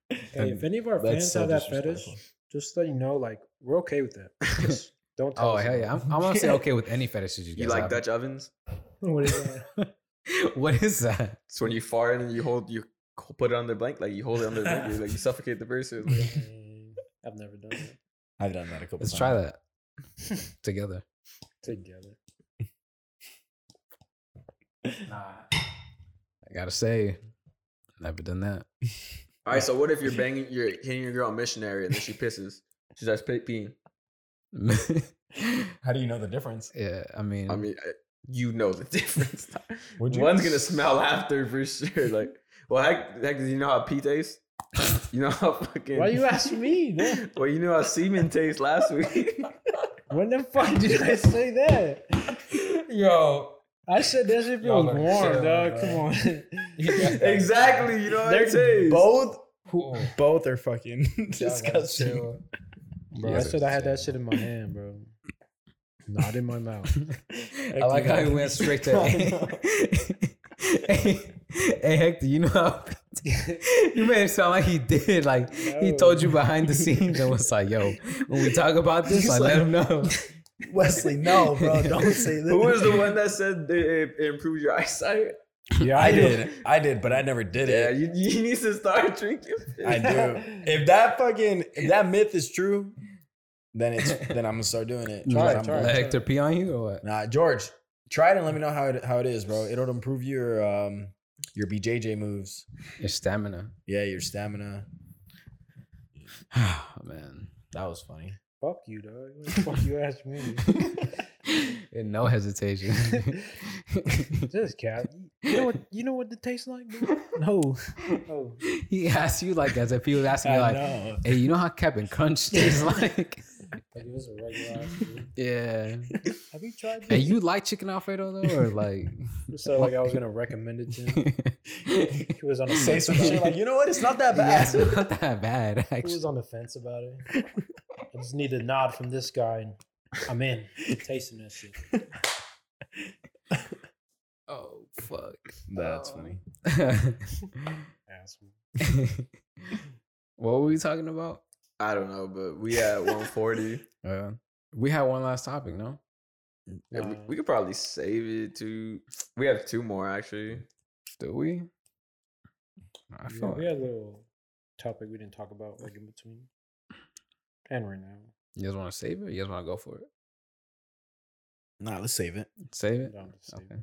Hey, if any of our
That's
fans
so
have that fetish,
disrespectful.
just so you know, like we're okay with that. Just don't. Tell
Oh
us
hell
about
yeah! I'm, I'm honestly okay with any fetishes you guys
you like
have.
Dutch ovens.
it. What is that?
what is that?
It's when you fart and you hold you put it on their blank, like you hold it on their blanket, like you suffocate the person.
Mm, I've never done that
I've done that a couple.
Let's
times.
try that together.
together.
I gotta say, never done that.
All right, so what if you're banging, you're hitting your girl missionary and then she pisses? She starts pe- peeing.
How do you know the difference?
yeah, I mean,
I mean, I- you know the difference.
Would you-
One's gonna smell after for sure. Like, well, heck, heck, you know how pee tastes. You know how fucking.
Why you asking me? man?
well, you know how semen tastes last week.
When the fuck did I say that?
Yo,
I said that shit
Y'all
feels
are
warm,
chill,
dog.
bro.
Come on.
exactly. You know how it
they're
tastes.
both. Who, both are fucking disgusting.
chill. Bro,
Yeah,
I should have had that shit in my hand, bro. Not in my mouth.
I like how he went straight to.
I
hey,
know.
hey, Hector, you know how you made it sound like he did. Like he
No.
told you behind the scenes and was like, "Yo, when we talk about this,
He's
I
like-
let him know."
Wesley, no, bro, don't say that.
Who was the one that said it, it improved your eyesight?
Yeah,
I did, I did, but I never did
Yeah,
it.
you, you need to start drinking.
I do. If that fucking if that myth is true, then it's then I'm gonna start doing it.
Try it,
I'm
try it.
Let Hector pee on you or what?
Nah, George, try it and let me know how it how it is, bro. It'll improve your um your BJJ moves.
Your stamina.
Yeah, your stamina.
Oh, man,
That was funny.
Fuck you, dog. What the fuck you asked me?
And no hesitation.
Just cap. You know what? You know what it tastes like? Bro? No. Oh,
he asked you like as if he was asking you like,
know.
"Hey, you know how Captain Crunch tastes like?"
like it was a regular. ass food.
yeah.
Have you tried
Hey,
this?
you like chicken alfredo though, or like?
so like I was gonna recommend it to him. He was on a
Say
fence
some
about
shit
it.
like, you know what? It's not that
Yeah,
bad.
it's not that bad
He
actually.
was on the fence about it. I just need a nod from this guy, and I'm in. Tasting that shit.
Oh fuck.
That's funny.
Asshole.
what were we talking about?
I don't know, but we at 140.
Uh, we had one last topic, no?
Yeah, we,
Um,
we could probably save it to. We have two more actually.
Do we? I
Yeah,
feel
we
like
had a little topic we didn't talk about like in between, and right now.
you guys want to save it. You guys want to go for it?
Nah, let's save it.
Save it.
Down to save
Okay.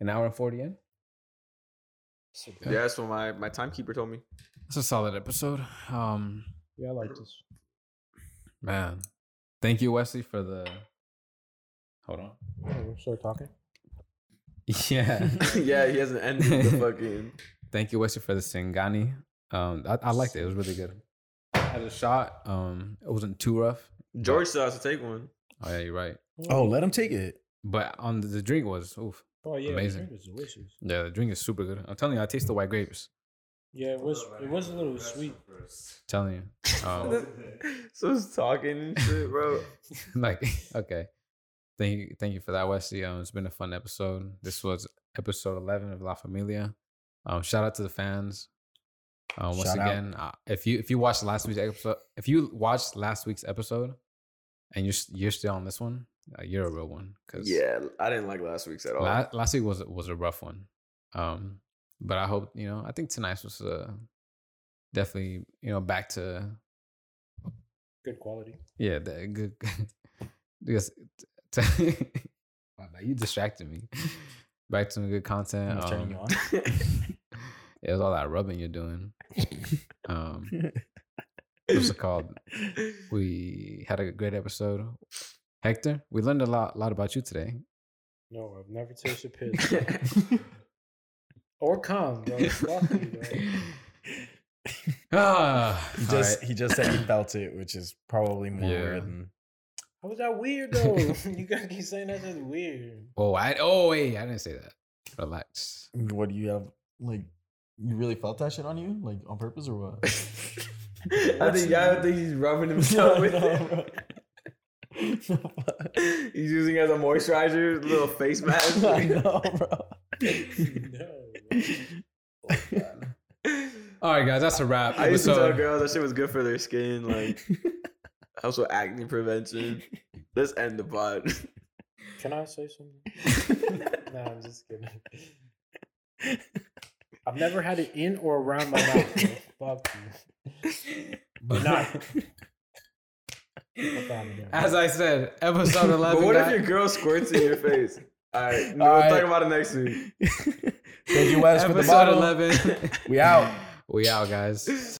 An hour and forty in.
it.
Yeah, that's what my my timekeeper told me.
That's a solid episode. Um,
Yeah, I like this.
man, thank you, Wesley, for the. Hold on.
Yeah, we'll start talking.
Yeah.
yeah, he hasn't ended the fucking.
Thank you, Wesley, for the Singani. Um, I, I liked it. It was really good. Had a shot. Um, it wasn't too rough.
George still has to take one.
Oh yeah, you're right.
Oh, let him take it.
But on the, the drink was oof.
oh yeah,
amazing.
amazing. It was delicious.
Yeah, the drink is super good. I'm telling you, I taste the white grapes.
Yeah, it was. It was a little sweet.
telling you.
Oh.
Um,
so he's talking and shit, bro.
like okay. Thank you, thank you for that, Wesley. Um, it's been a fun episode. This was episode eleven of La Familia. Um, shout out to the fans. Um, once
Shout out.
again, uh, if you if you watched last week's episode, if you watched last week's episode, and you're s- you're still on this one, uh, you're a real one. Cause
Yeah, I didn't like last week's at all.
last, last week was was a rough one. Um, but I hope you know. I think tonight's was uh, definitely you know back to
Good quality.
yeah, that good. because t- Wow, now you distracted me. Back to some good content.
I'm turning you
um,
on.
It was all that rubbing you're doing. Um, what's it called? We had a great episode. Hector, we learned a lot, lot about you today.
No, I've never tasted piss or cum, bro. Fuck you, bro.
ah,
He
all
just
right.
he just said he felt it, which is probably more
Yeah.
weird than
How was that weird though? you gotta keep saying that's just weird.
Oh, I. Oh, wait, I didn't say that. Relax.
Mm, what do you have like you really felt that shit on you? Like on purpose or what?
I think I think he's rubbing himself with it.
no, bro.
He's using it as a moisturizer, little face mask.
I know, bro.
No.
All right, guys, that's a wrap.
I used to tell
Episode-
girls that shit was good for their skin, like also acne prevention. Let's end the pod.
Can I say something? no, I'm just kidding. I've never had it in or around my mouth. bro. Fuck you.
but-
Not. Fuck out of here.
As I said, episode 11.
but what if
guys-
your girl squirts in your face? All right, no,
All
we'll
right.
talk about it next week.
Thank you, Wes, for the
Episode
bottle.
11.
We out.
we out, guys.